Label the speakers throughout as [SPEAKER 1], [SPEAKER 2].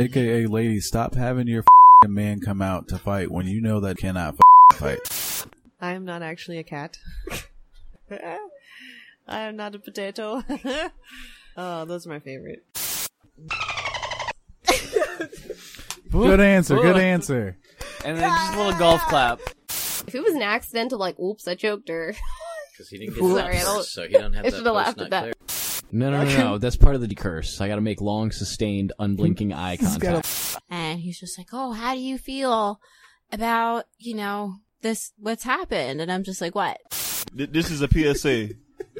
[SPEAKER 1] AKA, ladies, stop having your f man come out to fight when you know that cannot f- fight.
[SPEAKER 2] I am not actually a cat. I am not a potato. oh, those are my favorite.
[SPEAKER 1] Good answer. Good answer.
[SPEAKER 3] And then just a little golf clap.
[SPEAKER 4] If it was an accidental, like, oops, I choked her.
[SPEAKER 5] Because he didn't get that
[SPEAKER 4] Sorry, I don't-
[SPEAKER 5] first, so he don't have
[SPEAKER 4] I
[SPEAKER 5] that
[SPEAKER 4] should've laughed
[SPEAKER 5] post
[SPEAKER 4] at that.
[SPEAKER 5] nut
[SPEAKER 6] No, no, no, no. That's part of the curse. I gotta make long, sustained, unblinking eye contact.
[SPEAKER 7] and he's just like, "Oh, how do you feel about you know this? What's happened?" And I'm just like, "What?"
[SPEAKER 8] Th- This is a PSA.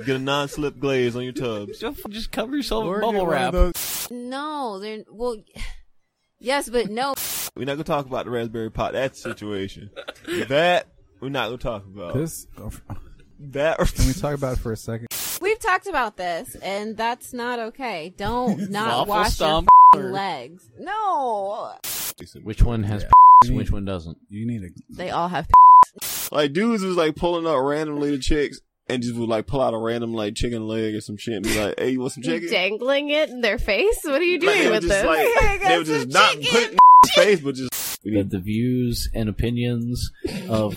[SPEAKER 8] Get a non-slip glaze on your tubs.
[SPEAKER 3] Just, just cover yourself
[SPEAKER 1] Or
[SPEAKER 3] in
[SPEAKER 1] get
[SPEAKER 3] bubble
[SPEAKER 1] one of
[SPEAKER 3] wrap.
[SPEAKER 1] those-
[SPEAKER 7] No, they're well, yes, but no.
[SPEAKER 8] We're not gonna talk about the Raspberry Pi. That situation. that we're not gonna talk about.
[SPEAKER 1] This.
[SPEAKER 8] That.
[SPEAKER 1] Can we talk about it for a second?
[SPEAKER 7] We've talked about this, and that's not okay. Don't
[SPEAKER 3] Waffle
[SPEAKER 7] not wash your
[SPEAKER 3] stomp
[SPEAKER 7] f***ing legs. No,
[SPEAKER 6] Which one has
[SPEAKER 1] You
[SPEAKER 6] p- which
[SPEAKER 1] need-
[SPEAKER 6] one doesn't?
[SPEAKER 1] You need a.
[SPEAKER 7] they all have.
[SPEAKER 8] Like dudes was like pulling up randomly to chicks and just would like pull out a random like chicken leg or some shit and be like, "Hey, you want some chicken?"
[SPEAKER 4] Dangling it in their face? What are you
[SPEAKER 8] Like,
[SPEAKER 4] doing
[SPEAKER 8] they were
[SPEAKER 4] with
[SPEAKER 8] just
[SPEAKER 4] this?
[SPEAKER 8] like they were just not putting in face, but just
[SPEAKER 5] The, the views and opinions of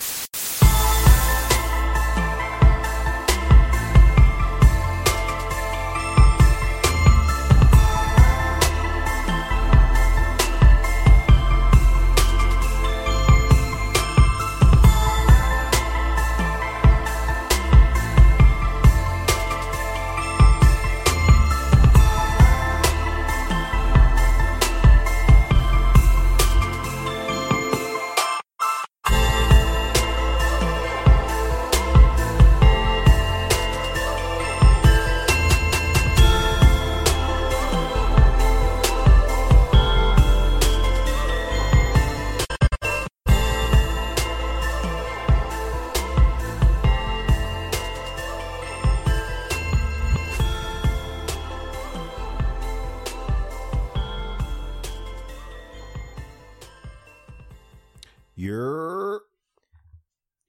[SPEAKER 9] You're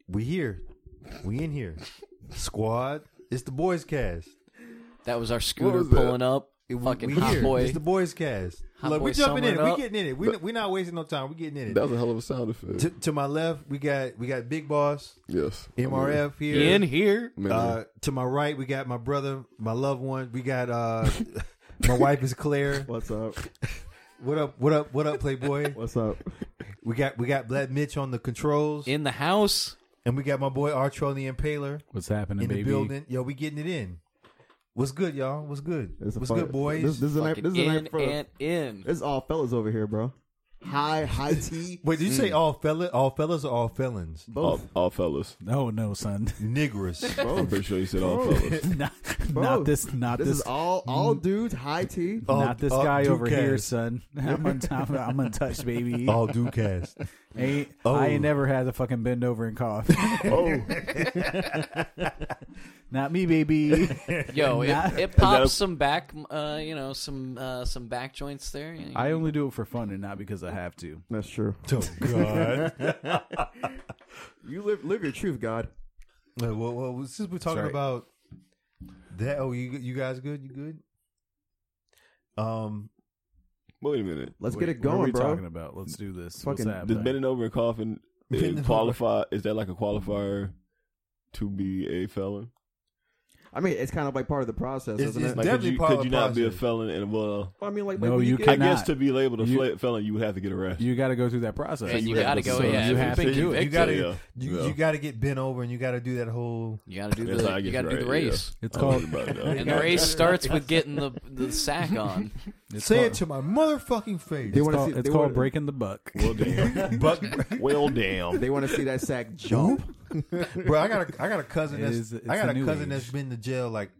[SPEAKER 9] we here. We in here. Squad. It's the boys cast.
[SPEAKER 3] That was our
[SPEAKER 8] What
[SPEAKER 3] scooter
[SPEAKER 8] was that?
[SPEAKER 3] pulling up.
[SPEAKER 9] It- we-
[SPEAKER 3] Fucking
[SPEAKER 9] we
[SPEAKER 3] hot
[SPEAKER 9] here.
[SPEAKER 3] boy.
[SPEAKER 9] It's the boys cast.
[SPEAKER 3] Hot
[SPEAKER 9] Look,
[SPEAKER 3] boy
[SPEAKER 9] we jumping in.
[SPEAKER 3] summer
[SPEAKER 9] it.
[SPEAKER 3] up.
[SPEAKER 9] We getting in it. We we not wasting no time. We getting in it.
[SPEAKER 8] was a hell of a sound effect.
[SPEAKER 9] To, to my left, we got we got Big Boss
[SPEAKER 8] yes,
[SPEAKER 9] MRF here.
[SPEAKER 3] In here.
[SPEAKER 9] Uh, to my right, we got my brother, my loved one. We got uh, my wife is Claire.
[SPEAKER 8] What's up?
[SPEAKER 9] What up? What up? What up, Playboy?
[SPEAKER 8] What's up?
[SPEAKER 9] we got we got Black Mitch on the controls,
[SPEAKER 3] In the house.
[SPEAKER 9] and we got my boy Artro and the Impaler
[SPEAKER 1] What's happening,
[SPEAKER 9] in the
[SPEAKER 1] baby?
[SPEAKER 9] building. Yo, we getting it in. What's good, y'all? What's good? What's good, boys?
[SPEAKER 10] is
[SPEAKER 3] Fucking in and in.
[SPEAKER 10] It's all fellas over here, bro. High, high tea.
[SPEAKER 9] Wait, did you
[SPEAKER 1] Mm.
[SPEAKER 9] say all fella, all fellas, or all felons?
[SPEAKER 8] All, all fellas.
[SPEAKER 1] Oh no, son.
[SPEAKER 9] Niggers.
[SPEAKER 8] I'm pretty sure you said all fellas.
[SPEAKER 1] not, not this. Not this.
[SPEAKER 10] all
[SPEAKER 9] Mm.
[SPEAKER 10] all dudes, high tea.
[SPEAKER 9] all-
[SPEAKER 1] not this
[SPEAKER 9] all
[SPEAKER 1] guy over here,
[SPEAKER 9] Ducats.
[SPEAKER 1] son. I'm on top. I'm untouched, baby.
[SPEAKER 9] all Ducast.
[SPEAKER 1] Ain't,
[SPEAKER 9] Oh.
[SPEAKER 1] I ain't never had to fucking bend over and cough.
[SPEAKER 8] oh,
[SPEAKER 1] Not me, baby.
[SPEAKER 3] Yo, it,
[SPEAKER 1] Not-
[SPEAKER 3] it pops some back, uh, you know, some uh, some back joints there. You know,
[SPEAKER 1] I only do it for fun and not because I have to.
[SPEAKER 10] That's true.
[SPEAKER 9] Oh God.
[SPEAKER 10] You live live your truth, God.
[SPEAKER 9] Well, well, well, since we're talking
[SPEAKER 1] Sorry.
[SPEAKER 9] about that, oh, you you guys good? You good? Um,
[SPEAKER 8] wait a minute.
[SPEAKER 10] Let's
[SPEAKER 1] Wait,
[SPEAKER 10] get it
[SPEAKER 1] What are
[SPEAKER 10] going,
[SPEAKER 1] we
[SPEAKER 10] bro.
[SPEAKER 1] talking about? Let's do this.
[SPEAKER 10] Fucking-
[SPEAKER 1] What's
[SPEAKER 8] Does
[SPEAKER 1] happening?
[SPEAKER 8] bending over and coughing
[SPEAKER 9] Bending over.
[SPEAKER 8] is qualify? Is that like a qualifier to be a felon?
[SPEAKER 10] I mean, it's kind of like part of the process,
[SPEAKER 9] It's-
[SPEAKER 10] isn't
[SPEAKER 9] it's
[SPEAKER 10] it?
[SPEAKER 8] Like,
[SPEAKER 10] Like,
[SPEAKER 8] could
[SPEAKER 9] Definitely
[SPEAKER 8] you,
[SPEAKER 9] part
[SPEAKER 8] could
[SPEAKER 9] of
[SPEAKER 8] you not be a
[SPEAKER 9] process.
[SPEAKER 8] felon? And well,
[SPEAKER 10] I mean, like,
[SPEAKER 1] No,
[SPEAKER 10] like when
[SPEAKER 1] you
[SPEAKER 10] get-
[SPEAKER 8] I
[SPEAKER 1] Could
[SPEAKER 8] guess
[SPEAKER 1] not.
[SPEAKER 8] to be labeled a
[SPEAKER 1] You-
[SPEAKER 8] fla- felon, you would have to get arrested.
[SPEAKER 1] You got to go through that process.
[SPEAKER 3] and you
[SPEAKER 8] you
[SPEAKER 3] got to
[SPEAKER 8] have to
[SPEAKER 3] go
[SPEAKER 8] say-
[SPEAKER 3] in.
[SPEAKER 8] you
[SPEAKER 3] If
[SPEAKER 1] have
[SPEAKER 3] been
[SPEAKER 1] to do it.
[SPEAKER 3] convicted,
[SPEAKER 9] you gotta
[SPEAKER 8] yeah.
[SPEAKER 9] you,
[SPEAKER 8] Yeah.
[SPEAKER 9] you gotta get bent over and you gotta do that whole.
[SPEAKER 3] You gotta do
[SPEAKER 8] Yes,
[SPEAKER 3] the
[SPEAKER 8] I
[SPEAKER 3] you
[SPEAKER 8] guess
[SPEAKER 3] gotta
[SPEAKER 8] you're
[SPEAKER 3] do the
[SPEAKER 8] right, yeah.
[SPEAKER 3] race,
[SPEAKER 1] It's
[SPEAKER 8] I'm
[SPEAKER 1] called.
[SPEAKER 8] worried about that.
[SPEAKER 3] and the race starts with getting the the sack on.
[SPEAKER 1] It's
[SPEAKER 9] say
[SPEAKER 1] called,
[SPEAKER 9] it to my motherfucking face.
[SPEAKER 10] They
[SPEAKER 1] it's
[SPEAKER 10] wanna
[SPEAKER 1] called,
[SPEAKER 10] see-
[SPEAKER 1] it's
[SPEAKER 10] they
[SPEAKER 1] called
[SPEAKER 10] wanna-
[SPEAKER 1] breaking the buck.
[SPEAKER 8] Well damn.
[SPEAKER 9] But-
[SPEAKER 8] well damn.
[SPEAKER 10] they want to see that sack jump.
[SPEAKER 9] bro, I got a I got a cousin
[SPEAKER 1] It
[SPEAKER 9] that's
[SPEAKER 1] is- it's
[SPEAKER 9] I got
[SPEAKER 1] the
[SPEAKER 9] a
[SPEAKER 1] new
[SPEAKER 9] cousin
[SPEAKER 1] age.
[SPEAKER 9] that's been to jail like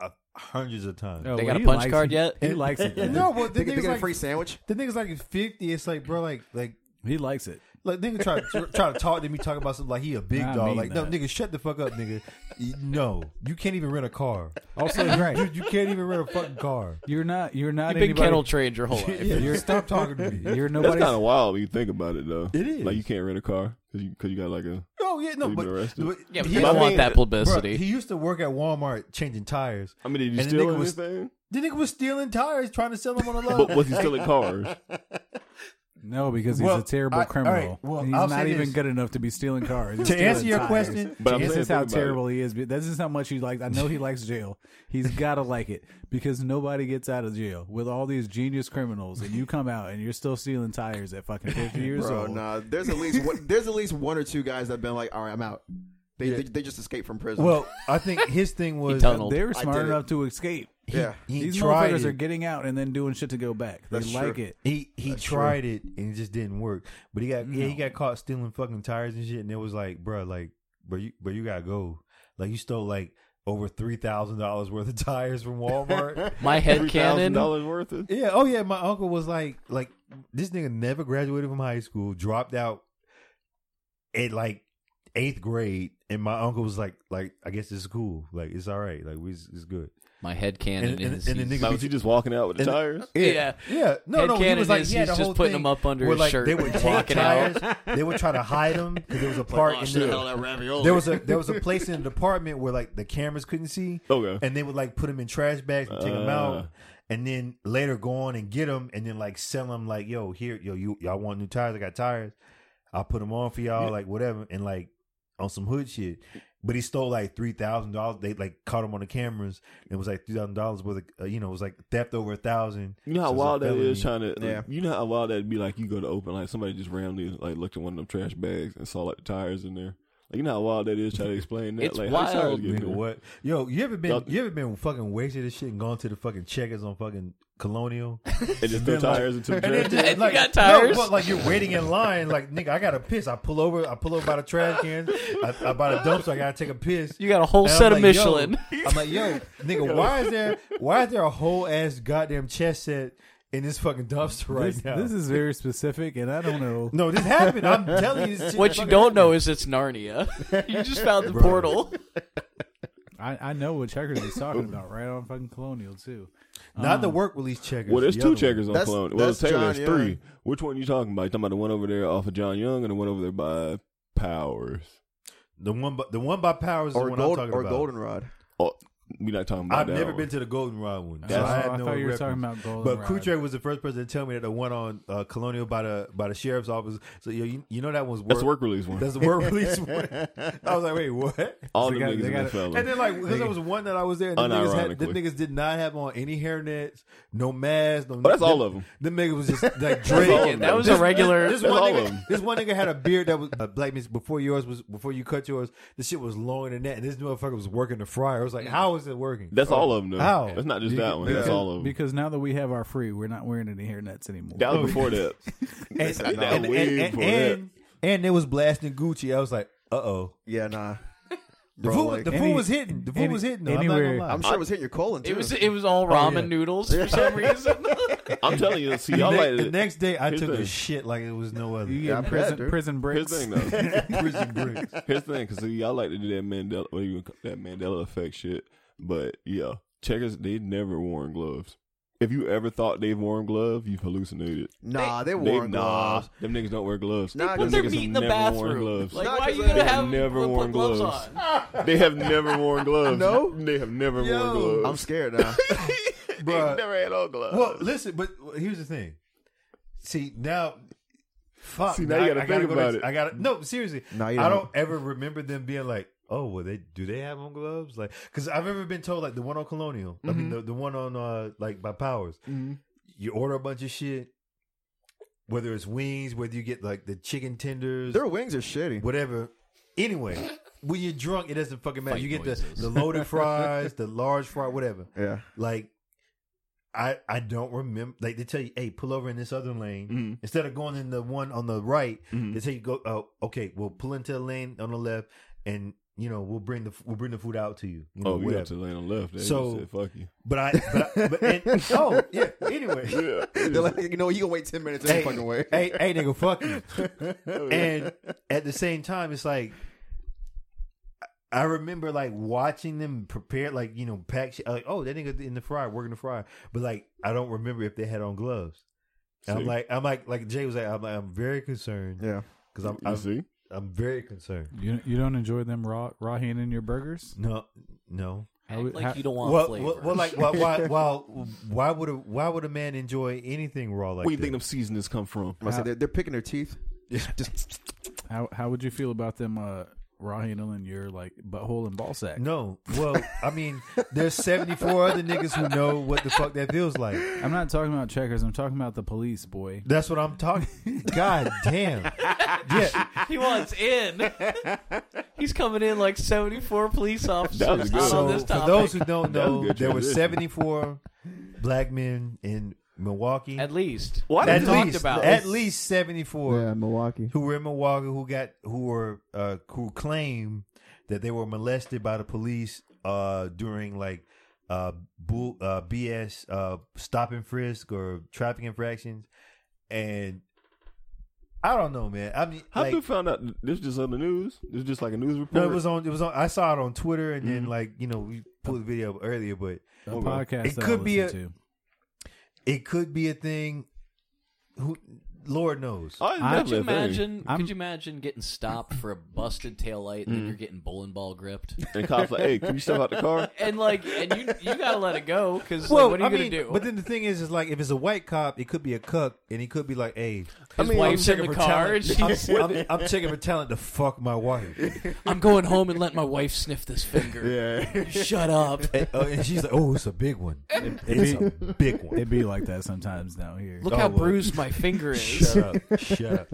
[SPEAKER 9] uh, hundreds of times.
[SPEAKER 1] Oh,
[SPEAKER 3] They
[SPEAKER 1] well,
[SPEAKER 3] got a
[SPEAKER 1] he
[SPEAKER 3] punch
[SPEAKER 1] likes
[SPEAKER 3] card
[SPEAKER 1] it.
[SPEAKER 3] yet?
[SPEAKER 1] He likes it. man.
[SPEAKER 9] No, well, the
[SPEAKER 10] They, they
[SPEAKER 9] nigga's
[SPEAKER 10] get a
[SPEAKER 9] like
[SPEAKER 10] free sandwich.
[SPEAKER 9] the nigga's like fifty. It's like, bro, like like
[SPEAKER 1] he likes it.
[SPEAKER 9] Like nigga try to try to talk to me, talk about something like he a big
[SPEAKER 1] I
[SPEAKER 9] dog.
[SPEAKER 1] mean
[SPEAKER 9] like no,
[SPEAKER 1] that.
[SPEAKER 9] nigga, shut the fuck up, nigga. You- No, you can't even rent a car.
[SPEAKER 1] Also, right.
[SPEAKER 9] You can't even rent a fucking car.
[SPEAKER 1] You're not. You're not
[SPEAKER 3] You've been
[SPEAKER 1] anybody.
[SPEAKER 3] kettle trained your whole life.
[SPEAKER 9] Yeah, stop talking to me.
[SPEAKER 1] You're
[SPEAKER 8] That's
[SPEAKER 1] nobody's.
[SPEAKER 8] kind of wild when you think about it, though.
[SPEAKER 9] It is.
[SPEAKER 8] Like you can't rent a car because you, cause you got like a.
[SPEAKER 9] No, yeah, no,
[SPEAKER 8] You've
[SPEAKER 9] but,
[SPEAKER 8] been arrested.
[SPEAKER 9] but
[SPEAKER 3] Yeah, but
[SPEAKER 9] he-
[SPEAKER 3] they
[SPEAKER 8] I
[SPEAKER 3] don't want
[SPEAKER 8] mean,
[SPEAKER 3] that
[SPEAKER 8] bruh,
[SPEAKER 3] publicity.
[SPEAKER 9] he used to work at Walmart changing tires.
[SPEAKER 8] I mean, did you
[SPEAKER 9] And the
[SPEAKER 8] steal
[SPEAKER 9] nigga was-
[SPEAKER 8] anything?
[SPEAKER 9] The nigga was stealing tires, trying to sell them on the low.
[SPEAKER 8] but was he stealing cars?
[SPEAKER 1] No, because he's
[SPEAKER 11] Well,
[SPEAKER 1] a terrible
[SPEAKER 11] I- all
[SPEAKER 1] criminal.
[SPEAKER 11] right, well,
[SPEAKER 1] he's
[SPEAKER 11] I'll
[SPEAKER 1] not
[SPEAKER 11] say
[SPEAKER 1] even
[SPEAKER 11] this.
[SPEAKER 1] good enough to be stealing cars. He's
[SPEAKER 11] To
[SPEAKER 1] stealing
[SPEAKER 11] answer your
[SPEAKER 1] tires.
[SPEAKER 11] question- But I'm
[SPEAKER 1] this
[SPEAKER 11] saying
[SPEAKER 1] is how
[SPEAKER 11] think about it.
[SPEAKER 1] terrible he is. This is how much he likes. I know he likes jail. He's gotta like it because nobody gets out of jail with all these genius criminals, and you come out and you're still stealing tires at fucking fifty years
[SPEAKER 11] Bro,
[SPEAKER 1] old.
[SPEAKER 11] nah,
[SPEAKER 10] There's at least one, there's at least one or two guys that've been like, all right, I'm out. They
[SPEAKER 9] Yeah.
[SPEAKER 10] they, they just escaped from prison.
[SPEAKER 9] Well, I think his thing was
[SPEAKER 1] tunneled. They were
[SPEAKER 10] I
[SPEAKER 1] smart
[SPEAKER 10] did it.
[SPEAKER 1] enough to escape.
[SPEAKER 10] Yeah.
[SPEAKER 9] He
[SPEAKER 1] These
[SPEAKER 9] tried
[SPEAKER 1] motherfuckers
[SPEAKER 9] it.
[SPEAKER 1] are getting out and then doing shit to go back. They
[SPEAKER 10] That's
[SPEAKER 1] like
[SPEAKER 10] true.
[SPEAKER 1] it.
[SPEAKER 9] He he
[SPEAKER 10] That's
[SPEAKER 9] tried it and it just didn't work. But he got yeah he
[SPEAKER 1] No.
[SPEAKER 9] got caught stealing fucking tires and shit. And it was like, bruh, like, bro, you bro, you gotta go. Like you stole like over three thousand dollars worth of tires from Walmart.
[SPEAKER 3] My head cannon.
[SPEAKER 8] dollars worth of.
[SPEAKER 9] yeah. Oh yeah. My uncle was like, like this nigga never graduated from high school, dropped out at like eighth grade, and my uncle was like, like I guess it's cool. Like it's all right. Like we it's good.
[SPEAKER 6] My head cannon
[SPEAKER 9] And- and-
[SPEAKER 6] is.
[SPEAKER 9] and the
[SPEAKER 6] he's-
[SPEAKER 9] nigga
[SPEAKER 8] Why
[SPEAKER 9] be-
[SPEAKER 8] was you just walking out with the
[SPEAKER 9] And-
[SPEAKER 8] tires?
[SPEAKER 9] Yeah,
[SPEAKER 3] Yeah.
[SPEAKER 9] yeah. No,
[SPEAKER 3] Head
[SPEAKER 9] no. He
[SPEAKER 3] cannon
[SPEAKER 9] was like,
[SPEAKER 3] is
[SPEAKER 9] yeah,
[SPEAKER 3] he's
[SPEAKER 9] the
[SPEAKER 3] just
[SPEAKER 9] whole
[SPEAKER 3] putting
[SPEAKER 9] thing
[SPEAKER 3] them up under
[SPEAKER 9] where,
[SPEAKER 3] his
[SPEAKER 9] like,
[SPEAKER 3] shirt
[SPEAKER 9] They
[SPEAKER 3] and
[SPEAKER 9] would take
[SPEAKER 3] walking
[SPEAKER 9] tires.
[SPEAKER 3] out.
[SPEAKER 9] They would try to hide them because there was a
[SPEAKER 10] Like,
[SPEAKER 9] part
[SPEAKER 10] oh,
[SPEAKER 9] in
[SPEAKER 10] shit,
[SPEAKER 9] the,
[SPEAKER 10] hell, that ravioli.
[SPEAKER 9] there was a there was a place in the department where like the cameras couldn't see.
[SPEAKER 8] Okay.
[SPEAKER 9] and they would like put them in trash bags and take them
[SPEAKER 8] Uh.
[SPEAKER 9] out, and then later go on and get them, and then like sell them like, yo, here, yo, you y'all want new tires? I got tires. I'll put them on for y'all, like whatever, and like on some hood shit. But he stole like three thousand dollars. They like caught him on the cameras. It was like three thousand dollars worth. Of, uh, you know, it was like theft over a thousand.
[SPEAKER 8] You know how
[SPEAKER 9] So it's a
[SPEAKER 8] wild that is
[SPEAKER 9] felony.
[SPEAKER 8] trying to.
[SPEAKER 10] Yeah.
[SPEAKER 8] You know how wild that'd be like you go to open like somebody just randomly like looked at one of them trash bags and saw like the tires in there. Like you know how wild that is trying to explain that.
[SPEAKER 3] It's
[SPEAKER 8] like how tires
[SPEAKER 3] wild,
[SPEAKER 8] get in
[SPEAKER 9] Nigga,
[SPEAKER 8] there?
[SPEAKER 9] what? Yo, you ever been
[SPEAKER 8] Y'all-
[SPEAKER 9] you ever been fucking wasted as shit and gone to the fucking checkers on fucking Colonial?
[SPEAKER 8] And just throw
[SPEAKER 9] Been like-
[SPEAKER 8] tires into the
[SPEAKER 9] And
[SPEAKER 8] trash.
[SPEAKER 9] then,
[SPEAKER 3] You got tires?
[SPEAKER 9] No, but like you're waiting in line, like nigga, I gotta piss. I pull over, I pull over by the trash can, I, I by the dumpster, I gotta take a piss.
[SPEAKER 3] You got a whole
[SPEAKER 9] And I'm
[SPEAKER 3] set of
[SPEAKER 9] like,
[SPEAKER 3] Michelin.
[SPEAKER 9] Yo, I'm like, yo, nigga, why is there why is there a whole ass goddamn chest set in this fucking dumpster right
[SPEAKER 1] This,
[SPEAKER 9] now?
[SPEAKER 1] this is very specific, and I don't know.
[SPEAKER 9] no, this happened. I'm telling you, this shit
[SPEAKER 3] What you
[SPEAKER 9] fucking
[SPEAKER 3] don't
[SPEAKER 9] happened.
[SPEAKER 3] know is it's Narnia. you just found the portal.
[SPEAKER 1] I, I know what checkers he's talking about, right on fucking Colonial too.
[SPEAKER 9] not the work release checkers.
[SPEAKER 8] Well, there's
[SPEAKER 9] the
[SPEAKER 8] two
[SPEAKER 9] other
[SPEAKER 8] checkers on
[SPEAKER 10] That's-
[SPEAKER 8] Cologne. Well,
[SPEAKER 10] that's
[SPEAKER 8] Taylor,
[SPEAKER 10] John
[SPEAKER 8] there's three.
[SPEAKER 10] Young.
[SPEAKER 8] Which one you talking about? You talking about the one over there off of John Young and the one over there by Powers?
[SPEAKER 9] one. The one, by, the one by Powers is the
[SPEAKER 10] or
[SPEAKER 9] one
[SPEAKER 10] gold
[SPEAKER 9] I'm talking
[SPEAKER 10] or
[SPEAKER 9] about.
[SPEAKER 10] goldenrod.
[SPEAKER 8] Oh, we not talking about
[SPEAKER 9] I've
[SPEAKER 8] that
[SPEAKER 9] never
[SPEAKER 8] one.
[SPEAKER 9] been to the Goldenrod one.
[SPEAKER 1] Oh,
[SPEAKER 9] so I
[SPEAKER 1] I,
[SPEAKER 9] had no
[SPEAKER 1] thought you were
[SPEAKER 9] reference.
[SPEAKER 1] talking about Golden
[SPEAKER 9] But Kutre was the first person to tell me that the one on uh, Colonial by the by the sheriff's office. So yo, you, you know that one's work.
[SPEAKER 8] That's the work release one.
[SPEAKER 9] That's the word release one. I was like, wait, what?
[SPEAKER 8] All
[SPEAKER 1] They
[SPEAKER 8] the
[SPEAKER 1] got-
[SPEAKER 8] niggas
[SPEAKER 1] they
[SPEAKER 8] in
[SPEAKER 1] got
[SPEAKER 8] the
[SPEAKER 1] it.
[SPEAKER 8] fella.
[SPEAKER 9] And then like because there was one that I was there, and the niggas, had, the
[SPEAKER 8] Unironically.
[SPEAKER 9] niggas did not have on any hairnets, no mask, no.
[SPEAKER 8] Oh, that's all of 'em.
[SPEAKER 9] The nigga was just like
[SPEAKER 8] all of
[SPEAKER 9] drinking.
[SPEAKER 8] 'em. That was
[SPEAKER 3] a regular-
[SPEAKER 9] This,
[SPEAKER 8] That's
[SPEAKER 9] one
[SPEAKER 8] all
[SPEAKER 9] nigga,
[SPEAKER 8] of 'em.
[SPEAKER 9] this one nigga had a beard that was uh, black means before yours was before you cut yours. The shit was longer than that, and this motherfucker was working the fryer. I was like, how is it working?
[SPEAKER 8] Mm. That's all of them. Though.
[SPEAKER 9] Oh, How?
[SPEAKER 8] That's not just that one. That's
[SPEAKER 1] because,
[SPEAKER 8] all of them.
[SPEAKER 1] Because now that we have our free, we're not wearing any hairnets anymore.
[SPEAKER 8] That
[SPEAKER 9] oh,
[SPEAKER 8] was before that.
[SPEAKER 9] and,
[SPEAKER 8] That's not
[SPEAKER 9] and,
[SPEAKER 8] weird
[SPEAKER 9] and, and,
[SPEAKER 8] for that.
[SPEAKER 9] and- and they was blasting Gucci. I was like, uh oh.
[SPEAKER 10] Yeah, nah.
[SPEAKER 9] The
[SPEAKER 10] Bro,
[SPEAKER 9] food,
[SPEAKER 10] like-
[SPEAKER 9] the food
[SPEAKER 1] any-
[SPEAKER 9] was hitting. The food
[SPEAKER 1] any-
[SPEAKER 9] was hitting. Though.
[SPEAKER 1] anywhere-
[SPEAKER 9] I'm
[SPEAKER 10] I'm
[SPEAKER 9] not gonna lie.
[SPEAKER 10] sure it was hitting your colon too.
[SPEAKER 3] It was it was all ramen noodles for some reason.
[SPEAKER 8] I'm telling you. See,
[SPEAKER 9] The,
[SPEAKER 8] y'all
[SPEAKER 9] ne-
[SPEAKER 8] like
[SPEAKER 9] the next day, I
[SPEAKER 8] Here's
[SPEAKER 9] took
[SPEAKER 8] the-
[SPEAKER 9] a shit like it was no other.
[SPEAKER 1] You get
[SPEAKER 10] Yeah, I bet,
[SPEAKER 1] prison,
[SPEAKER 10] dude.
[SPEAKER 1] prison
[SPEAKER 8] Here's
[SPEAKER 1] bricks.
[SPEAKER 8] the thing though.
[SPEAKER 9] Prison bricks.
[SPEAKER 8] Here's the thing, because y'all like to do that Mandela, what do you call that Mandela effect shit. But yeah, checkers they never worn gloves. If you ever thought they've worn gloves, you've hallucinated.
[SPEAKER 10] Nah, they,
[SPEAKER 8] They,
[SPEAKER 10] wore
[SPEAKER 8] nah,
[SPEAKER 10] gloves.
[SPEAKER 8] them niggas don't wear gloves.
[SPEAKER 10] Nah,
[SPEAKER 8] them
[SPEAKER 3] Put
[SPEAKER 10] Those
[SPEAKER 3] their
[SPEAKER 8] niggas
[SPEAKER 3] meat
[SPEAKER 8] have
[SPEAKER 3] in the
[SPEAKER 8] never worn
[SPEAKER 3] bathroom.
[SPEAKER 8] gloves.
[SPEAKER 3] Like,
[SPEAKER 10] Nah,
[SPEAKER 3] why are
[SPEAKER 10] 'cause
[SPEAKER 3] you
[SPEAKER 10] they
[SPEAKER 3] gonna
[SPEAKER 10] have
[SPEAKER 3] have
[SPEAKER 8] never
[SPEAKER 3] put
[SPEAKER 8] worn
[SPEAKER 3] gloves
[SPEAKER 8] gloves.
[SPEAKER 3] on?
[SPEAKER 8] They have never worn gloves.
[SPEAKER 10] No?
[SPEAKER 8] they have never
[SPEAKER 9] Yo.
[SPEAKER 8] worn gloves.
[SPEAKER 10] I'm scared now.
[SPEAKER 9] Bruh.
[SPEAKER 8] They never had on gloves.
[SPEAKER 9] Well, listen, but here's the thing. See now, fuck.
[SPEAKER 8] See, now you gotta
[SPEAKER 9] I
[SPEAKER 8] think
[SPEAKER 9] go to-
[SPEAKER 8] about it.
[SPEAKER 9] I gotta no seriously.
[SPEAKER 10] Nah, you
[SPEAKER 9] I
[SPEAKER 10] don't.
[SPEAKER 9] don't ever remember them being like, oh, well, they do they have on gloves? Like, because I've ever been told like the one on Colonial. I
[SPEAKER 8] Mm-hmm.
[SPEAKER 9] mean, the, the one on uh like by Powers. You order a bunch of shit, whether it's wings, whether you get like the chicken tenders,
[SPEAKER 10] Their wings are shitty.
[SPEAKER 9] whatever. Anyway, when you're drunk, it doesn't fucking matter.
[SPEAKER 6] Fight
[SPEAKER 9] you get
[SPEAKER 6] noises.
[SPEAKER 9] the the loaded fries, the large fry, whatever.
[SPEAKER 10] Yeah.
[SPEAKER 9] Like, I I don't remember. Like they tell you, hey, pull over in this other lane
[SPEAKER 8] Mhm.
[SPEAKER 9] instead of going in the one on the right.
[SPEAKER 8] Mhm.
[SPEAKER 9] They tell you go. Oh, okay. We'll pull into the lane on the left, and you know we'll bring the we'll bring the food out to you. you know,
[SPEAKER 8] oh, we
[SPEAKER 9] whatever.
[SPEAKER 8] have to land on left. They
[SPEAKER 9] So-
[SPEAKER 8] so, said, fuck you.
[SPEAKER 9] But I. But, I, but and, oh yeah. Anyway.
[SPEAKER 8] Yeah.
[SPEAKER 10] They're like, you know, what, you gonna wait ten minutes any
[SPEAKER 9] Hey,
[SPEAKER 10] fucking way.
[SPEAKER 9] hey, hey, nigga, fuck
[SPEAKER 8] Oh,
[SPEAKER 9] you. and at the same time, it's like I remember like watching them prepare, like you know, pack shit. Like, oh, that nigga in the fryer working the fryer, but like I don't remember if they had on gloves. And I'm
[SPEAKER 8] See?
[SPEAKER 9] like, I'm like, like Jay was like, I'm, like, I'm very concerned
[SPEAKER 10] Yeah.
[SPEAKER 9] because I'm,
[SPEAKER 8] You
[SPEAKER 9] I'm,
[SPEAKER 8] see?
[SPEAKER 9] I'm very concerned.
[SPEAKER 1] You you don't enjoy them raw raw handing your burgers?
[SPEAKER 9] No, no,
[SPEAKER 1] we-
[SPEAKER 3] Act like
[SPEAKER 1] how-
[SPEAKER 3] you don't want
[SPEAKER 9] Well,
[SPEAKER 3] flavor.
[SPEAKER 9] well, well, like, why, why, why, why would a why would a man enjoy anything raw like
[SPEAKER 8] Where you
[SPEAKER 9] that?
[SPEAKER 8] think them seasonings come from?
[SPEAKER 10] I said they're, they're picking their teeth. Just, just
[SPEAKER 1] How how would you feel about them uh, raw handling your like butthole and ball sack?
[SPEAKER 9] No, well, I mean, there's 74 other niggas who know what the fuck that feels like.
[SPEAKER 1] I'm not talking about checkers. I'm talking about the police, boy.
[SPEAKER 9] That's what I'm talking. God damn. Yeah,
[SPEAKER 3] he wants in. He's coming in like seventy-four police
[SPEAKER 8] That was
[SPEAKER 3] officers
[SPEAKER 8] good.
[SPEAKER 3] out on
[SPEAKER 9] So
[SPEAKER 3] this
[SPEAKER 9] for
[SPEAKER 3] topic.
[SPEAKER 9] those who don't
[SPEAKER 8] That was
[SPEAKER 9] know,
[SPEAKER 8] good
[SPEAKER 9] there were
[SPEAKER 8] transition.
[SPEAKER 9] 74 black men in Milwaukee.
[SPEAKER 3] at least
[SPEAKER 8] Why
[SPEAKER 9] At
[SPEAKER 8] did
[SPEAKER 3] talked
[SPEAKER 9] least,
[SPEAKER 3] about
[SPEAKER 9] at
[SPEAKER 3] this.
[SPEAKER 9] least 74
[SPEAKER 10] yeah, Milwaukee.
[SPEAKER 9] who were in Milwaukee who got who were uh, who claim that they were molested by the police uh, during like uh, bull, uh, BS uh, stop and frisk or traffic infractions, and I don't know, man. I mean,
[SPEAKER 8] How
[SPEAKER 9] like,
[SPEAKER 8] you found out? This just on the news. This is just like a news report.
[SPEAKER 9] no, it was on. It was on. I saw it on Twitter, and then like you know we pulled the video up earlier, but
[SPEAKER 1] A
[SPEAKER 8] Hold on.
[SPEAKER 1] podcast.
[SPEAKER 9] It
[SPEAKER 1] that I
[SPEAKER 9] could be
[SPEAKER 1] listen
[SPEAKER 9] a-
[SPEAKER 1] to.
[SPEAKER 9] it could be a thing. Who, Lord knows.
[SPEAKER 8] Oh, it's
[SPEAKER 1] I-
[SPEAKER 3] Could
[SPEAKER 8] definitely
[SPEAKER 3] you
[SPEAKER 8] a thing.
[SPEAKER 3] imagine?
[SPEAKER 1] I'm-
[SPEAKER 3] Could you imagine getting stopped for a busted taillight light and then you're getting bowling ball gripped?
[SPEAKER 8] And cops like, hey, can you step out the car?
[SPEAKER 3] And like, and you you gotta let it go because
[SPEAKER 9] Well,
[SPEAKER 3] what are you
[SPEAKER 9] I
[SPEAKER 3] gonna
[SPEAKER 9] mean,
[SPEAKER 3] do?
[SPEAKER 9] But then the thing is, is like if it's a white cop, it could be a cuck, and he could be like, "Hey,
[SPEAKER 3] His
[SPEAKER 8] mean,
[SPEAKER 3] wife's
[SPEAKER 9] I'm
[SPEAKER 3] in the
[SPEAKER 9] checking for
[SPEAKER 3] car.
[SPEAKER 9] talent.
[SPEAKER 3] and she's-
[SPEAKER 9] I'm, I'm- I'm checking for talent to fuck my wife.
[SPEAKER 3] I'm going home and let my wife sniff this finger.
[SPEAKER 8] Yeah.
[SPEAKER 3] Shut up.
[SPEAKER 9] And, uh, and she's like, oh, it's a big one. It's a big one.
[SPEAKER 1] It'd be like that sometimes down here.
[SPEAKER 3] Look
[SPEAKER 9] Oh,
[SPEAKER 3] how
[SPEAKER 9] well.
[SPEAKER 3] bruised my finger is.
[SPEAKER 9] Shut up. Shut up.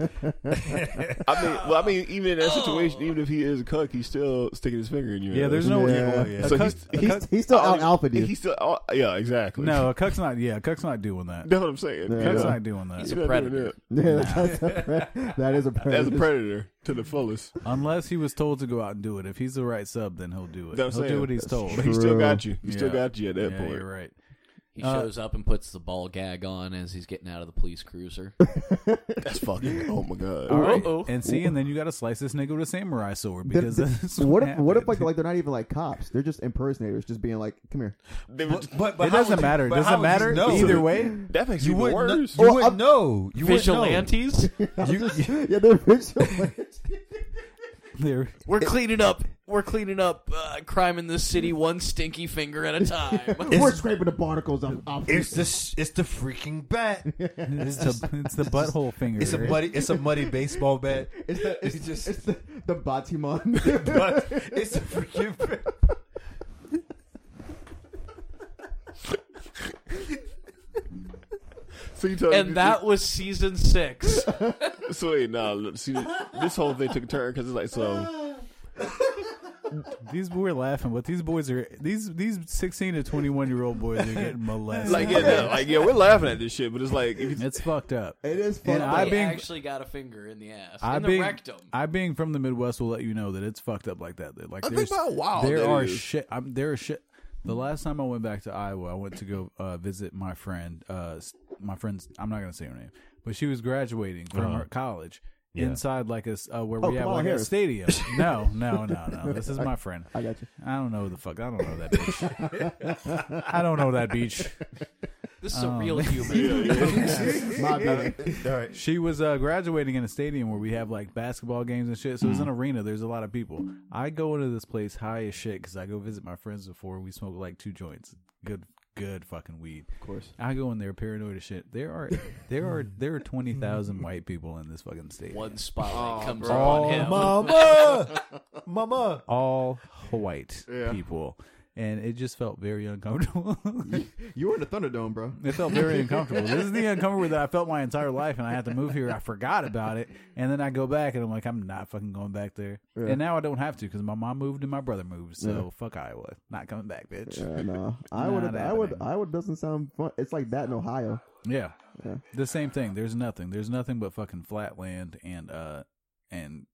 [SPEAKER 8] I mean, well, I mean, even in that situation, even if he is a cuck, he's still sticking his finger in you.
[SPEAKER 1] yeah, there's no
[SPEAKER 10] Yeah.
[SPEAKER 1] a
[SPEAKER 8] So
[SPEAKER 1] cuck-
[SPEAKER 8] he's- uh,
[SPEAKER 1] a
[SPEAKER 10] He's,
[SPEAKER 1] cuck-
[SPEAKER 10] he's still out alpha
[SPEAKER 8] He's
[SPEAKER 10] dude.
[SPEAKER 8] still, oh, yeah, exactly.
[SPEAKER 1] no, a cuck's not. Yeah, a cuck's not doing that.
[SPEAKER 8] that's what I'm saying.
[SPEAKER 10] Yeah.
[SPEAKER 8] He's
[SPEAKER 1] Cuck's
[SPEAKER 8] not-
[SPEAKER 1] not doing that.
[SPEAKER 3] He's a
[SPEAKER 8] he's not doing
[SPEAKER 3] predator.
[SPEAKER 8] that.
[SPEAKER 10] Yeah, that's a pre- that
[SPEAKER 8] As
[SPEAKER 10] is a
[SPEAKER 8] a
[SPEAKER 10] predator.
[SPEAKER 8] predator to the fullest.
[SPEAKER 1] Unless he was told to go out and do it. If he's the right sub, then he'll do it.
[SPEAKER 8] That's what
[SPEAKER 1] he'll
[SPEAKER 8] I'm
[SPEAKER 1] do
[SPEAKER 8] saying.
[SPEAKER 1] what he's told.
[SPEAKER 8] But he still got you. He still
[SPEAKER 1] Yeah.
[SPEAKER 8] got you at that
[SPEAKER 1] yeah,
[SPEAKER 8] point.
[SPEAKER 1] you're right.
[SPEAKER 3] He
[SPEAKER 1] Uh,
[SPEAKER 3] shows up and puts the ball gag on as he's getting out of the police cruiser.
[SPEAKER 8] That's fucking. Oh my god.
[SPEAKER 3] All right. Uh-oh.
[SPEAKER 1] And see, and then you got to slice this nigga with a samurai sword
[SPEAKER 10] The-
[SPEAKER 1] because
[SPEAKER 10] the-
[SPEAKER 1] that's
[SPEAKER 10] what if what if like,
[SPEAKER 1] happened.
[SPEAKER 10] like they're not even like cops? They're just impersonators, just being like, "Come here."
[SPEAKER 8] They were-
[SPEAKER 9] But, but, but
[SPEAKER 1] it
[SPEAKER 9] how would
[SPEAKER 1] doesn't
[SPEAKER 9] you-
[SPEAKER 1] matter. It
[SPEAKER 9] but how
[SPEAKER 1] doesn't
[SPEAKER 9] would you
[SPEAKER 1] matter
[SPEAKER 9] know?
[SPEAKER 1] either way.
[SPEAKER 8] that makes
[SPEAKER 9] You
[SPEAKER 8] you
[SPEAKER 9] wouldn't, kn-
[SPEAKER 8] worse.
[SPEAKER 9] you wouldn't know. You
[SPEAKER 3] Vigilantes,
[SPEAKER 9] Wouldn't know. You,
[SPEAKER 10] Yeah, they're visual.
[SPEAKER 1] There,
[SPEAKER 3] we're cleaning up. We're cleaning up uh, crime in this city, one stinky finger at a time.
[SPEAKER 10] We're scraping the barnacles off. off
[SPEAKER 9] it's the s- it's the freaking bat.
[SPEAKER 1] it's the it's the butthole finger.
[SPEAKER 9] It's a muddy it's a muddy baseball bat.
[SPEAKER 10] It's the it's,
[SPEAKER 9] just-
[SPEAKER 10] it's the, the Batimon.
[SPEAKER 9] But it's a freaking bat.
[SPEAKER 8] So you told
[SPEAKER 3] and that was season six.
[SPEAKER 8] So wait, nah. look, See, this whole thing took a turn because it's like so.
[SPEAKER 1] These we're laughing, but these boys are these these sixteen to twenty one year old boys are getting molested.
[SPEAKER 8] Like yeah, no, like yeah, we're laughing at this shit, but it's like if you-
[SPEAKER 1] it's fucked up.
[SPEAKER 10] It is
[SPEAKER 1] And
[SPEAKER 10] fucked
[SPEAKER 1] I
[SPEAKER 3] he
[SPEAKER 10] up.
[SPEAKER 1] being-
[SPEAKER 3] actually got a finger in the ass,
[SPEAKER 1] I
[SPEAKER 3] in the
[SPEAKER 1] being,
[SPEAKER 3] rectum.
[SPEAKER 1] I being from the Midwest will let you know that it's fucked up like that. That, Like
[SPEAKER 8] I think
[SPEAKER 1] there's-
[SPEAKER 8] about wow,
[SPEAKER 1] there
[SPEAKER 8] that
[SPEAKER 1] are
[SPEAKER 8] is.
[SPEAKER 1] shit. I'm, there are shit. The last time I went back to Iowa, I went to go uh, visit my friend. Uh, s- my friend's. I'm not gonna say her name, but she was graduating from
[SPEAKER 10] Uh-huh.
[SPEAKER 1] her college. Inside, like a s- uh, where we have
[SPEAKER 10] Kamala
[SPEAKER 1] like
[SPEAKER 10] Harris.
[SPEAKER 1] a stadium. No, no, no, no. This is my friend.
[SPEAKER 10] I got you.
[SPEAKER 1] I don't know the fuck. I don't know that beach. I don't know that beach.
[SPEAKER 3] This is a real human.
[SPEAKER 10] My bad.
[SPEAKER 9] All right.
[SPEAKER 1] She was uh, graduating in a stadium where we have like basketball games and shit. So it's an
[SPEAKER 10] Mm-hmm.
[SPEAKER 1] arena. There's a lot of people. I go into this place high as shit because I go visit my friends before. We smoke like two joints. Good, good fucking weed. Of
[SPEAKER 10] course.
[SPEAKER 1] I go in there paranoid as shit. There are there are there are twenty thousand white people in this fucking stadium.
[SPEAKER 3] One spotlight comes
[SPEAKER 1] bro.
[SPEAKER 3] up
[SPEAKER 1] Oh,
[SPEAKER 3] on him.
[SPEAKER 9] Mama Mama
[SPEAKER 1] All white
[SPEAKER 10] Yeah.
[SPEAKER 1] people. And it just felt very uncomfortable.
[SPEAKER 10] You were in the Thunderdome, bro.
[SPEAKER 1] It felt very uncomfortable. This is the uncomfortable that I felt my entire life, and I had to move here. I forgot about it, and then I go back, and I'm like, I'm not fucking going back there. And now I don't have to because my mom moved and my brother moved. So fuck Iowa, not coming back, bitch. Yeah,
[SPEAKER 10] Yeah, no. I would.
[SPEAKER 1] Not
[SPEAKER 10] I would.
[SPEAKER 1] happening.
[SPEAKER 10] I would. Doesn't sound fun. It's like that in Ohio.
[SPEAKER 1] the same thing. There's nothing. There's nothing but fucking flatland and uh and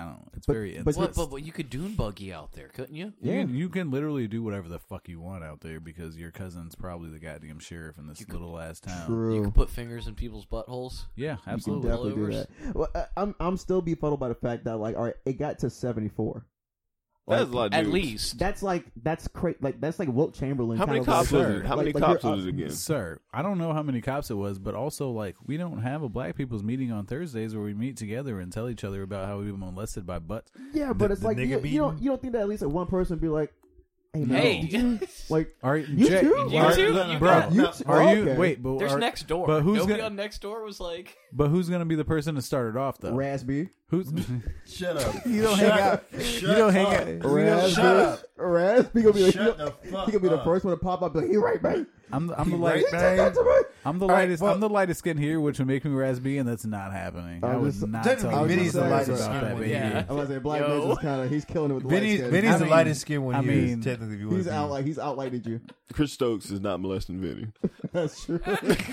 [SPEAKER 1] I don't know. It's
[SPEAKER 10] But-
[SPEAKER 1] very.
[SPEAKER 10] but-
[SPEAKER 1] But,
[SPEAKER 3] But, but, but you could dune buggy out there, couldn't you?
[SPEAKER 1] you, can, you can literally do whatever the fuck you want out there because your cousin's probably the goddamn sheriff in this little ass town.
[SPEAKER 3] You
[SPEAKER 10] True.
[SPEAKER 3] could put fingers in people's buttholes.
[SPEAKER 1] Yeah,
[SPEAKER 10] You can
[SPEAKER 1] absolutely.
[SPEAKER 10] definitely do that. Well, I, I'm. I'm still befuddled by the fact that like, all right, it got to 74.
[SPEAKER 8] that is a lot. Of
[SPEAKER 3] At
[SPEAKER 8] dudes.
[SPEAKER 3] least.
[SPEAKER 10] That's like that's cra- like that's like Wilt Chamberlain.
[SPEAKER 8] How many
[SPEAKER 10] kind of
[SPEAKER 8] cops
[SPEAKER 10] like,
[SPEAKER 8] was it? How
[SPEAKER 10] like-
[SPEAKER 8] many
[SPEAKER 10] like
[SPEAKER 8] cops
[SPEAKER 10] you're-
[SPEAKER 8] was it again?
[SPEAKER 1] Sir, I don't know how many cops it was, but also like we don't have a black people's meeting on Thursdays where we meet together and tell each other about how we've been molested by butts.
[SPEAKER 10] Yeah, but it's
[SPEAKER 9] the
[SPEAKER 10] like
[SPEAKER 9] nigga
[SPEAKER 10] you, you don't
[SPEAKER 9] beating?
[SPEAKER 10] you don't think that at least like, one person would be like, Hey, no.
[SPEAKER 3] Hey,
[SPEAKER 10] like
[SPEAKER 1] Are you,
[SPEAKER 10] You
[SPEAKER 1] Jack-
[SPEAKER 10] too?
[SPEAKER 1] are-
[SPEAKER 10] You
[SPEAKER 3] too?
[SPEAKER 1] look,
[SPEAKER 3] You
[SPEAKER 1] bro?
[SPEAKER 3] got-
[SPEAKER 10] You too?
[SPEAKER 1] Are you?
[SPEAKER 10] Okay.
[SPEAKER 1] Wait, but
[SPEAKER 3] there's
[SPEAKER 1] are-
[SPEAKER 3] next door.
[SPEAKER 1] But who's
[SPEAKER 3] Nobody
[SPEAKER 1] gonna?
[SPEAKER 3] on next door was like,
[SPEAKER 1] But who's gonna be the person to start it off though?
[SPEAKER 10] Raspy.
[SPEAKER 1] Who's?
[SPEAKER 9] Shut up.
[SPEAKER 1] You don't hang out. You don't hang out. you don't-
[SPEAKER 10] Raspy. Raspy gonna be like,
[SPEAKER 9] Shut the
[SPEAKER 10] he
[SPEAKER 9] fuck
[SPEAKER 10] gonna be the
[SPEAKER 9] up.
[SPEAKER 10] first one to pop up. Like, he right, man.
[SPEAKER 1] I'm the, I'm the
[SPEAKER 9] You
[SPEAKER 1] light.
[SPEAKER 10] He did that to me.
[SPEAKER 1] I'm the
[SPEAKER 9] All right,
[SPEAKER 1] lightest.
[SPEAKER 9] well-
[SPEAKER 1] I'm the lightest skin here, which would make me Rasby, and that's not happening. I
[SPEAKER 10] I'm
[SPEAKER 1] would
[SPEAKER 10] just-
[SPEAKER 1] not
[SPEAKER 9] Technically,
[SPEAKER 1] tell
[SPEAKER 10] Vinny's the
[SPEAKER 1] myself
[SPEAKER 10] lightest
[SPEAKER 1] about
[SPEAKER 10] skin
[SPEAKER 1] that
[SPEAKER 9] one,
[SPEAKER 1] baby.
[SPEAKER 3] yeah.
[SPEAKER 10] I was like, Black
[SPEAKER 3] Yo.
[SPEAKER 10] Vince is kind of he's killing it with the
[SPEAKER 9] Vinny's,
[SPEAKER 10] light skin.
[SPEAKER 9] Vinny's
[SPEAKER 1] I
[SPEAKER 9] the
[SPEAKER 1] mean-
[SPEAKER 9] lightest skinned one
[SPEAKER 1] I
[SPEAKER 9] here.
[SPEAKER 1] mean-
[SPEAKER 9] technically, if you want
[SPEAKER 10] he's
[SPEAKER 9] to
[SPEAKER 10] out like he's outlighted you.
[SPEAKER 8] Chris Stokes is not molesting Vinny.
[SPEAKER 10] That's true.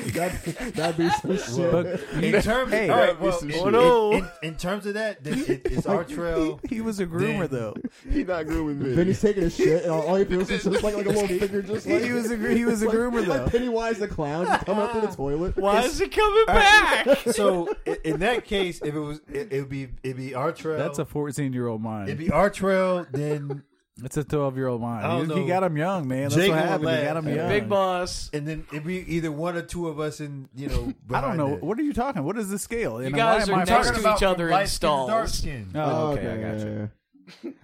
[SPEAKER 10] that that'd be some shit.
[SPEAKER 1] But
[SPEAKER 9] in terms,
[SPEAKER 1] hey,
[SPEAKER 9] all right, well,
[SPEAKER 8] Piece of
[SPEAKER 9] in,
[SPEAKER 8] shit.
[SPEAKER 9] in-
[SPEAKER 3] no.
[SPEAKER 9] in, in terms of that, then it, it's our trail.
[SPEAKER 1] he was a groomer
[SPEAKER 9] Then-
[SPEAKER 1] though.
[SPEAKER 8] He not grooming Vinny.
[SPEAKER 10] Vinny's taking a shit, and all, all he feels is just like like a little finger, just like
[SPEAKER 1] He was a gr- he was a groomer
[SPEAKER 10] like
[SPEAKER 1] though.
[SPEAKER 10] Pennywise the clown just coming up through the toilet.
[SPEAKER 3] "Why is it coming back?"
[SPEAKER 9] So i- in that case, if it was, it would be it'd be our trail.
[SPEAKER 1] That's a 14 year old
[SPEAKER 9] it'd
[SPEAKER 1] mind.
[SPEAKER 9] be our trail. Then
[SPEAKER 1] That's a 12 year old
[SPEAKER 9] I
[SPEAKER 1] mind.
[SPEAKER 9] don't
[SPEAKER 1] He, he
[SPEAKER 9] know.
[SPEAKER 1] got him young, man. That's
[SPEAKER 9] Jake
[SPEAKER 1] what
[SPEAKER 9] will
[SPEAKER 1] happened. He
[SPEAKER 9] laugh.
[SPEAKER 1] got him young.
[SPEAKER 3] Big boss.
[SPEAKER 9] and then it'd be either one or two of us, and you know,
[SPEAKER 1] I don't
[SPEAKER 9] behind
[SPEAKER 1] know.
[SPEAKER 9] it.
[SPEAKER 1] What are you talking? What is the scale? And
[SPEAKER 3] You guys
[SPEAKER 1] why am
[SPEAKER 3] are
[SPEAKER 1] I
[SPEAKER 3] next
[SPEAKER 1] first?
[SPEAKER 3] to each other in
[SPEAKER 9] light skin to dark
[SPEAKER 3] stalls.
[SPEAKER 9] skin.
[SPEAKER 1] Oh, okay, I got you.
[SPEAKER 10] yeah, yeah.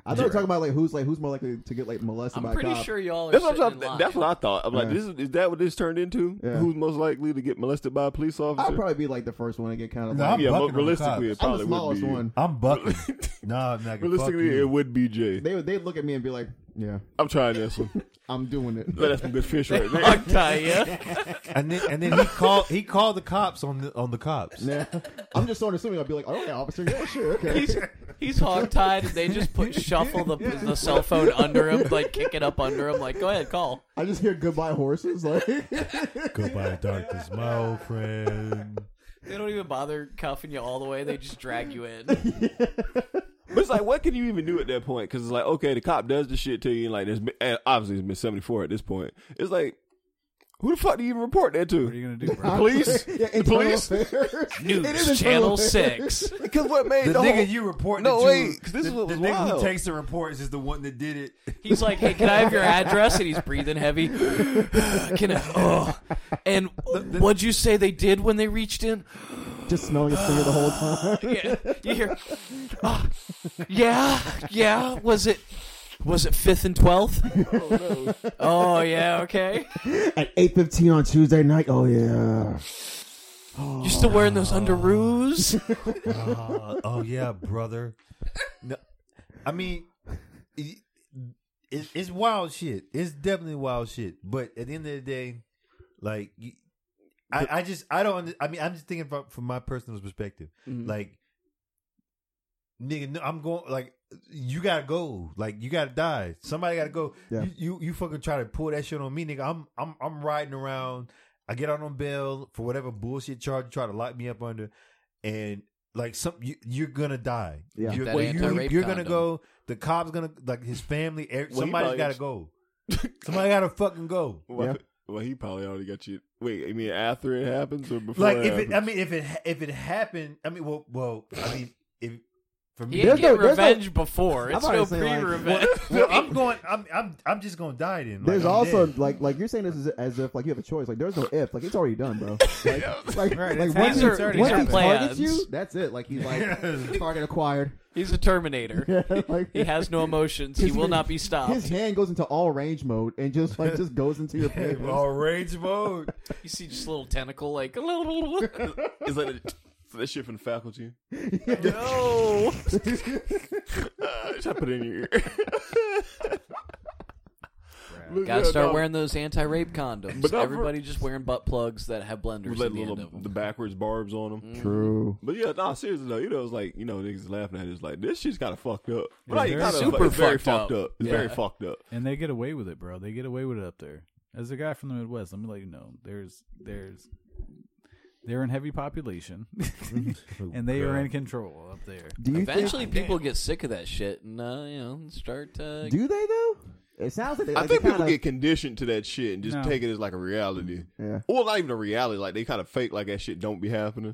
[SPEAKER 10] I thought we were talking about like who's like who's more likely to get like molested
[SPEAKER 3] I'm
[SPEAKER 10] by a
[SPEAKER 3] pretty
[SPEAKER 10] cop.
[SPEAKER 3] sure y'all are
[SPEAKER 8] That's what, I'm
[SPEAKER 3] sitting in
[SPEAKER 8] talking-
[SPEAKER 3] line.
[SPEAKER 8] that's what I thought. I'm like,
[SPEAKER 10] Yeah.
[SPEAKER 8] this is, is that what this turned into?
[SPEAKER 10] Yeah.
[SPEAKER 8] Who's most likely to get molested by a police
[SPEAKER 10] I'd
[SPEAKER 8] officer?
[SPEAKER 10] probably be like the first one to get kind of.
[SPEAKER 9] No,
[SPEAKER 10] like,
[SPEAKER 9] I'm
[SPEAKER 8] yeah,
[SPEAKER 9] bucking
[SPEAKER 8] but
[SPEAKER 9] on
[SPEAKER 8] realistically,
[SPEAKER 9] cops.
[SPEAKER 8] it
[SPEAKER 10] I'm
[SPEAKER 8] probably would
[SPEAKER 10] the smallest
[SPEAKER 8] be.
[SPEAKER 10] one.
[SPEAKER 9] I'm bucking. no, I'm not gonna fuck
[SPEAKER 8] Realistically,
[SPEAKER 9] you.
[SPEAKER 8] it would be Jay.
[SPEAKER 10] They they look at me and be like, yeah,
[SPEAKER 8] I'm trying this one.
[SPEAKER 10] I'm doing it.
[SPEAKER 8] Let us some good fish right
[SPEAKER 3] I'll
[SPEAKER 8] there.
[SPEAKER 3] tell ya.
[SPEAKER 9] and then and then he called he called the cops on the on the cops.
[SPEAKER 10] Yeah. I'm just so assuming I'll be like, oh, okay, officer, yeah, sure, okay.
[SPEAKER 3] He's he's hogtied, and they just put shuffle the, the cell phone under him, like kick it up under him, like go ahead, call.
[SPEAKER 10] I just hear goodbye horses, like
[SPEAKER 9] Goodbye, darkness, my old friend.
[SPEAKER 3] They don't even bother cuffing you all the way; they just drag you in.
[SPEAKER 8] but it's like, what can you even do at that point? Because it's like, okay, the cop does the shit to you, and like, there's been, and obviously it's been 74 at this point. It's like, who the fuck do you even report that
[SPEAKER 1] What are
[SPEAKER 8] to?
[SPEAKER 1] you gonna do, bro?
[SPEAKER 8] Police?
[SPEAKER 10] yeah,
[SPEAKER 8] The
[SPEAKER 10] internal
[SPEAKER 8] police?
[SPEAKER 10] affairs. It is
[SPEAKER 3] News
[SPEAKER 10] internal
[SPEAKER 3] Channel
[SPEAKER 10] affairs.
[SPEAKER 3] Six.
[SPEAKER 8] Because what made
[SPEAKER 9] The
[SPEAKER 8] the
[SPEAKER 9] nigga
[SPEAKER 8] whole-
[SPEAKER 9] you report
[SPEAKER 8] No,
[SPEAKER 9] that you-
[SPEAKER 8] wait, 'cause this
[SPEAKER 9] the,
[SPEAKER 8] is what
[SPEAKER 9] the
[SPEAKER 8] was
[SPEAKER 9] nigga
[SPEAKER 8] wild.
[SPEAKER 9] who takes the reports is the one that did it.
[SPEAKER 3] He's like, "Hey, can I have your address?" And he's breathing heavy. can I? Oh, and what'd you say they did when they reached in?
[SPEAKER 10] Just smelling his finger the whole time.
[SPEAKER 3] Yeah, you hear? "Ah, yeah, yeah. Was it? Was it fifth and twelfth? Oh, no. oh yeah, okay.
[SPEAKER 10] At eight fifteen on Tuesday night. Oh yeah.
[SPEAKER 3] You're still wearing those underoos?
[SPEAKER 9] Uh, oh yeah, brother. No, I mean, it, it- it's wild shit. It's definitely wild shit. But at the end of the day, like, you- I, I just I don't. under- I mean, I'm just thinking from from my personal perspective. Like, nigga, no, I'm going like. You gotta go. Like you gotta die. Somebody gotta go.
[SPEAKER 10] Yeah.
[SPEAKER 9] You, you you fucking try to pull that shit on me, nigga. I'm I'm I'm riding around. I get out on bail for whatever bullshit charge you try to lock me up under, and like some you, you're gonna die.
[SPEAKER 10] Yeah.
[SPEAKER 9] You're,
[SPEAKER 6] That
[SPEAKER 9] well, you,
[SPEAKER 6] anti-rape
[SPEAKER 9] you're gonna
[SPEAKER 6] condom.
[SPEAKER 9] go. The cop's gonna like his family. er-
[SPEAKER 8] he
[SPEAKER 9] somebody's
[SPEAKER 8] probably-
[SPEAKER 9] gotta go. Somebody gotta fucking go.
[SPEAKER 8] Well,
[SPEAKER 10] Yeah.
[SPEAKER 8] well, he probably already got you. Wait, I mean, after it happens or before?
[SPEAKER 9] Like
[SPEAKER 8] it
[SPEAKER 9] if it, I
[SPEAKER 8] happens?
[SPEAKER 9] mean, if it if it happened, I mean, well, well, I mean, if for
[SPEAKER 3] You
[SPEAKER 9] me,
[SPEAKER 3] didn't
[SPEAKER 10] There's
[SPEAKER 3] get
[SPEAKER 10] no- there's no-
[SPEAKER 3] revenge before. It's
[SPEAKER 10] about
[SPEAKER 3] no
[SPEAKER 10] to say, like,
[SPEAKER 3] pre-revenge.
[SPEAKER 9] well, I'm going. I'm I'm I'm just gonna die then. Like,
[SPEAKER 10] There's
[SPEAKER 9] I'm
[SPEAKER 10] also
[SPEAKER 9] dead.
[SPEAKER 10] like like you're saying this is as if like you have a choice. Like there's no if. Like it's already done, bro. Like like,
[SPEAKER 9] Right,
[SPEAKER 10] like
[SPEAKER 9] it's happened.
[SPEAKER 10] once he-
[SPEAKER 9] These are-
[SPEAKER 10] once
[SPEAKER 9] these are
[SPEAKER 10] he targets
[SPEAKER 3] plans.
[SPEAKER 10] you, that's it. Like he's like target acquired.
[SPEAKER 3] He's a Terminator.
[SPEAKER 10] Yeah, like
[SPEAKER 3] He has no emotions. He
[SPEAKER 10] His-
[SPEAKER 3] will not be
[SPEAKER 10] his
[SPEAKER 3] stopped.
[SPEAKER 10] hand goes into all range mode and just like just goes into your
[SPEAKER 9] Hey,
[SPEAKER 10] pants.
[SPEAKER 9] all rage mode.
[SPEAKER 3] You see just a little tentacle, like, no.
[SPEAKER 8] it's like a, it's that shit from the faculty. Uh, should I put it in your ear? Look,
[SPEAKER 3] Gotta
[SPEAKER 8] yeah,
[SPEAKER 3] start
[SPEAKER 8] no,
[SPEAKER 3] wearing those anti-rape condoms.
[SPEAKER 8] But not for-
[SPEAKER 3] Everybody just wearing butt plugs that have blenders
[SPEAKER 8] let
[SPEAKER 3] in the
[SPEAKER 8] little
[SPEAKER 3] end of them. Mm-hmm.
[SPEAKER 8] the backwards barbs on them.
[SPEAKER 10] True.
[SPEAKER 8] But yeah, nah, seriously though, you know, it's like you know, niggas laughing at it. It's like this shit's kind of fucked up. But like, kind of
[SPEAKER 3] Super
[SPEAKER 8] it's very
[SPEAKER 3] fucked
[SPEAKER 8] fucked up.
[SPEAKER 3] up.
[SPEAKER 8] It's
[SPEAKER 3] Yeah.
[SPEAKER 8] very fucked up.
[SPEAKER 1] And they get away with it, bro. They get away with it up there. As a guy from the Midwest, let me let you know. There's there's they're in heavy population and they are in control up there.
[SPEAKER 10] Do you
[SPEAKER 3] Eventually,
[SPEAKER 10] think,
[SPEAKER 3] people get sick of that shit and uh, you know start. Uh,
[SPEAKER 10] do they though? It sounds like they.
[SPEAKER 8] I
[SPEAKER 10] like,
[SPEAKER 8] think
[SPEAKER 10] they
[SPEAKER 8] people
[SPEAKER 10] kinda-
[SPEAKER 8] get conditioned to that shit and just
[SPEAKER 1] No.
[SPEAKER 8] take it as like a reality.
[SPEAKER 10] Yeah.
[SPEAKER 8] Well, not even a reality. Like they kind of fake like that shit don't be happening,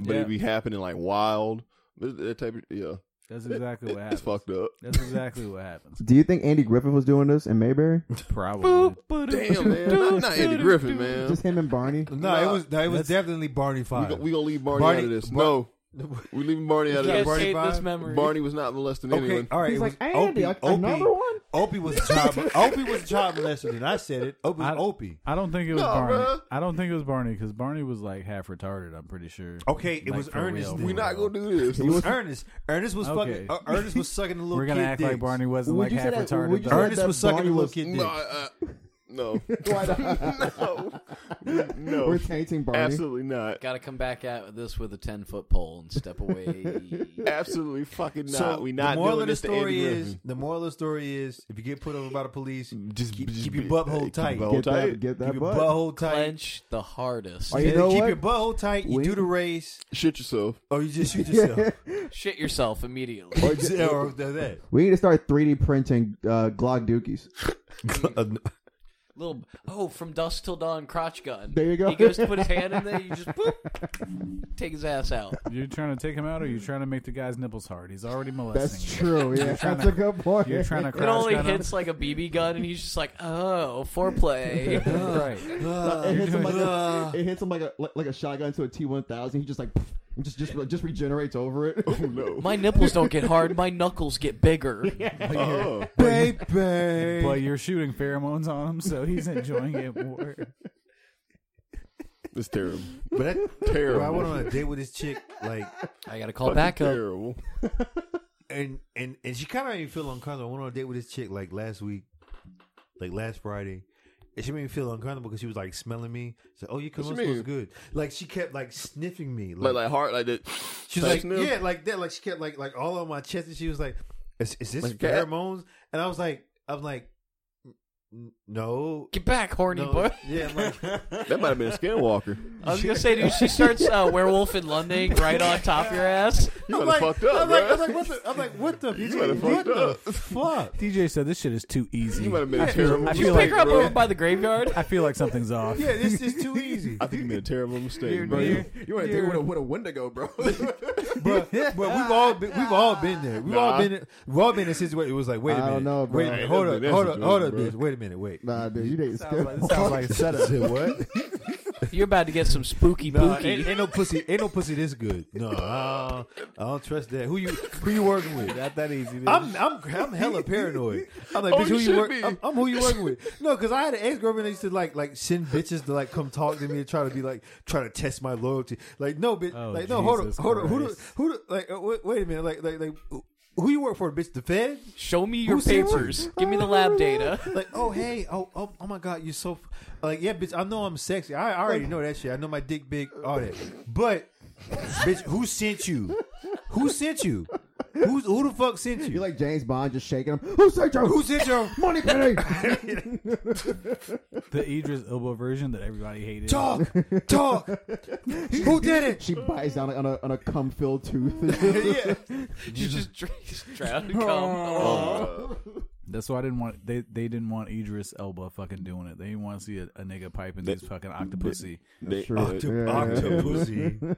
[SPEAKER 8] but
[SPEAKER 1] Yeah.
[SPEAKER 8] it be happening like wild. But That type of yeah,
[SPEAKER 1] That's exactly what
[SPEAKER 8] it's
[SPEAKER 1] happens.
[SPEAKER 8] fucked up.
[SPEAKER 1] That's exactly what happens.
[SPEAKER 10] Do you think Andy Griffith was doing this in Mayberry?
[SPEAKER 1] Probably.
[SPEAKER 8] Damn man, not, not Andy Griffin man.
[SPEAKER 10] Just him and Barney.
[SPEAKER 9] No, it was no, it was definitely Barney
[SPEAKER 8] We,
[SPEAKER 9] Five.
[SPEAKER 8] go, we gonna leave Barney,
[SPEAKER 9] Barney-
[SPEAKER 8] out of this.
[SPEAKER 9] Bar-
[SPEAKER 8] no, we leaving Barney out of
[SPEAKER 9] Yeah,
[SPEAKER 8] this.
[SPEAKER 9] Barney
[SPEAKER 3] Barney
[SPEAKER 9] Five?
[SPEAKER 3] this memory.
[SPEAKER 8] Barney was not molesting
[SPEAKER 9] okay,
[SPEAKER 8] anyone.
[SPEAKER 9] all right.
[SPEAKER 10] He's
[SPEAKER 9] it
[SPEAKER 10] like
[SPEAKER 9] was
[SPEAKER 10] Andy,
[SPEAKER 9] Opie,
[SPEAKER 10] another
[SPEAKER 9] Opie.
[SPEAKER 10] one.
[SPEAKER 9] Opie was a child. Opie was a child molester, and I said it. Opie,
[SPEAKER 1] I,
[SPEAKER 9] was Opie.
[SPEAKER 1] I don't think it was
[SPEAKER 9] No,
[SPEAKER 1] Barney.
[SPEAKER 9] bruh.
[SPEAKER 1] I don't think it was Barney because Barney was like half retarded. I'm pretty sure.
[SPEAKER 9] Okay, it
[SPEAKER 1] Like,
[SPEAKER 9] was
[SPEAKER 1] for
[SPEAKER 9] Ernest.
[SPEAKER 1] real,
[SPEAKER 9] then.
[SPEAKER 1] for real.
[SPEAKER 8] do this.
[SPEAKER 9] It was Ernest. Ernest was
[SPEAKER 1] Okay.
[SPEAKER 9] fucking. uh, Ernest was sucking the little.
[SPEAKER 1] We're gonna
[SPEAKER 9] kid
[SPEAKER 1] act
[SPEAKER 9] dicks.
[SPEAKER 1] like Barney wasn't
[SPEAKER 9] Would
[SPEAKER 1] like
[SPEAKER 9] you
[SPEAKER 1] half
[SPEAKER 9] say that-
[SPEAKER 1] retarded.
[SPEAKER 9] would you
[SPEAKER 1] though.
[SPEAKER 9] say Ernest was sucking the little kid
[SPEAKER 8] No,
[SPEAKER 9] dick.
[SPEAKER 8] uh, no. no.
[SPEAKER 10] We're tainting Barney.
[SPEAKER 8] Absolutely not.
[SPEAKER 6] Got to come back at this with a ten foot pole and step away.
[SPEAKER 8] Absolutely fucking not.
[SPEAKER 9] So
[SPEAKER 8] we not
[SPEAKER 9] the moral
[SPEAKER 8] doing
[SPEAKER 9] of the
[SPEAKER 8] this to
[SPEAKER 9] story
[SPEAKER 8] Andy
[SPEAKER 9] is
[SPEAKER 8] Griffin.
[SPEAKER 9] the moral of the story is if you get put over by the police,
[SPEAKER 8] Just-
[SPEAKER 9] keep,
[SPEAKER 8] just
[SPEAKER 9] keep
[SPEAKER 8] be-
[SPEAKER 9] your butthole
[SPEAKER 8] keep
[SPEAKER 9] tight.
[SPEAKER 8] your butthole
[SPEAKER 10] Get
[SPEAKER 8] tight.
[SPEAKER 10] that, get that
[SPEAKER 9] Keep your
[SPEAKER 10] butt.
[SPEAKER 9] butthole tight.
[SPEAKER 6] Clench the hardest.
[SPEAKER 10] Oh, you
[SPEAKER 9] Yeah,
[SPEAKER 10] know
[SPEAKER 9] keep
[SPEAKER 10] what?
[SPEAKER 9] your butthole tight. You
[SPEAKER 10] We-
[SPEAKER 9] do the race,
[SPEAKER 8] Shit yourself.
[SPEAKER 9] or you just shoot yourself,
[SPEAKER 6] Shit yourself immediately.
[SPEAKER 9] or, just, or that.
[SPEAKER 10] We need to start 3D printing uh, Glock Dookies.
[SPEAKER 6] Little oh, from dusk till dawn, crotch gun.
[SPEAKER 10] There you go.
[SPEAKER 6] He goes to put his hand in there. You just boop, take his ass out.
[SPEAKER 1] You're trying to take him out, or you're trying to make the guy's nipples hard. He's already molesting.
[SPEAKER 10] That's
[SPEAKER 1] you.
[SPEAKER 10] true. Yeah,
[SPEAKER 1] trying
[SPEAKER 10] that's
[SPEAKER 1] to-
[SPEAKER 10] a good point.
[SPEAKER 1] You're trying to
[SPEAKER 6] It
[SPEAKER 1] crash
[SPEAKER 6] only
[SPEAKER 1] that
[SPEAKER 6] hits like a BB gun, and he's just like, oh, foreplay.
[SPEAKER 1] on. right.
[SPEAKER 9] Uh,
[SPEAKER 10] it, hits him
[SPEAKER 1] doing-
[SPEAKER 10] like a, it hits him like a like, like a shotgun to a T1000. He just like just just just regenerates over it.
[SPEAKER 8] Oh, no.
[SPEAKER 6] My nipples don't get hard. My knuckles get bigger.
[SPEAKER 8] Oh.
[SPEAKER 9] baby.
[SPEAKER 1] But you're shooting pheromones on him, so he's enjoying it more.
[SPEAKER 8] It's terrible.
[SPEAKER 9] But that,
[SPEAKER 8] Terrible.
[SPEAKER 9] bro, I went on a date with this chick, like,
[SPEAKER 6] I gotta
[SPEAKER 8] Fucking
[SPEAKER 6] call back up.
[SPEAKER 8] terrible.
[SPEAKER 9] and and and she kind of made me feel uncomfortable. I went on a date with this chick like last week, like last Friday, and she made me feel uncomfortable because she was like smelling me. She said, "Oh, you come
[SPEAKER 8] What
[SPEAKER 9] on,
[SPEAKER 8] you mean?
[SPEAKER 9] smells good." Like she kept like sniffing me,
[SPEAKER 8] Like, like hard, like that.
[SPEAKER 9] She was
[SPEAKER 8] Like
[SPEAKER 9] like,
[SPEAKER 8] sniff?
[SPEAKER 9] yeah, like that. Like she kept like like all on my chest, and she was like, "Is, is this
[SPEAKER 8] Like that?
[SPEAKER 9] pheromones?" And I was like, "I'm like, "N- n- no,
[SPEAKER 6] Get back, horny
[SPEAKER 9] no,
[SPEAKER 6] boy.
[SPEAKER 9] yeah." I'm like,
[SPEAKER 8] That might have been a skinwalker.
[SPEAKER 6] I was gonna say, dude, she starts uh, werewolf in London right on top of your ass.
[SPEAKER 8] You
[SPEAKER 9] I'm
[SPEAKER 8] might
[SPEAKER 9] like,
[SPEAKER 8] have fucked up,
[SPEAKER 9] I'm like,
[SPEAKER 8] bruh.
[SPEAKER 9] I'm like, what the? I'm like, what the?
[SPEAKER 8] You might have
[SPEAKER 9] what
[SPEAKER 8] fucked up.
[SPEAKER 9] the fuck?
[SPEAKER 1] DJ said this shit is too easy.
[SPEAKER 8] You might have been
[SPEAKER 1] I
[SPEAKER 8] a
[SPEAKER 1] feel,
[SPEAKER 8] terrible
[SPEAKER 1] I
[SPEAKER 6] Did you
[SPEAKER 1] feel
[SPEAKER 8] mistake,
[SPEAKER 6] pick
[SPEAKER 1] like
[SPEAKER 6] her up
[SPEAKER 8] bro.
[SPEAKER 6] over by the graveyard?
[SPEAKER 1] I feel like something's off.
[SPEAKER 9] Yeah, this is too easy.
[SPEAKER 8] I think you made a terrible mistake, bro.
[SPEAKER 10] you want to do with a, with a Wendigo, bro?
[SPEAKER 9] but, but we've all been, we've all been there. We've all
[SPEAKER 8] Nah.
[SPEAKER 9] been we've all been in a situation. It was like, wait a
[SPEAKER 10] I
[SPEAKER 9] minute,
[SPEAKER 10] don't know, bro.
[SPEAKER 9] wait a minute,
[SPEAKER 8] Ain't
[SPEAKER 9] hold
[SPEAKER 8] nothing
[SPEAKER 9] up,
[SPEAKER 8] been
[SPEAKER 9] hold
[SPEAKER 8] that
[SPEAKER 9] up, hold up,
[SPEAKER 8] situation,
[SPEAKER 9] bitch, wait a minute, wait.
[SPEAKER 10] nah, dude, you didn't
[SPEAKER 1] Sounds
[SPEAKER 10] skip.
[SPEAKER 1] like, sounds like a setup.
[SPEAKER 9] Said what?
[SPEAKER 6] You're about to get some spooky
[SPEAKER 9] Nah,
[SPEAKER 6] pooky.
[SPEAKER 9] ain't, ain't no pussy, ain't no pussy this good. No, I don't, I don't trust that. Who you who you working with?
[SPEAKER 1] Not that easy. dude.
[SPEAKER 9] I'm I'm I'm hella paranoid. I'm like,
[SPEAKER 8] Oh,
[SPEAKER 9] bitch, who
[SPEAKER 8] you
[SPEAKER 9] you
[SPEAKER 8] should
[SPEAKER 9] work?
[SPEAKER 8] be.
[SPEAKER 9] I'm, I'm who you working with? No, because I had an ex girlfriend that used to like like send bitches to like come talk to me and try to be like try to test my loyalty. Like no, bitch,
[SPEAKER 1] Oh,
[SPEAKER 9] like no, hold up,
[SPEAKER 1] Jesus
[SPEAKER 9] hold up, who the,
[SPEAKER 1] Christ.
[SPEAKER 9] who the, like uh, wait, wait a minute, like like like who- who you work for, bitch? The Fed?
[SPEAKER 6] Show me your
[SPEAKER 9] Who said what?
[SPEAKER 6] papers. Give me the lab data.
[SPEAKER 9] Like oh hey oh oh, oh my god, you're so f-. like yeah, bitch. I know I'm sexy. I, I already know that shit. I know my dick big, all that. But bitch, who sent you? Who sent you? Who's who the fuck sent you?
[SPEAKER 10] You're like James Bond, just shaking him. Who sent you?
[SPEAKER 9] who sent you?
[SPEAKER 10] money penny?
[SPEAKER 1] the Idris Elba version that everybody hated.
[SPEAKER 9] Talk, talk. Who did it?
[SPEAKER 10] she bites down on a on a cum filled tooth.
[SPEAKER 9] yeah.
[SPEAKER 6] You just dr- drown and come.
[SPEAKER 9] Oh.
[SPEAKER 8] Uh,
[SPEAKER 1] That's why I didn't want they they didn't want Idris Elba fucking doing it. They didn't want to see a, a nigga piping this fucking octopusy.
[SPEAKER 8] They-
[SPEAKER 10] Sure.
[SPEAKER 8] uh,
[SPEAKER 10] Yeah, yeah,
[SPEAKER 9] Octopussy.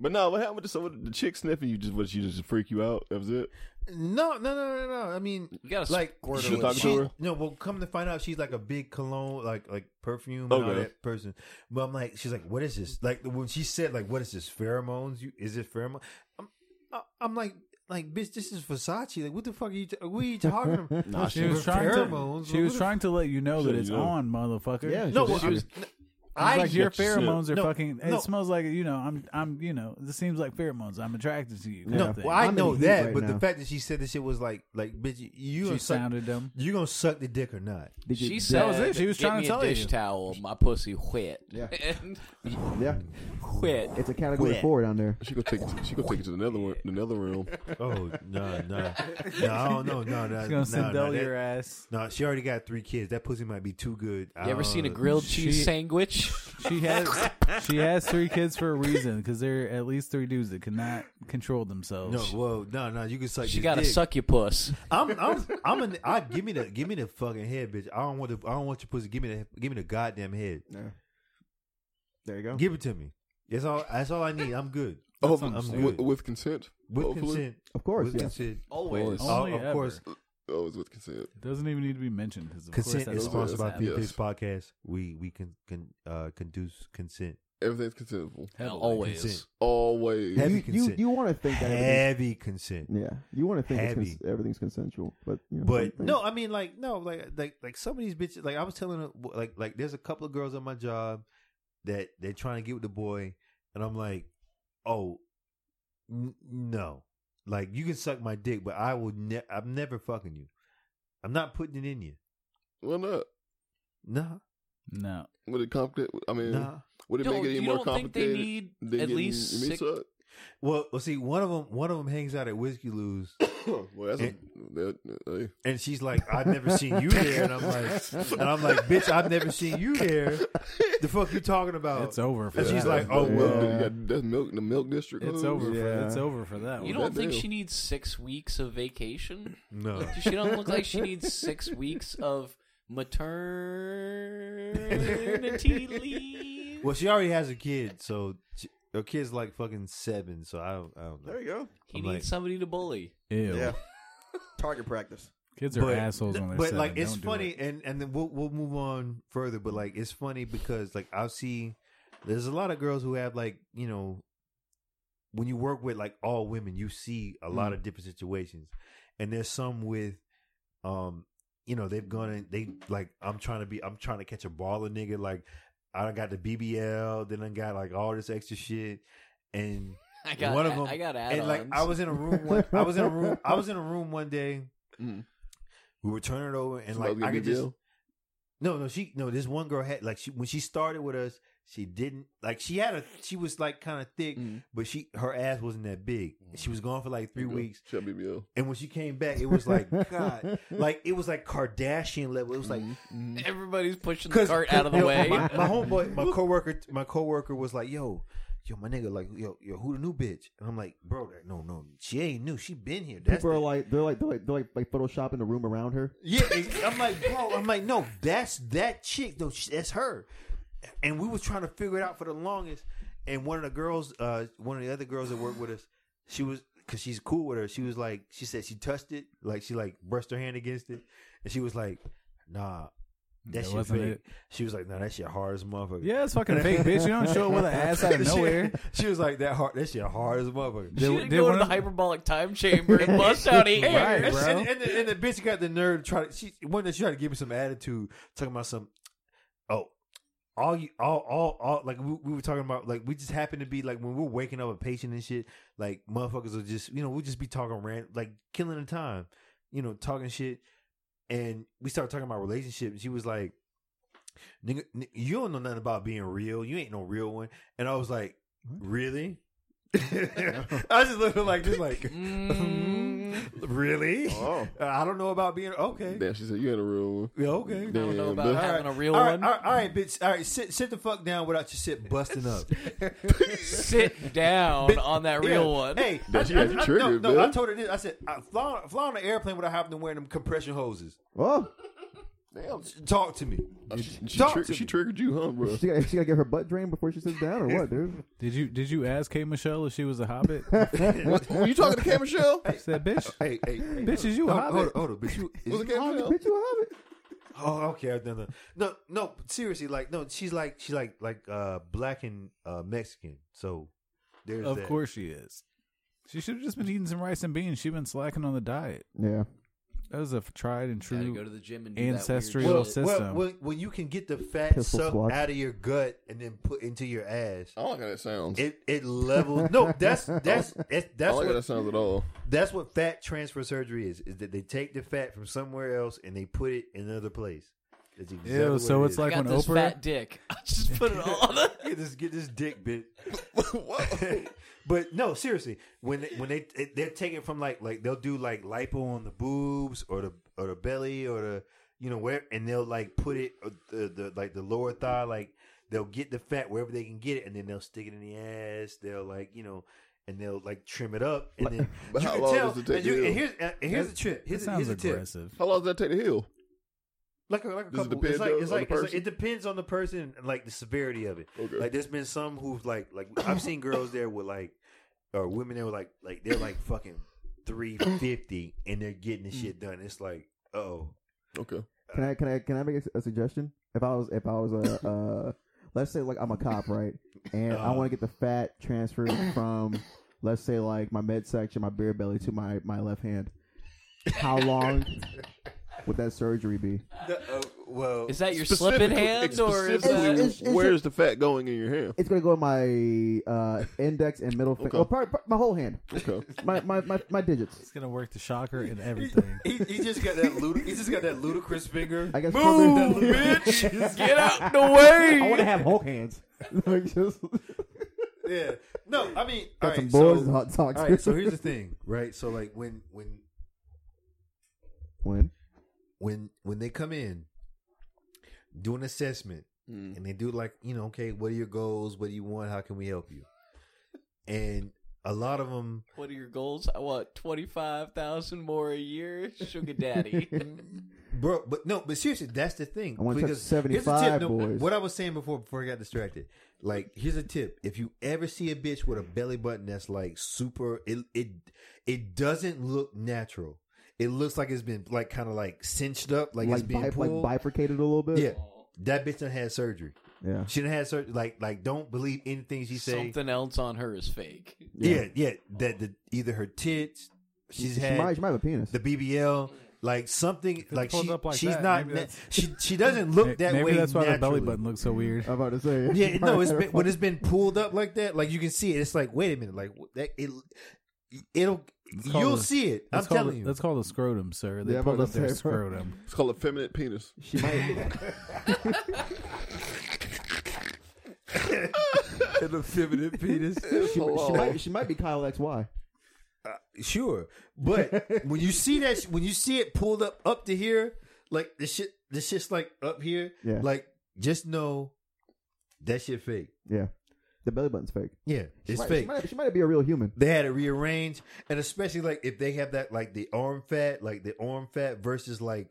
[SPEAKER 8] But no, what happened to some of the chick sniffing you? Just what she just freak you out? That was it.
[SPEAKER 9] No, no, no, no, no. I mean,
[SPEAKER 6] You gotta
[SPEAKER 9] like,
[SPEAKER 6] squirt
[SPEAKER 8] her
[SPEAKER 9] she-
[SPEAKER 8] with it.
[SPEAKER 9] she- no. Well, come to find out, she's like a big cologne, like like perfume, and all
[SPEAKER 8] Okay.
[SPEAKER 9] that person. But I'm like, she's like, what is this? Like when she said, like, what is this? Pheromones? You is it pheromone? I'm, I- I'm like. Like bitch, this is Versace. Like, what the fuck are you? T- what are you talking about?
[SPEAKER 8] Nah,
[SPEAKER 1] She was trying
[SPEAKER 9] pheromones.
[SPEAKER 1] to she was
[SPEAKER 9] What
[SPEAKER 1] trying to let you know that
[SPEAKER 8] Should've
[SPEAKER 1] it's
[SPEAKER 8] known.
[SPEAKER 1] on, motherfucker.
[SPEAKER 10] yeah,
[SPEAKER 1] It's
[SPEAKER 9] the- No,
[SPEAKER 10] she-
[SPEAKER 9] well,
[SPEAKER 8] she
[SPEAKER 9] I-
[SPEAKER 8] was-
[SPEAKER 9] I
[SPEAKER 1] like your
[SPEAKER 8] shit.
[SPEAKER 1] pheromones are
[SPEAKER 9] No,
[SPEAKER 1] fucking. It
[SPEAKER 9] no.
[SPEAKER 1] smells like you know. I'm I'm you know. This seems like pheromones. I'm attracted to you. kind
[SPEAKER 9] No,
[SPEAKER 1] of thing.
[SPEAKER 9] well, I
[SPEAKER 10] I'm in
[SPEAKER 9] know
[SPEAKER 10] heat
[SPEAKER 9] that,
[SPEAKER 10] right
[SPEAKER 9] but the
[SPEAKER 10] now.
[SPEAKER 9] fact that she said this shit was like, like, bitch, you
[SPEAKER 1] she
[SPEAKER 9] gonna suck,
[SPEAKER 1] sounded them.
[SPEAKER 9] you gonna suck the dick or not?
[SPEAKER 10] Did you-
[SPEAKER 6] She
[SPEAKER 10] did-
[SPEAKER 6] said,
[SPEAKER 1] was it. She was
[SPEAKER 6] "Get
[SPEAKER 1] trying to
[SPEAKER 6] me
[SPEAKER 1] tell
[SPEAKER 6] a dish
[SPEAKER 1] you."
[SPEAKER 6] towel. My pussy wet.
[SPEAKER 10] Yeah.
[SPEAKER 6] And
[SPEAKER 10] yeah,
[SPEAKER 6] wet.
[SPEAKER 10] it's a category four down there.
[SPEAKER 8] She gonna take it to- she gonna take it to the nether one- the nether realm.
[SPEAKER 9] Oh no, no, no! I don't know, no, no,
[SPEAKER 1] She's
[SPEAKER 9] no,
[SPEAKER 1] gonna send
[SPEAKER 9] no,
[SPEAKER 1] Del
[SPEAKER 9] that-
[SPEAKER 1] your ass.
[SPEAKER 9] no. She already got three kids. That pussy might be too good. Uh,
[SPEAKER 6] You ever seen a grilled cheese
[SPEAKER 1] she-
[SPEAKER 6] sandwich?
[SPEAKER 1] She has she has three kids for a reason because there are at least three dudes that cannot control themselves.
[SPEAKER 9] No, whoa, no, no. You can suck.
[SPEAKER 6] She
[SPEAKER 9] this
[SPEAKER 6] gotta
[SPEAKER 9] dick.
[SPEAKER 6] suck your puss.
[SPEAKER 9] I'm, I'm, I'm. An, I give me the, give me the fucking head, bitch. I don't want the, I don't want your pussy. Give me the, give me the goddamn head.
[SPEAKER 10] There you go.
[SPEAKER 9] Give it to me. That's all. That's all I need. I'm good.
[SPEAKER 8] Oh,
[SPEAKER 9] I'm
[SPEAKER 8] with,
[SPEAKER 9] good.
[SPEAKER 8] with consent.
[SPEAKER 9] With
[SPEAKER 8] hopefully.
[SPEAKER 9] consent.
[SPEAKER 10] Of course,
[SPEAKER 9] With
[SPEAKER 10] yeah.
[SPEAKER 9] consent.
[SPEAKER 8] Always.
[SPEAKER 9] Oh,
[SPEAKER 1] Only
[SPEAKER 9] of
[SPEAKER 1] ever.
[SPEAKER 9] course.
[SPEAKER 8] Oh, it's with consent.
[SPEAKER 1] It doesn't even need to be mentioned because
[SPEAKER 9] Consent
[SPEAKER 8] that's
[SPEAKER 9] is
[SPEAKER 8] what
[SPEAKER 9] sponsored by
[SPEAKER 8] happened.
[SPEAKER 9] Three
[SPEAKER 8] Yes.
[SPEAKER 9] Picks Podcast. We we can can uh conduce consent.
[SPEAKER 8] Everything's consentful.
[SPEAKER 9] Heavily
[SPEAKER 3] Always.
[SPEAKER 9] consent.
[SPEAKER 8] Always.
[SPEAKER 9] Heavy
[SPEAKER 10] You- you-
[SPEAKER 9] consent.
[SPEAKER 10] you wanna think that everything's-
[SPEAKER 9] heavy consent.
[SPEAKER 10] Yeah, you want to think it's
[SPEAKER 9] Heavy.
[SPEAKER 10] cons- everything's consensual, but you know, some
[SPEAKER 9] But
[SPEAKER 10] things-
[SPEAKER 9] no, I mean like no, like like like some of these bitches. Like I was telling her, like like there's a couple of girls at my job that they're trying to get with the boy, and I'm like, oh, n- no, like you can suck my dick, but I will. Ne- I'm never fucking you. I'm not putting it in you.
[SPEAKER 8] Why not?
[SPEAKER 9] Nah,
[SPEAKER 1] No.
[SPEAKER 8] Would it complicate? I mean,
[SPEAKER 9] nah.
[SPEAKER 8] would it
[SPEAKER 3] Don't-
[SPEAKER 8] make it any
[SPEAKER 3] you
[SPEAKER 8] more
[SPEAKER 3] don't think they
[SPEAKER 8] complicated?
[SPEAKER 3] need
[SPEAKER 8] than
[SPEAKER 3] at
[SPEAKER 8] getting
[SPEAKER 3] least
[SPEAKER 8] your
[SPEAKER 3] six-
[SPEAKER 8] meat sucked?
[SPEAKER 9] Well, well, see, one of them, one of them hangs out at Whiskey Lou's,
[SPEAKER 8] well, that's a, that, uh, hey.
[SPEAKER 9] and she's like, "I've never seen you there," and I'm like, and I'm like, "Bitch, I've never seen you there." The fuck you talking about?
[SPEAKER 1] It's over for
[SPEAKER 9] Oh. And
[SPEAKER 1] that.
[SPEAKER 9] she's like,
[SPEAKER 8] That's
[SPEAKER 9] "Oh
[SPEAKER 8] milk-
[SPEAKER 9] well,
[SPEAKER 8] you got- that's milk. The milk district. oh,
[SPEAKER 1] it's
[SPEAKER 8] hoes.
[SPEAKER 1] over
[SPEAKER 10] Yeah.
[SPEAKER 1] for it's over for that
[SPEAKER 3] You
[SPEAKER 1] one.
[SPEAKER 3] don't think
[SPEAKER 8] Goddamn.
[SPEAKER 3] she needs six weeks of vacation?
[SPEAKER 9] no."
[SPEAKER 3] Like, she don't look like she needs six weeks of maternity leave.
[SPEAKER 9] Well, she already has a kid, so she, her kid's like fucking seven. So I don't, I don't know.
[SPEAKER 10] you go.
[SPEAKER 3] He
[SPEAKER 9] I'm
[SPEAKER 3] needs
[SPEAKER 9] like-
[SPEAKER 3] somebody to bully.
[SPEAKER 1] Ew.
[SPEAKER 10] Yeah, target practice.
[SPEAKER 1] Kids are assholes when they're
[SPEAKER 9] But
[SPEAKER 1] seven.
[SPEAKER 9] like, it's
[SPEAKER 1] Don't do
[SPEAKER 9] funny,
[SPEAKER 1] it.
[SPEAKER 9] and and then we'll we'll move on further. But like, it's funny because like I'll see there's a lot of girls who have like you know when you work with like all women, you see a lot
[SPEAKER 1] Mm.
[SPEAKER 9] of different situations, and there's some with um you know they've gone and they like I'm trying to be I'm trying to catch a baller nigga like I done got the BBL, then I got like all this extra shit, and
[SPEAKER 3] I got
[SPEAKER 9] one of them.
[SPEAKER 3] I got add-ons.
[SPEAKER 9] and like I was in a room. One, I was in a room. I was in a room one day.
[SPEAKER 8] Mm.
[SPEAKER 9] We were turning it over, and
[SPEAKER 8] Somebody
[SPEAKER 9] like I
[SPEAKER 8] gonna
[SPEAKER 9] could
[SPEAKER 8] be
[SPEAKER 9] just
[SPEAKER 8] jail?
[SPEAKER 9] no, no. She no. This one girl had like she when she started with us, she didn't like she had a she was like kind of thick,
[SPEAKER 8] Mm. Mm-hmm.
[SPEAKER 9] but she her ass wasn't that big. She was gone for like three
[SPEAKER 8] There you go.
[SPEAKER 9] weeks,
[SPEAKER 8] Shut BBL.
[SPEAKER 9] and when she came back, it was like God, like it was like Kardashian level. It was like
[SPEAKER 8] Mm-hmm.
[SPEAKER 3] Everybody's pushing the
[SPEAKER 9] Cause,
[SPEAKER 3] cart out of the
[SPEAKER 9] yo,
[SPEAKER 3] way.
[SPEAKER 9] My, my homeboy, my coworker, my coworker was like, "Yo, yo, my nigga, like, yo, yo, who the new bitch?" And I'm like, "Bro, like, no, no, she ain't new. She been here. That's
[SPEAKER 10] People are
[SPEAKER 9] the-
[SPEAKER 10] like they're like they're like they're like, like photoshopping the room around her.
[SPEAKER 9] yeah." it- I'm like, "Bro, I'm like, no, that's that chick. No, she- that's her." And we was trying to figure it out for the longest. And one of the girls, uh, one of the other girls that worked with us, she was because she's cool with her. She was like, she said she touched it, like she like brushed her hand against it, and she was like, "Nah." That
[SPEAKER 1] That
[SPEAKER 9] shit
[SPEAKER 1] wasn't
[SPEAKER 9] fake.
[SPEAKER 1] it.
[SPEAKER 9] She was like, "No, that shit hard as a motherfucker."
[SPEAKER 1] Yeah, it's fucking fake, bitch. You don't show up with an ass out of
[SPEAKER 9] She-
[SPEAKER 1] nowhere.
[SPEAKER 9] She, was like that hard. That shit hard as a motherfucker.
[SPEAKER 3] she
[SPEAKER 1] Did-
[SPEAKER 3] didn't
[SPEAKER 1] did
[SPEAKER 3] go
[SPEAKER 1] one
[SPEAKER 3] to the
[SPEAKER 1] of-
[SPEAKER 3] hyperbolic time chamber and bust out air.
[SPEAKER 1] Right,
[SPEAKER 9] and,
[SPEAKER 1] bro.
[SPEAKER 9] and, and the, and the bitch got the nerve to try to. She one that she tried to give me some attitude, talking about some. Oh, all you, all, all, all. Like we, we were talking about, like we just happen to be like when we're waking up a patient and shit. Like motherfuckers will just, you know, we'll just be talking random, like killing the time, you know, talking shit. And we started talking about relationship, and she was like, "Nigga, n- you don't know nothing about being real. You ain't no real one." And I was like, "Really?" I was just looking like just like
[SPEAKER 1] Mm.
[SPEAKER 3] Mm.
[SPEAKER 9] really?
[SPEAKER 8] Oh.
[SPEAKER 9] Uh, I don't know about being okay.
[SPEAKER 8] Damn, she said you ain't a real one.
[SPEAKER 9] Yeah, okay.
[SPEAKER 8] Damn,
[SPEAKER 3] don't know about
[SPEAKER 8] bitch.
[SPEAKER 3] having a real
[SPEAKER 9] All right,
[SPEAKER 3] one.
[SPEAKER 9] all right, all right, bitch. All right, sit, sit the fuck down without your shit busting up.
[SPEAKER 3] Sit down on that real
[SPEAKER 9] Yeah.
[SPEAKER 3] one.
[SPEAKER 9] Hey, I, I,
[SPEAKER 8] That you got
[SPEAKER 9] I-
[SPEAKER 8] triggered,
[SPEAKER 9] no, no, I
[SPEAKER 8] bitch.
[SPEAKER 9] told her this. I said, I fly, on- fly on an airplane without having to wear them compression hoses.
[SPEAKER 10] Oh,
[SPEAKER 8] Damn,
[SPEAKER 9] Talk to me.
[SPEAKER 8] Uh, she, she,
[SPEAKER 9] Talk
[SPEAKER 8] tri-
[SPEAKER 9] to
[SPEAKER 8] she
[SPEAKER 9] me.
[SPEAKER 8] triggered you, huh, bro?
[SPEAKER 10] she got she got to get her butt drained before she sits down or what, dude?
[SPEAKER 1] Did you did you ask Kate Michelle if she was a hobbit?
[SPEAKER 8] Were you talking to Cam Michelle?
[SPEAKER 1] She said, bitch,
[SPEAKER 9] Hey, hey, hey.
[SPEAKER 1] bitch, is you a
[SPEAKER 9] Hold, hold,
[SPEAKER 1] hobbit?
[SPEAKER 9] on, hold on, bitch. You, is
[SPEAKER 8] Was
[SPEAKER 9] you-
[SPEAKER 8] it Cam
[SPEAKER 10] Oh,
[SPEAKER 8] Michelle?
[SPEAKER 10] bitch, you have it.
[SPEAKER 9] oh, okay. I've done that. No, no. Seriously, like, no. She's like, she's like, like, uh, black and uh, Mexican. So there's
[SPEAKER 1] Of
[SPEAKER 9] that.
[SPEAKER 1] course she is. She should have just been eating some rice and beans. She been slacking on the diet.
[SPEAKER 10] Yeah,
[SPEAKER 1] That was a f- tried and
[SPEAKER 3] Gotta
[SPEAKER 1] true.
[SPEAKER 3] go to the gym and do
[SPEAKER 1] ancestry
[SPEAKER 3] That
[SPEAKER 1] Well,
[SPEAKER 3] weird
[SPEAKER 1] of
[SPEAKER 3] shit.
[SPEAKER 1] sis-
[SPEAKER 9] Well,
[SPEAKER 1] system.
[SPEAKER 9] when, when you can get the fat
[SPEAKER 10] Pistol
[SPEAKER 9] suck
[SPEAKER 10] squat.
[SPEAKER 9] out of your gut and then put into your ass,
[SPEAKER 8] I don't like how that sounds.
[SPEAKER 9] it it levels. no, that's that's that's
[SPEAKER 8] I
[SPEAKER 9] that's
[SPEAKER 8] don't like how that
[SPEAKER 9] what,
[SPEAKER 8] sounds at all.
[SPEAKER 9] that's what fat transfer surgery is. Is that they take the fat from somewhere else and they put it in another place. That's exactly
[SPEAKER 1] Ew,
[SPEAKER 9] what
[SPEAKER 1] so
[SPEAKER 9] it
[SPEAKER 1] it's
[SPEAKER 9] is.
[SPEAKER 1] like
[SPEAKER 3] I
[SPEAKER 1] when
[SPEAKER 3] got this
[SPEAKER 1] Oprah.
[SPEAKER 3] fat dick. I just put it all on the
[SPEAKER 9] get this get this dick bit.
[SPEAKER 8] Whoa.
[SPEAKER 9] but no, seriously, when they, when they they're taking from like like they'll do like lipo on the boobs or the or the belly or the you know where and they'll like put it uh, the, the like the lower thigh like they'll get the fat wherever they can get it and then they'll stick it in the ass they'll like you know and they'll like trim it up and then
[SPEAKER 8] But
[SPEAKER 9] you
[SPEAKER 8] how
[SPEAKER 9] can
[SPEAKER 8] long
[SPEAKER 9] tell
[SPEAKER 8] does it take
[SPEAKER 9] and, you-
[SPEAKER 8] to
[SPEAKER 9] and
[SPEAKER 8] heal?
[SPEAKER 9] here's and here's the trip
[SPEAKER 1] That
[SPEAKER 9] here's, a-
[SPEAKER 1] sounds
[SPEAKER 9] here's the tip
[SPEAKER 1] aggressive.
[SPEAKER 8] How long does that take to heal?
[SPEAKER 9] like a, like a
[SPEAKER 8] Does it
[SPEAKER 9] couple.
[SPEAKER 8] depend
[SPEAKER 9] It's like
[SPEAKER 8] on- on
[SPEAKER 9] it's
[SPEAKER 8] the
[SPEAKER 9] like, it's like
[SPEAKER 8] person?
[SPEAKER 9] it depends on the person and like the severity of it.
[SPEAKER 8] Okay.
[SPEAKER 9] Like there's been some who've like like I've seen girls there with like or women that were like like they're like fucking three fifty and they're getting this shit done. It's like oh
[SPEAKER 8] Okay.
[SPEAKER 10] Can I can I can I make a, a suggestion? If I was if I was a uh, let's say like I'm a cop, right? And
[SPEAKER 9] Uh-huh.
[SPEAKER 10] I want to get the fat transferred from, let's say like my mid section, my beer belly to my my left hand. How long would that surgery be?
[SPEAKER 9] uh, well,
[SPEAKER 3] is that your slipping hand or is
[SPEAKER 8] specifically,
[SPEAKER 3] that?
[SPEAKER 10] It's- it's-
[SPEAKER 8] where's the fat going in your hand?
[SPEAKER 10] It's gonna go in my uh, index and middle finger.
[SPEAKER 8] Okay.
[SPEAKER 10] Oh, probably, probably my whole hand,
[SPEAKER 8] Okay.
[SPEAKER 10] my my my, my digits.
[SPEAKER 1] It's gonna work the shocker and everything.
[SPEAKER 9] He, he just got that ludi- he just got that ludicrous finger.
[SPEAKER 10] I guess.
[SPEAKER 3] Move,
[SPEAKER 10] probably-
[SPEAKER 3] bitch! Get out the
[SPEAKER 10] I want to
[SPEAKER 3] way!
[SPEAKER 10] have Hulk hands. Like, just-
[SPEAKER 9] Yeah. No, I mean,
[SPEAKER 10] Got
[SPEAKER 9] all
[SPEAKER 10] some
[SPEAKER 9] right,
[SPEAKER 10] boys
[SPEAKER 9] so,
[SPEAKER 10] and hot dogs.
[SPEAKER 9] All right, so here's the thing, right? So like when when
[SPEAKER 10] when
[SPEAKER 9] when when they come in, do an assessment, and they do like you know, okay, what are your goals? What do you want? How can we help you? And a lot of them,
[SPEAKER 3] What are your goals? I want twenty five thousand more a year, sugar daddy.
[SPEAKER 9] bro, but no, but seriously, that's the thing.
[SPEAKER 10] I wanna touch
[SPEAKER 9] Because here's the tip,
[SPEAKER 10] 75
[SPEAKER 9] no,
[SPEAKER 10] boys.
[SPEAKER 9] What I was saying before before I got distracted, like here's a tip: if you ever see a bitch with a belly button that's like super, it it it doesn't look natural. It looks like it's been like kind of like cinched up, like, it's
[SPEAKER 10] like
[SPEAKER 9] being
[SPEAKER 10] bi-
[SPEAKER 9] pulled.
[SPEAKER 10] like bifurcated a little bit.
[SPEAKER 9] yeah, that bitch done had surgery.
[SPEAKER 10] yeah.
[SPEAKER 9] She done had surgery. Like like don't believe anything she say.
[SPEAKER 3] Something else on her is fake.
[SPEAKER 9] Yeah, yeah. That the, either her tits, she's
[SPEAKER 10] she
[SPEAKER 9] had
[SPEAKER 10] might, she might have a penis.
[SPEAKER 9] the BBL, like something like
[SPEAKER 1] pulled
[SPEAKER 9] she
[SPEAKER 1] up like
[SPEAKER 9] she's
[SPEAKER 1] that,
[SPEAKER 9] not
[SPEAKER 1] maybe
[SPEAKER 9] na-
[SPEAKER 1] that's-
[SPEAKER 9] she she doesn't
[SPEAKER 1] May-
[SPEAKER 9] look that
[SPEAKER 1] Maybe
[SPEAKER 9] way.
[SPEAKER 1] that's why the belly
[SPEAKER 9] naturally. Oh,
[SPEAKER 1] button looks so weird.
[SPEAKER 10] I'm about to say.
[SPEAKER 9] Yeah, no, it's been, when it's been pulled up like that, like you can see it. It's like wait a minute, like what- that it it'll
[SPEAKER 1] Let's call
[SPEAKER 9] you'll
[SPEAKER 1] it-
[SPEAKER 9] see it. I'm
[SPEAKER 1] That's called
[SPEAKER 9] telling
[SPEAKER 1] the-
[SPEAKER 9] you.
[SPEAKER 1] That's called a scrotum, sir. They
[SPEAKER 10] Yeah, I'm
[SPEAKER 1] pulled
[SPEAKER 10] about
[SPEAKER 1] up
[SPEAKER 10] to
[SPEAKER 1] their
[SPEAKER 10] say, bro.
[SPEAKER 1] scrotum.
[SPEAKER 8] It's called effeminate penis.
[SPEAKER 10] she might.
[SPEAKER 9] an effeminate penis.
[SPEAKER 10] She, she might. She might be Kyle X Y.
[SPEAKER 9] Sure, but when you see that, when you see it pulled up up to here, like the shit, the shit's like up here.
[SPEAKER 10] Yeah.
[SPEAKER 9] Like just know that shit fake.
[SPEAKER 10] Yeah, the belly button's fake.
[SPEAKER 9] Yeah,
[SPEAKER 10] She
[SPEAKER 9] it's
[SPEAKER 10] might, She
[SPEAKER 9] fake.
[SPEAKER 10] might, she might be a real human.
[SPEAKER 9] They had it rearranged, and especially like if they have that like the arm fat, like the arm fat versus like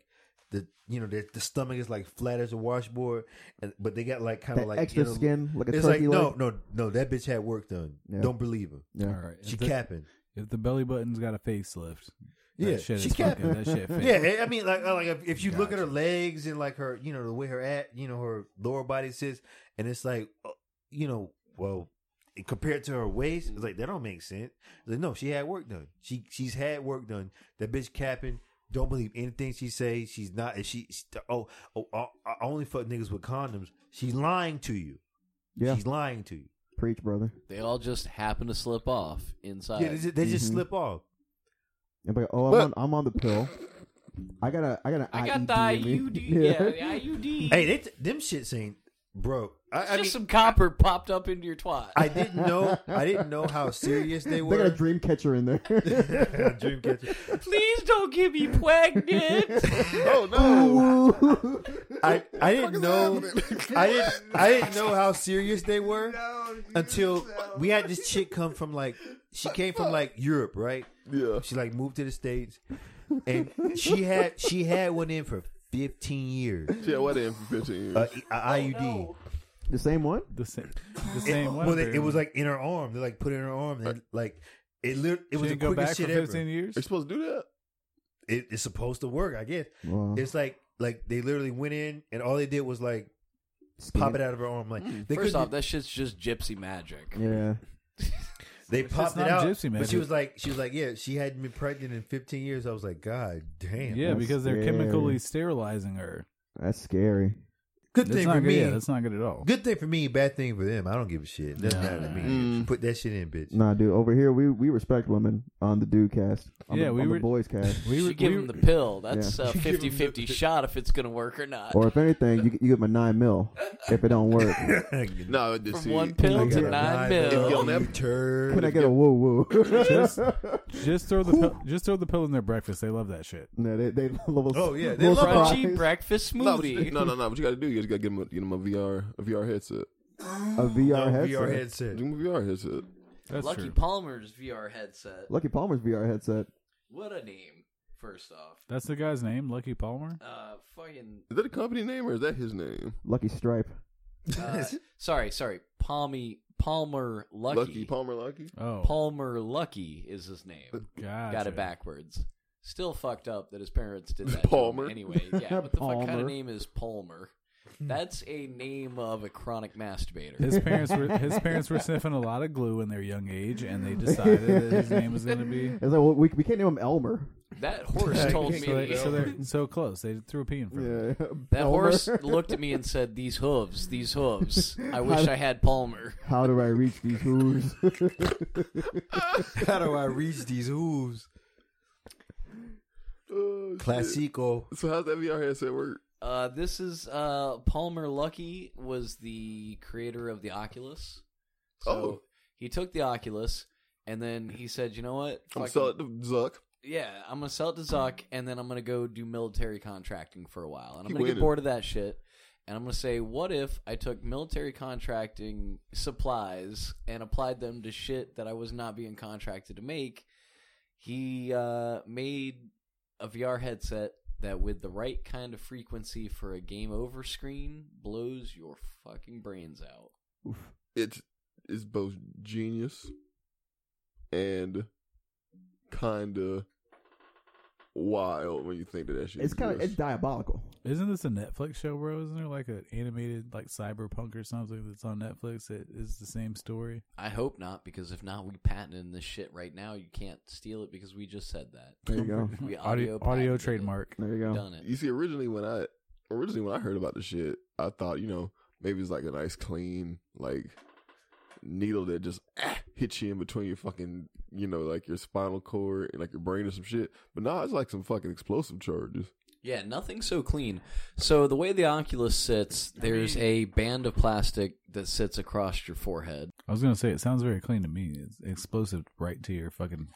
[SPEAKER 9] the you know the, the stomach is like flat as a washboard, and but they got like kind
[SPEAKER 10] That
[SPEAKER 9] of like
[SPEAKER 10] extra
[SPEAKER 9] you know,
[SPEAKER 10] skin, like a
[SPEAKER 9] It's like
[SPEAKER 10] turkey
[SPEAKER 9] no,
[SPEAKER 10] leg.
[SPEAKER 9] no, no. That bitch had work done.
[SPEAKER 10] Yeah.
[SPEAKER 9] Don't believe her.
[SPEAKER 10] Yeah.
[SPEAKER 1] All right.
[SPEAKER 9] She
[SPEAKER 1] if, the,
[SPEAKER 9] capping.
[SPEAKER 1] if the belly button's got a facelift, that
[SPEAKER 9] Yeah,
[SPEAKER 1] shit
[SPEAKER 9] she
[SPEAKER 1] is
[SPEAKER 9] capping.
[SPEAKER 1] fucking, that shit
[SPEAKER 10] Hmm.
[SPEAKER 1] fake.
[SPEAKER 9] Yeah, I- I mean, like, like if, if you look at her legs and like her, you know, the way her at, you know, her lower body sits, and it's like, uh, you know, well, compared to her waist, it's like that don't make sense. It's like, no, she had work done. She she's had work done. That bitch capping. Don't believe anything she say. She's not. and She, she oh, oh I, I only fuck niggas with condoms. She's lying to you.
[SPEAKER 10] Yeah,
[SPEAKER 9] She's lying to you.
[SPEAKER 10] preach, brother.
[SPEAKER 6] They all just happen to slip off inside.
[SPEAKER 9] yeah, they just, they just
[SPEAKER 10] Mhm.
[SPEAKER 9] slip off.
[SPEAKER 10] And be like, oh, I'm
[SPEAKER 8] But-
[SPEAKER 10] on, I'm on the pill. I got a, I E got an
[SPEAKER 3] I E got the
[SPEAKER 10] IED in
[SPEAKER 3] IUD.
[SPEAKER 10] me.
[SPEAKER 3] Yeah, the IUD.
[SPEAKER 9] Hey, they, them shits ain't bro. I,
[SPEAKER 3] it's
[SPEAKER 9] I
[SPEAKER 3] just
[SPEAKER 9] mean,
[SPEAKER 3] some copper popped up into your twat.
[SPEAKER 9] I didn't know. I didn't know how serious they
[SPEAKER 10] They
[SPEAKER 9] were.
[SPEAKER 10] got a dream catcher in there.
[SPEAKER 9] Dreamcatcher.
[SPEAKER 3] Please don't get me pregnant.
[SPEAKER 8] Oh no!
[SPEAKER 9] I I didn't know. I didn't I didn't know how serious they were until we had this chick come from like she came from like Europe, right?
[SPEAKER 8] Yeah.
[SPEAKER 9] She like moved to the states, and she had she had one in for fifteen years.
[SPEAKER 8] Yeah, what in for 15 years?
[SPEAKER 9] A,
[SPEAKER 10] Uh,
[SPEAKER 1] Oh,
[SPEAKER 9] a IUD.
[SPEAKER 10] the same one.
[SPEAKER 1] The same, the same one.
[SPEAKER 9] Well, they, it
[SPEAKER 1] baby.
[SPEAKER 9] was like in her arm. They like put it in her arm. And like it. Lit-
[SPEAKER 1] She
[SPEAKER 9] it was the
[SPEAKER 1] didn't go back
[SPEAKER 9] quickest shit
[SPEAKER 1] for
[SPEAKER 9] ever.
[SPEAKER 1] fifteen years.
[SPEAKER 8] Are you supposed to do that?
[SPEAKER 9] It, it's supposed to work, I guess.
[SPEAKER 10] Wow.
[SPEAKER 1] Mm.
[SPEAKER 9] It's like like they literally went in and all they did was like pop it out of her arm. Like
[SPEAKER 1] Mm.
[SPEAKER 9] they
[SPEAKER 3] First
[SPEAKER 9] couldn't-
[SPEAKER 3] off, that shit's just gypsy magic.
[SPEAKER 10] Yeah,
[SPEAKER 9] They
[SPEAKER 1] It's
[SPEAKER 9] popped
[SPEAKER 1] not
[SPEAKER 9] it out.
[SPEAKER 1] gypsy
[SPEAKER 9] but
[SPEAKER 1] magic.
[SPEAKER 9] she was like, she was like, yeah, she hadn't been pregnant in 15 years. I was like, God damn.
[SPEAKER 1] yeah,
[SPEAKER 10] that's
[SPEAKER 1] because they're
[SPEAKER 10] scary.
[SPEAKER 1] chemically sterilizing her.
[SPEAKER 10] that's scary.
[SPEAKER 9] Good
[SPEAKER 1] That's
[SPEAKER 9] thing
[SPEAKER 1] not
[SPEAKER 9] for
[SPEAKER 1] good.
[SPEAKER 9] me.
[SPEAKER 1] Yeah, that's not good at all.
[SPEAKER 9] good thing for me. Bad thing for them. I don't give a shit. Doesn't matter to me. Put that shit in, bitch.
[SPEAKER 10] Nah, dude. Over here, we we respect women on the dude cast. On
[SPEAKER 1] Yeah,
[SPEAKER 10] the,
[SPEAKER 1] we
[SPEAKER 10] on
[SPEAKER 1] were-
[SPEAKER 10] the boys cast.
[SPEAKER 1] We
[SPEAKER 3] you
[SPEAKER 1] were-
[SPEAKER 3] should give
[SPEAKER 1] we
[SPEAKER 3] him
[SPEAKER 1] were-
[SPEAKER 3] the pill. That's
[SPEAKER 10] Yeah.
[SPEAKER 3] a 50 50 shot if it's going to work or not.
[SPEAKER 10] Or if anything, you you give them a nine mil if it don't work.
[SPEAKER 8] No, it
[SPEAKER 3] From
[SPEAKER 8] just see,
[SPEAKER 3] one pill to
[SPEAKER 10] Yeah.
[SPEAKER 3] nine
[SPEAKER 8] If
[SPEAKER 3] mil.
[SPEAKER 8] y'all never-
[SPEAKER 9] You turd.
[SPEAKER 10] Can I get a woo woo?
[SPEAKER 1] just, just throw the pill, just throw the pill in their breakfast. They love that shit.
[SPEAKER 10] no, they they love
[SPEAKER 9] Oh, yeah, they
[SPEAKER 10] little
[SPEAKER 9] love
[SPEAKER 10] surprise.
[SPEAKER 3] Crunchy breakfast
[SPEAKER 8] No, but you-
[SPEAKER 3] smoothie.
[SPEAKER 8] no, no, no. What you got to do? You just got to get him a, get him a VR a VR headset.
[SPEAKER 10] a VR
[SPEAKER 9] No,
[SPEAKER 10] headset.
[SPEAKER 9] VR headset.
[SPEAKER 8] Get him a VR headset.
[SPEAKER 1] That's
[SPEAKER 3] Lucky
[SPEAKER 1] true.
[SPEAKER 3] Palmer's VR headset.
[SPEAKER 10] Lucky Palmer's VR headset.
[SPEAKER 3] What a name, first off.
[SPEAKER 1] That's the guy's name, Lucky Palmer.
[SPEAKER 3] Uh, fucking.
[SPEAKER 8] Is that a company name or is that his name?
[SPEAKER 10] Lucky Stripe.
[SPEAKER 3] Uh, sorry, sorry. Palmy, Palmer Lucky.
[SPEAKER 8] Lucky Palmer Lucky.
[SPEAKER 1] Oh,
[SPEAKER 3] Palmer Lucky is his name.
[SPEAKER 1] gotcha.
[SPEAKER 3] Got it backwards. Still fucked up that his parents did that. to him
[SPEAKER 8] Palmer.
[SPEAKER 3] Anyway, yeah. What the fuck kind
[SPEAKER 10] Palmer.
[SPEAKER 3] of name is Palmer? That's a name of a chronic masturbator.
[SPEAKER 1] Hmm. His parents were his parents were sniffing a lot of glue in their young age, and they decided that his name was going to be.
[SPEAKER 10] It's like, well, we, we can't name him Elmer.
[SPEAKER 3] That horse told me
[SPEAKER 1] so, they,
[SPEAKER 3] that-
[SPEAKER 1] so they're so close. They threw a pee in front. of him.
[SPEAKER 3] That horse looked at me and said, "These hooves, these hooves. I wish
[SPEAKER 10] How-
[SPEAKER 3] I had Palmer."
[SPEAKER 10] How do I reach these hooves?
[SPEAKER 9] How do I reach these hooves? Classico.
[SPEAKER 8] Oh, So how's that VR headset work?
[SPEAKER 3] Uh, this is uh, Palmer Lucky was the creator of the Oculus. So
[SPEAKER 8] Oh.
[SPEAKER 3] he took the Oculus and then he said, "You know what? Fucking-
[SPEAKER 8] I'm selling it to Zuck.
[SPEAKER 3] Yeah, I'm gonna sell it to Zuck, and then I'm gonna go do military contracting for a while, and I'm
[SPEAKER 8] He
[SPEAKER 3] gonna get
[SPEAKER 8] waited.
[SPEAKER 3] bored of that shit. And I'm gonna say, what if I took military contracting supplies and applied them to shit that I was not being contracted to make? He uh, made a VR headset that, with the right kind of frequency for a game over screen, blows your fucking brains out.
[SPEAKER 8] It's it's both genius and kinda wild when you think that that shit.
[SPEAKER 10] it's kind of it's diabolical.
[SPEAKER 1] Isn't this a Netflix show, bro? Isn't there like an animated like cyberpunk or something that's on Netflix that is the same story?
[SPEAKER 3] I hope not, because if not, we patented this shit right now. You can't steal it because we just said that.
[SPEAKER 10] There you go.
[SPEAKER 3] We
[SPEAKER 1] Audio
[SPEAKER 3] audio
[SPEAKER 1] audio
[SPEAKER 3] patented it.
[SPEAKER 1] trademark.
[SPEAKER 10] There you go.
[SPEAKER 3] Done it.
[SPEAKER 8] You see, originally when I originally when I heard about the shit, I thought you know maybe it's like a nice clean like needle that just ah, hits you in between your fucking you know like your spinal cord and like your brain or some shit. But nah, it's like some fucking explosive charges.
[SPEAKER 3] Yeah, nothing so clean. So the way the Oculus sits, there's a band of plastic that sits across your forehead.
[SPEAKER 1] I was gonna say it sounds very clean to me. It's explosive right to your fucking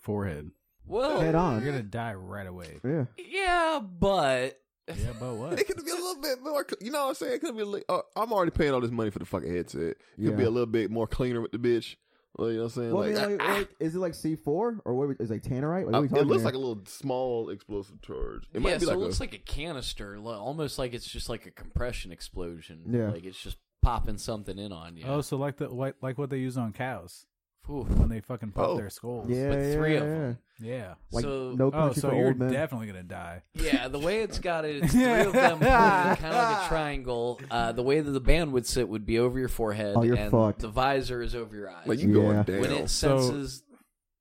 [SPEAKER 1] forehead.
[SPEAKER 3] Well,
[SPEAKER 10] Head
[SPEAKER 1] You're
[SPEAKER 10] on.
[SPEAKER 1] gonna die right away.
[SPEAKER 10] Yeah.
[SPEAKER 3] yeah, but
[SPEAKER 1] Yeah, but what?
[SPEAKER 8] It could be a little bit more. cl- You know what I'm saying? It could be. a li- Uh, I'm already paying all this money for the fucking headset. It could be
[SPEAKER 10] Yeah.
[SPEAKER 8] a little bit more cleaner with the bitch. Well, you know what I'm saying?
[SPEAKER 10] Well, I mean,
[SPEAKER 8] Like,
[SPEAKER 10] like,
[SPEAKER 8] ah,
[SPEAKER 10] like, is it like C four or what? Is it like tannerite? What
[SPEAKER 8] ah,
[SPEAKER 10] are we
[SPEAKER 8] it
[SPEAKER 10] talking
[SPEAKER 8] looks
[SPEAKER 10] here?
[SPEAKER 8] like a little small explosive charge. It might
[SPEAKER 3] yeah,
[SPEAKER 8] be
[SPEAKER 3] so
[SPEAKER 8] like
[SPEAKER 3] it
[SPEAKER 8] a-
[SPEAKER 3] looks like a canister, li- almost like it's just like a compression explosion.
[SPEAKER 10] Yeah.
[SPEAKER 3] like it's just popping something in on you.
[SPEAKER 1] Oh, so like the like, like what they use on cows
[SPEAKER 3] Oof.
[SPEAKER 1] when they fucking pop
[SPEAKER 8] Oh.
[SPEAKER 1] their skulls.
[SPEAKER 10] yeah,
[SPEAKER 3] with
[SPEAKER 10] yeah,
[SPEAKER 3] three of
[SPEAKER 10] yeah,
[SPEAKER 3] them.
[SPEAKER 1] Yeah.
[SPEAKER 10] Like
[SPEAKER 3] so
[SPEAKER 10] no
[SPEAKER 1] Oh,
[SPEAKER 10] country
[SPEAKER 1] so
[SPEAKER 10] for
[SPEAKER 1] you're
[SPEAKER 10] old men.
[SPEAKER 1] definitely gonna die.
[SPEAKER 3] Yeah, the way it's got it, it's three of them kind of like a triangle. Uh, the way that the band would sit would be over your forehead,
[SPEAKER 10] Oh, you're
[SPEAKER 3] and
[SPEAKER 10] fucked.
[SPEAKER 3] the visor is over your eyes.
[SPEAKER 8] like you going
[SPEAKER 10] Yeah.
[SPEAKER 8] down.
[SPEAKER 3] when it
[SPEAKER 1] So-
[SPEAKER 3] senses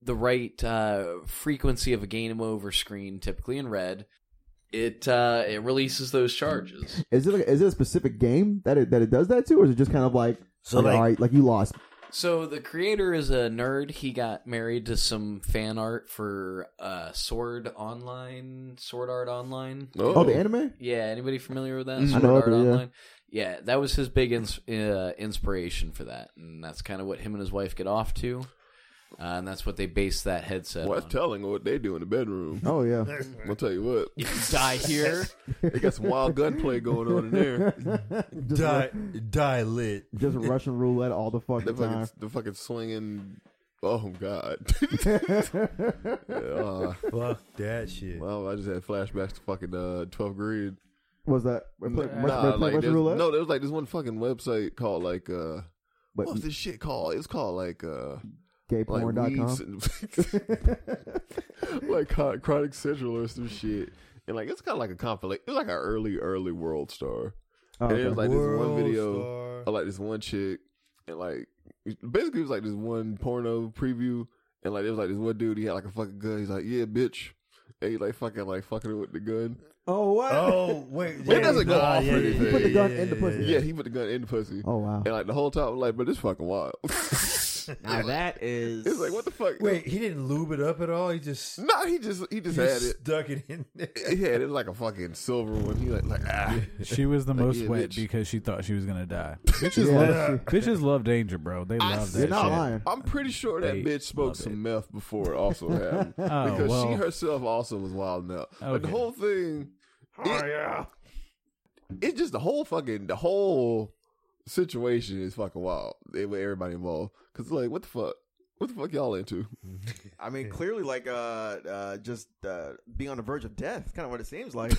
[SPEAKER 3] the right uh, frequency of a game over screen, typically in red, it uh, it releases those charges.
[SPEAKER 10] Is it like, is it a specific game that it that it does that to, or is it just kind of like
[SPEAKER 9] So,
[SPEAKER 10] like,
[SPEAKER 9] like-
[SPEAKER 10] all right, like you lost?
[SPEAKER 3] So the creator is a nerd. He got married to some fan art for uh, Sword Online, Sword Art Online.
[SPEAKER 8] oh,
[SPEAKER 10] Oh, the anime.
[SPEAKER 3] Yeah, anybody familiar with that?
[SPEAKER 8] Mm. I
[SPEAKER 3] Sword
[SPEAKER 10] know of
[SPEAKER 3] Art
[SPEAKER 10] it, Mm-hmm. yeah.
[SPEAKER 3] Online. Yeah. that was his big ins- uh, inspiration for that, and that's kind of what him and his wife get off to, uh, and that's what they base that headset
[SPEAKER 8] Well,
[SPEAKER 3] on.
[SPEAKER 8] that's telling what they do in the bedroom.
[SPEAKER 10] Oh yeah.
[SPEAKER 8] I'll tell you what.
[SPEAKER 3] if you die here,
[SPEAKER 8] They got some wild gunplay going on in there.
[SPEAKER 10] just,
[SPEAKER 9] Die, die lit.
[SPEAKER 10] just Russian roulette all the
[SPEAKER 8] The
[SPEAKER 10] fucking
[SPEAKER 8] fucking,
[SPEAKER 10] time.
[SPEAKER 8] the fucking swinging. Oh God. uh,
[SPEAKER 9] Fuck that shit.
[SPEAKER 8] well, I just had flashbacks to fucking uh, 12th grade.
[SPEAKER 10] Was that play, Russian,
[SPEAKER 8] Nah,
[SPEAKER 10] play
[SPEAKER 8] like
[SPEAKER 10] Russian
[SPEAKER 8] there's-
[SPEAKER 10] roulette?
[SPEAKER 8] no, there was like this one fucking website called like uh,
[SPEAKER 10] but
[SPEAKER 8] what was this shit called? It was called like uh, like weeds
[SPEAKER 10] gayporn.com.
[SPEAKER 8] and- like Chron- Chronic Central or some shit. And like it's kind of like a compilation. It was like an early, early World Star.
[SPEAKER 10] Oh,
[SPEAKER 8] and it was
[SPEAKER 10] okay.
[SPEAKER 8] like this one
[SPEAKER 9] World
[SPEAKER 8] video.
[SPEAKER 9] star.
[SPEAKER 8] I like this one chick, and like basically it was like this one porno preview, and like it was like this one dude. He had like a fucking gun. He's like, yeah, bitch. And he like fucking like fucking it with the gun.
[SPEAKER 10] oh wow.
[SPEAKER 9] Oh wait,
[SPEAKER 8] It doesn't go off or anything. He put the
[SPEAKER 10] gun in the pussy.
[SPEAKER 8] oh. Yeah,
[SPEAKER 10] Yeah.
[SPEAKER 8] he put the gun in the pussy.
[SPEAKER 10] Oh wow.
[SPEAKER 8] And like the whole time, I'm like, but this fucking wild. it's
[SPEAKER 11] Now that is.
[SPEAKER 8] like what the fuck.
[SPEAKER 9] Wait, he didn't lube it up at all. He just,
[SPEAKER 8] no, he just he
[SPEAKER 9] he
[SPEAKER 8] just had
[SPEAKER 9] just
[SPEAKER 8] Mm. it.
[SPEAKER 9] stuck it in there.
[SPEAKER 8] He had it like a fucking silver one. He like like ah.
[SPEAKER 1] She was the
[SPEAKER 8] Like,
[SPEAKER 1] most
[SPEAKER 8] yeah,
[SPEAKER 1] wet
[SPEAKER 8] bitch.
[SPEAKER 1] because she thought she was gonna die. Bitches
[SPEAKER 10] Yeah,
[SPEAKER 1] love bitches love danger, bro. They
[SPEAKER 8] I
[SPEAKER 1] love
[SPEAKER 8] said-
[SPEAKER 1] that
[SPEAKER 10] You're not
[SPEAKER 1] shit.
[SPEAKER 10] lying.
[SPEAKER 8] I'm pretty sure that
[SPEAKER 1] They
[SPEAKER 8] bitch smoked
[SPEAKER 1] love
[SPEAKER 8] some
[SPEAKER 1] it.
[SPEAKER 8] meth before it also happened.
[SPEAKER 1] Oh,
[SPEAKER 8] because
[SPEAKER 1] well.
[SPEAKER 8] she herself also was wild out. Like the
[SPEAKER 1] Okay.
[SPEAKER 8] whole thing.
[SPEAKER 10] Oh,
[SPEAKER 8] it- It's just the whole fucking the whole situation is fucking wild. They- with Everybody involved because like what the fuck. What the fuck y'all into?
[SPEAKER 11] I mean, clearly, like, uh, uh just uh, being on the verge of death, kind of what it seems like.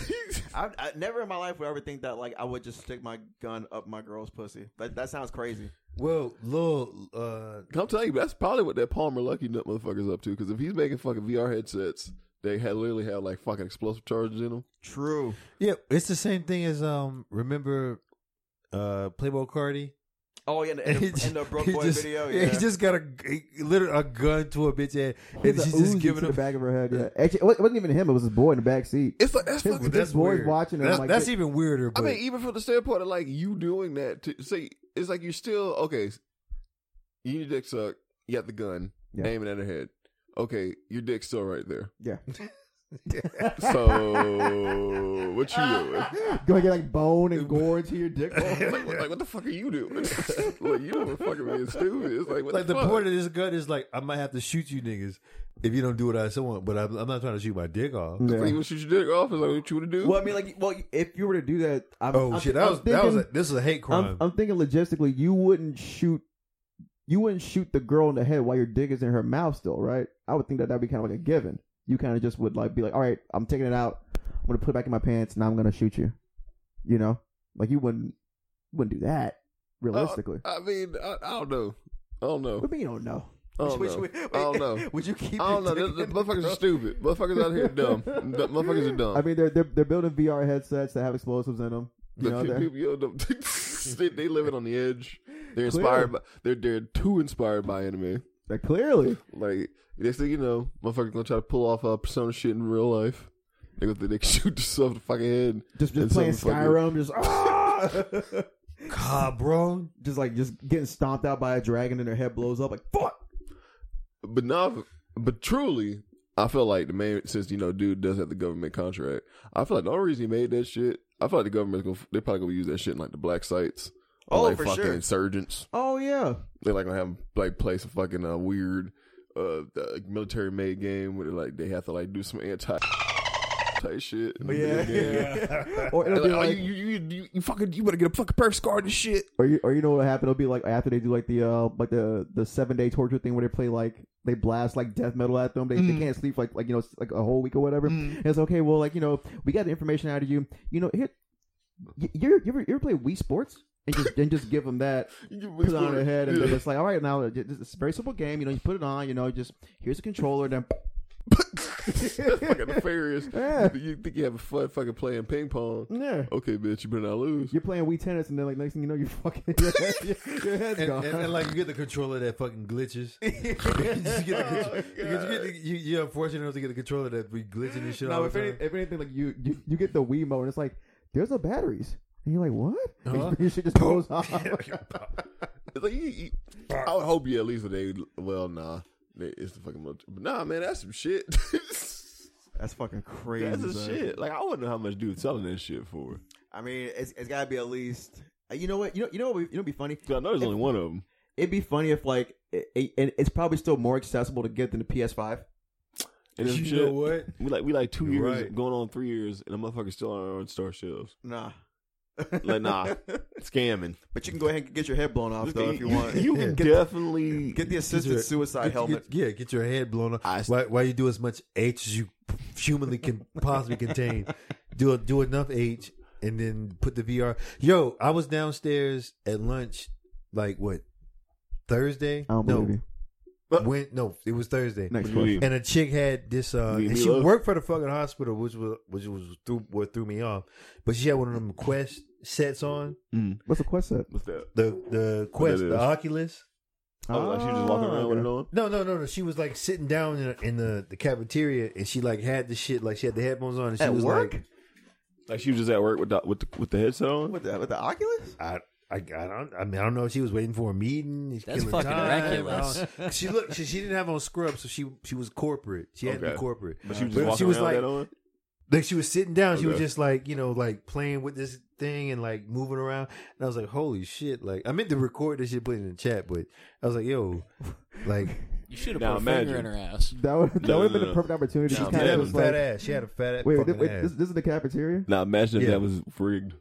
[SPEAKER 11] I, I never in my life would I ever think that, like, I would just stick my gun up my girl's pussy. That, that sounds crazy.
[SPEAKER 9] Well, Lil, uh,
[SPEAKER 8] I'm telling you, that's probably what that Palmer Lucky nut motherfucker's up to. Because if he's making fucking VR headsets They had literally had like fucking explosive charges in them.
[SPEAKER 11] True.
[SPEAKER 9] Yeah, it's the same thing as um. Remember, uh, Playboy Cardi.
[SPEAKER 11] Oh yeah, and, and,
[SPEAKER 9] He
[SPEAKER 11] the- and the
[SPEAKER 9] just-
[SPEAKER 11] Broke
[SPEAKER 9] he
[SPEAKER 11] Boy
[SPEAKER 9] just-
[SPEAKER 11] video.
[SPEAKER 9] yeah,
[SPEAKER 11] Yeah,
[SPEAKER 9] he just got a g- literally a gun to a bitch head,
[SPEAKER 10] Put
[SPEAKER 9] and
[SPEAKER 10] the
[SPEAKER 9] she's
[SPEAKER 10] Uzi
[SPEAKER 9] just giving
[SPEAKER 10] to
[SPEAKER 9] him
[SPEAKER 10] the back of her head. Yeah. Actually, it wa- it wasn't even him. It was his boy in the back seat.
[SPEAKER 8] It's like that's
[SPEAKER 10] His-
[SPEAKER 8] fucking.
[SPEAKER 10] his
[SPEAKER 9] that's
[SPEAKER 10] boy's
[SPEAKER 9] weird.
[SPEAKER 10] watching.
[SPEAKER 9] That's-
[SPEAKER 10] him like,
[SPEAKER 9] that's
[SPEAKER 10] "Get-
[SPEAKER 9] even weirder.
[SPEAKER 8] I
[SPEAKER 9] But
[SPEAKER 8] mean, even from the standpoint of like you doing that to see, it's like you still okay. You need dick suck. You got the gun
[SPEAKER 10] Yeah.
[SPEAKER 8] aiming at her head. Okay, your dick's still right there.
[SPEAKER 10] Yeah.
[SPEAKER 8] So what you doing?
[SPEAKER 10] Gonna get like bone and gore into your dick.
[SPEAKER 8] like, what- like, what the fuck are you doing? like you don't fucking being stupid. It's like what
[SPEAKER 9] like
[SPEAKER 8] the,
[SPEAKER 9] the
[SPEAKER 8] fuck?
[SPEAKER 9] point of this gun is like I might have to shoot you niggas if you don't do what I want. But I'm, I'm not trying to shoot my dick off.
[SPEAKER 8] It's like, you gonna shoot your dick off. It's like what you want to do?
[SPEAKER 11] well, I mean, like, well, if you were to do that, I'm,
[SPEAKER 9] Oh
[SPEAKER 11] I'm-
[SPEAKER 9] shit! That
[SPEAKER 10] I'm
[SPEAKER 9] was that was a,
[SPEAKER 10] thinking-
[SPEAKER 9] this is a hate crime.
[SPEAKER 10] I'm, I'm thinking logistically, you wouldn't shoot, you wouldn't shoot the girl in the head while your dick is in her mouth still, right? I would think that that'd be kind of like a given. You kind of just would like be like, all right, I'm taking it out. I'm gonna put it back in my pants. Now I'm gonna shoot you. You know, like you wouldn't wouldn't do that realistically.
[SPEAKER 8] I mean, I, I don't know. I don't know.
[SPEAKER 10] what do you mean you don't know?
[SPEAKER 8] Oh. I don't
[SPEAKER 11] Which-
[SPEAKER 8] know.
[SPEAKER 11] which-
[SPEAKER 8] I don't know.
[SPEAKER 11] Would you keep?
[SPEAKER 8] I don't know.
[SPEAKER 11] your
[SPEAKER 8] The,
[SPEAKER 11] dick
[SPEAKER 8] the
[SPEAKER 11] in the
[SPEAKER 8] motherfuckers
[SPEAKER 11] girl?
[SPEAKER 8] are stupid. Motherfuckers out here are dumb. The motherfuckers are dumb.
[SPEAKER 10] I mean, they're they're, they're building VR headsets that have explosives in them. You
[SPEAKER 8] The
[SPEAKER 10] know,
[SPEAKER 8] pe-
[SPEAKER 10] they're-
[SPEAKER 8] people, you know, the- they, they live it on the edge. They're inspired. By, they're they're too inspired by anime.
[SPEAKER 10] they're clearly.
[SPEAKER 8] Like next thing you know, motherfuckers gonna try to pull off uh, persona shit in real life. They gonna think they can shoot themselves in the fucking head.
[SPEAKER 10] Just,
[SPEAKER 8] and
[SPEAKER 10] just playing
[SPEAKER 8] something fucking-
[SPEAKER 10] Skyrim, just ah!
[SPEAKER 9] God, bro.
[SPEAKER 10] just like just getting stomped out by a dragon and their head blows up like fuck.
[SPEAKER 8] But not. But truly, I feel like the main since you know, dude does have the government contract. I feel like the only reason he made that shit. I feel like the government's gonna they probably gonna use that shit in like the black sites. or,
[SPEAKER 11] Oh,
[SPEAKER 8] like
[SPEAKER 11] for
[SPEAKER 8] fucking
[SPEAKER 11] sure.
[SPEAKER 8] insurgents.
[SPEAKER 10] Oh yeah,
[SPEAKER 8] They like gonna have like play some fucking uh, weird uh military made game where like they have to like do some anti type shit.
[SPEAKER 11] Oh,
[SPEAKER 8] in the
[SPEAKER 10] Yeah.
[SPEAKER 8] video game.
[SPEAKER 10] Or
[SPEAKER 8] And,
[SPEAKER 10] it'll be
[SPEAKER 8] like, oh,
[SPEAKER 10] like,
[SPEAKER 8] you, you, you, you fucking you better get a fucking perf card and shit.
[SPEAKER 10] or you, or you know what happened? It'll be like after they do like the uh like the the seven day torture thing where they play like they blast like death metal at them. They, they can't sleep like like you know like a whole week or whatever. And it's okay. Well, like you know we got the information out of you. You know here, you, you, ever, you ever play Wii Sports and just and just give them that put it on their head and then it's like all right now it- it's a very simple game. You know you put it on. You know just here's a controller. Then
[SPEAKER 8] That's fucking nefarious.
[SPEAKER 10] Yeah.
[SPEAKER 8] You think you have a fun fucking playing ping pong?
[SPEAKER 10] yeah.
[SPEAKER 8] Okay, bitch, you better not lose.
[SPEAKER 10] You're playing Wii tennis, and then like next thing you know, you're fucking your, head, your head's
[SPEAKER 9] and,
[SPEAKER 10] gone.
[SPEAKER 9] and, and, like you get the controller that fucking glitches. you, just
[SPEAKER 10] Oh,
[SPEAKER 9] get the contro- you, get the- you- you're unfortunate enough to get the controller that be glitching and shit. all
[SPEAKER 10] no, if,
[SPEAKER 9] the
[SPEAKER 10] any,
[SPEAKER 9] time.
[SPEAKER 10] if anything, like you, you, you get the Wiimo, and it's like there's no batteries, and you're like, what? And Your shit just goes off.
[SPEAKER 8] It's like you, you, I would hope you at least they. Well, nah, they, it's the fucking. But nah, man, that's some shit. that's
[SPEAKER 11] That's fucking crazy.
[SPEAKER 8] some
[SPEAKER 11] son.
[SPEAKER 8] shit. Like I wouldn't know how much dude selling that shit for.
[SPEAKER 11] I mean, it's, it's got to be at least. uh, You know what? You know. You know. What, would- you know. It'd be funny.
[SPEAKER 8] 'Cause I know there's only one of them.
[SPEAKER 11] It'd be funny if like, it, it, and it's probably still more accessible to get than the PS5.
[SPEAKER 8] And some
[SPEAKER 9] you
[SPEAKER 8] shit.
[SPEAKER 9] know what?
[SPEAKER 8] We like we like 2
[SPEAKER 9] You're
[SPEAKER 8] years
[SPEAKER 9] right.
[SPEAKER 8] going on three years, and the motherfucker's still on our own store shelves.
[SPEAKER 11] Nah.
[SPEAKER 8] Like nah, scamming.
[SPEAKER 11] But you can go ahead and get your head blown off though if you want.
[SPEAKER 8] You can
[SPEAKER 11] get,
[SPEAKER 8] definitely
[SPEAKER 11] get the assisted
[SPEAKER 9] your-
[SPEAKER 11] suicide
[SPEAKER 9] Get-
[SPEAKER 11] helmet.
[SPEAKER 9] get- yeah, get your head blown off.
[SPEAKER 8] I-
[SPEAKER 9] Why, why you do as much H as you humanly can possibly contain? Do do enough H and then put the VR. Yo, I was downstairs at lunch, like what Thursday?
[SPEAKER 10] I don't
[SPEAKER 9] no,
[SPEAKER 10] believe you.
[SPEAKER 9] when no, it was Thursday.
[SPEAKER 10] Next
[SPEAKER 8] What do you
[SPEAKER 10] question.
[SPEAKER 8] mean?
[SPEAKER 9] And a chick had this, uh,
[SPEAKER 8] Leave
[SPEAKER 9] and
[SPEAKER 8] me
[SPEAKER 9] she
[SPEAKER 8] alone.
[SPEAKER 9] worked for the fucking hospital, which was which was threw, what threw me off. But she had one of them Quest sets on
[SPEAKER 10] What's the quest set?
[SPEAKER 8] What's that?
[SPEAKER 9] the the Quest,
[SPEAKER 8] that
[SPEAKER 9] the
[SPEAKER 8] is?
[SPEAKER 9] Oculus.
[SPEAKER 10] Ah.
[SPEAKER 8] Oh, like she was just walking
[SPEAKER 11] Ah.
[SPEAKER 8] around with it on.
[SPEAKER 9] No, no, no, no. She was like sitting down in, in the, the cafeteria, and she like had the shit, like she had the headphones on, and she
[SPEAKER 11] At
[SPEAKER 9] was
[SPEAKER 11] work?
[SPEAKER 9] like,
[SPEAKER 8] Like she was just at work with the with the, with the headset on.
[SPEAKER 11] with the with the Oculus.
[SPEAKER 9] I, I, I don't, I mean, I don't know if she was waiting for a meeting. She
[SPEAKER 3] That's
[SPEAKER 9] killing
[SPEAKER 3] fucking
[SPEAKER 9] time.
[SPEAKER 3] reckless.
[SPEAKER 9] I don't- She looked, she, she didn't have on scrubs, so she she was corporate. She had to be
[SPEAKER 8] Okay.
[SPEAKER 9] corporate.
[SPEAKER 8] But she was
[SPEAKER 9] But
[SPEAKER 8] just walking
[SPEAKER 9] she was
[SPEAKER 8] around
[SPEAKER 9] like-
[SPEAKER 8] with that on.
[SPEAKER 9] Like she was sitting down, she was
[SPEAKER 8] Okay.
[SPEAKER 9] just like you know, like playing with this thing and like moving around. And I was like, holy shit! Like I meant to record this shit, put it in the chat, but I was like, yo, like
[SPEAKER 3] You should have
[SPEAKER 8] Now
[SPEAKER 3] put a finger in her
[SPEAKER 8] imagine.
[SPEAKER 3] ass.
[SPEAKER 10] That would that
[SPEAKER 8] No,
[SPEAKER 10] would have been
[SPEAKER 8] no, no.
[SPEAKER 10] the perfect opportunity.
[SPEAKER 8] No,
[SPEAKER 10] to
[SPEAKER 9] she
[SPEAKER 10] kind
[SPEAKER 9] had
[SPEAKER 10] of
[SPEAKER 9] a
[SPEAKER 10] was
[SPEAKER 9] fat
[SPEAKER 10] like,
[SPEAKER 9] ass. She had a fat ass.
[SPEAKER 10] wait,
[SPEAKER 9] fucking
[SPEAKER 10] wait, wait
[SPEAKER 9] ass.
[SPEAKER 10] this, this is the cafeteria.
[SPEAKER 8] Now imagine if
[SPEAKER 9] Yeah.
[SPEAKER 8] that was rigged.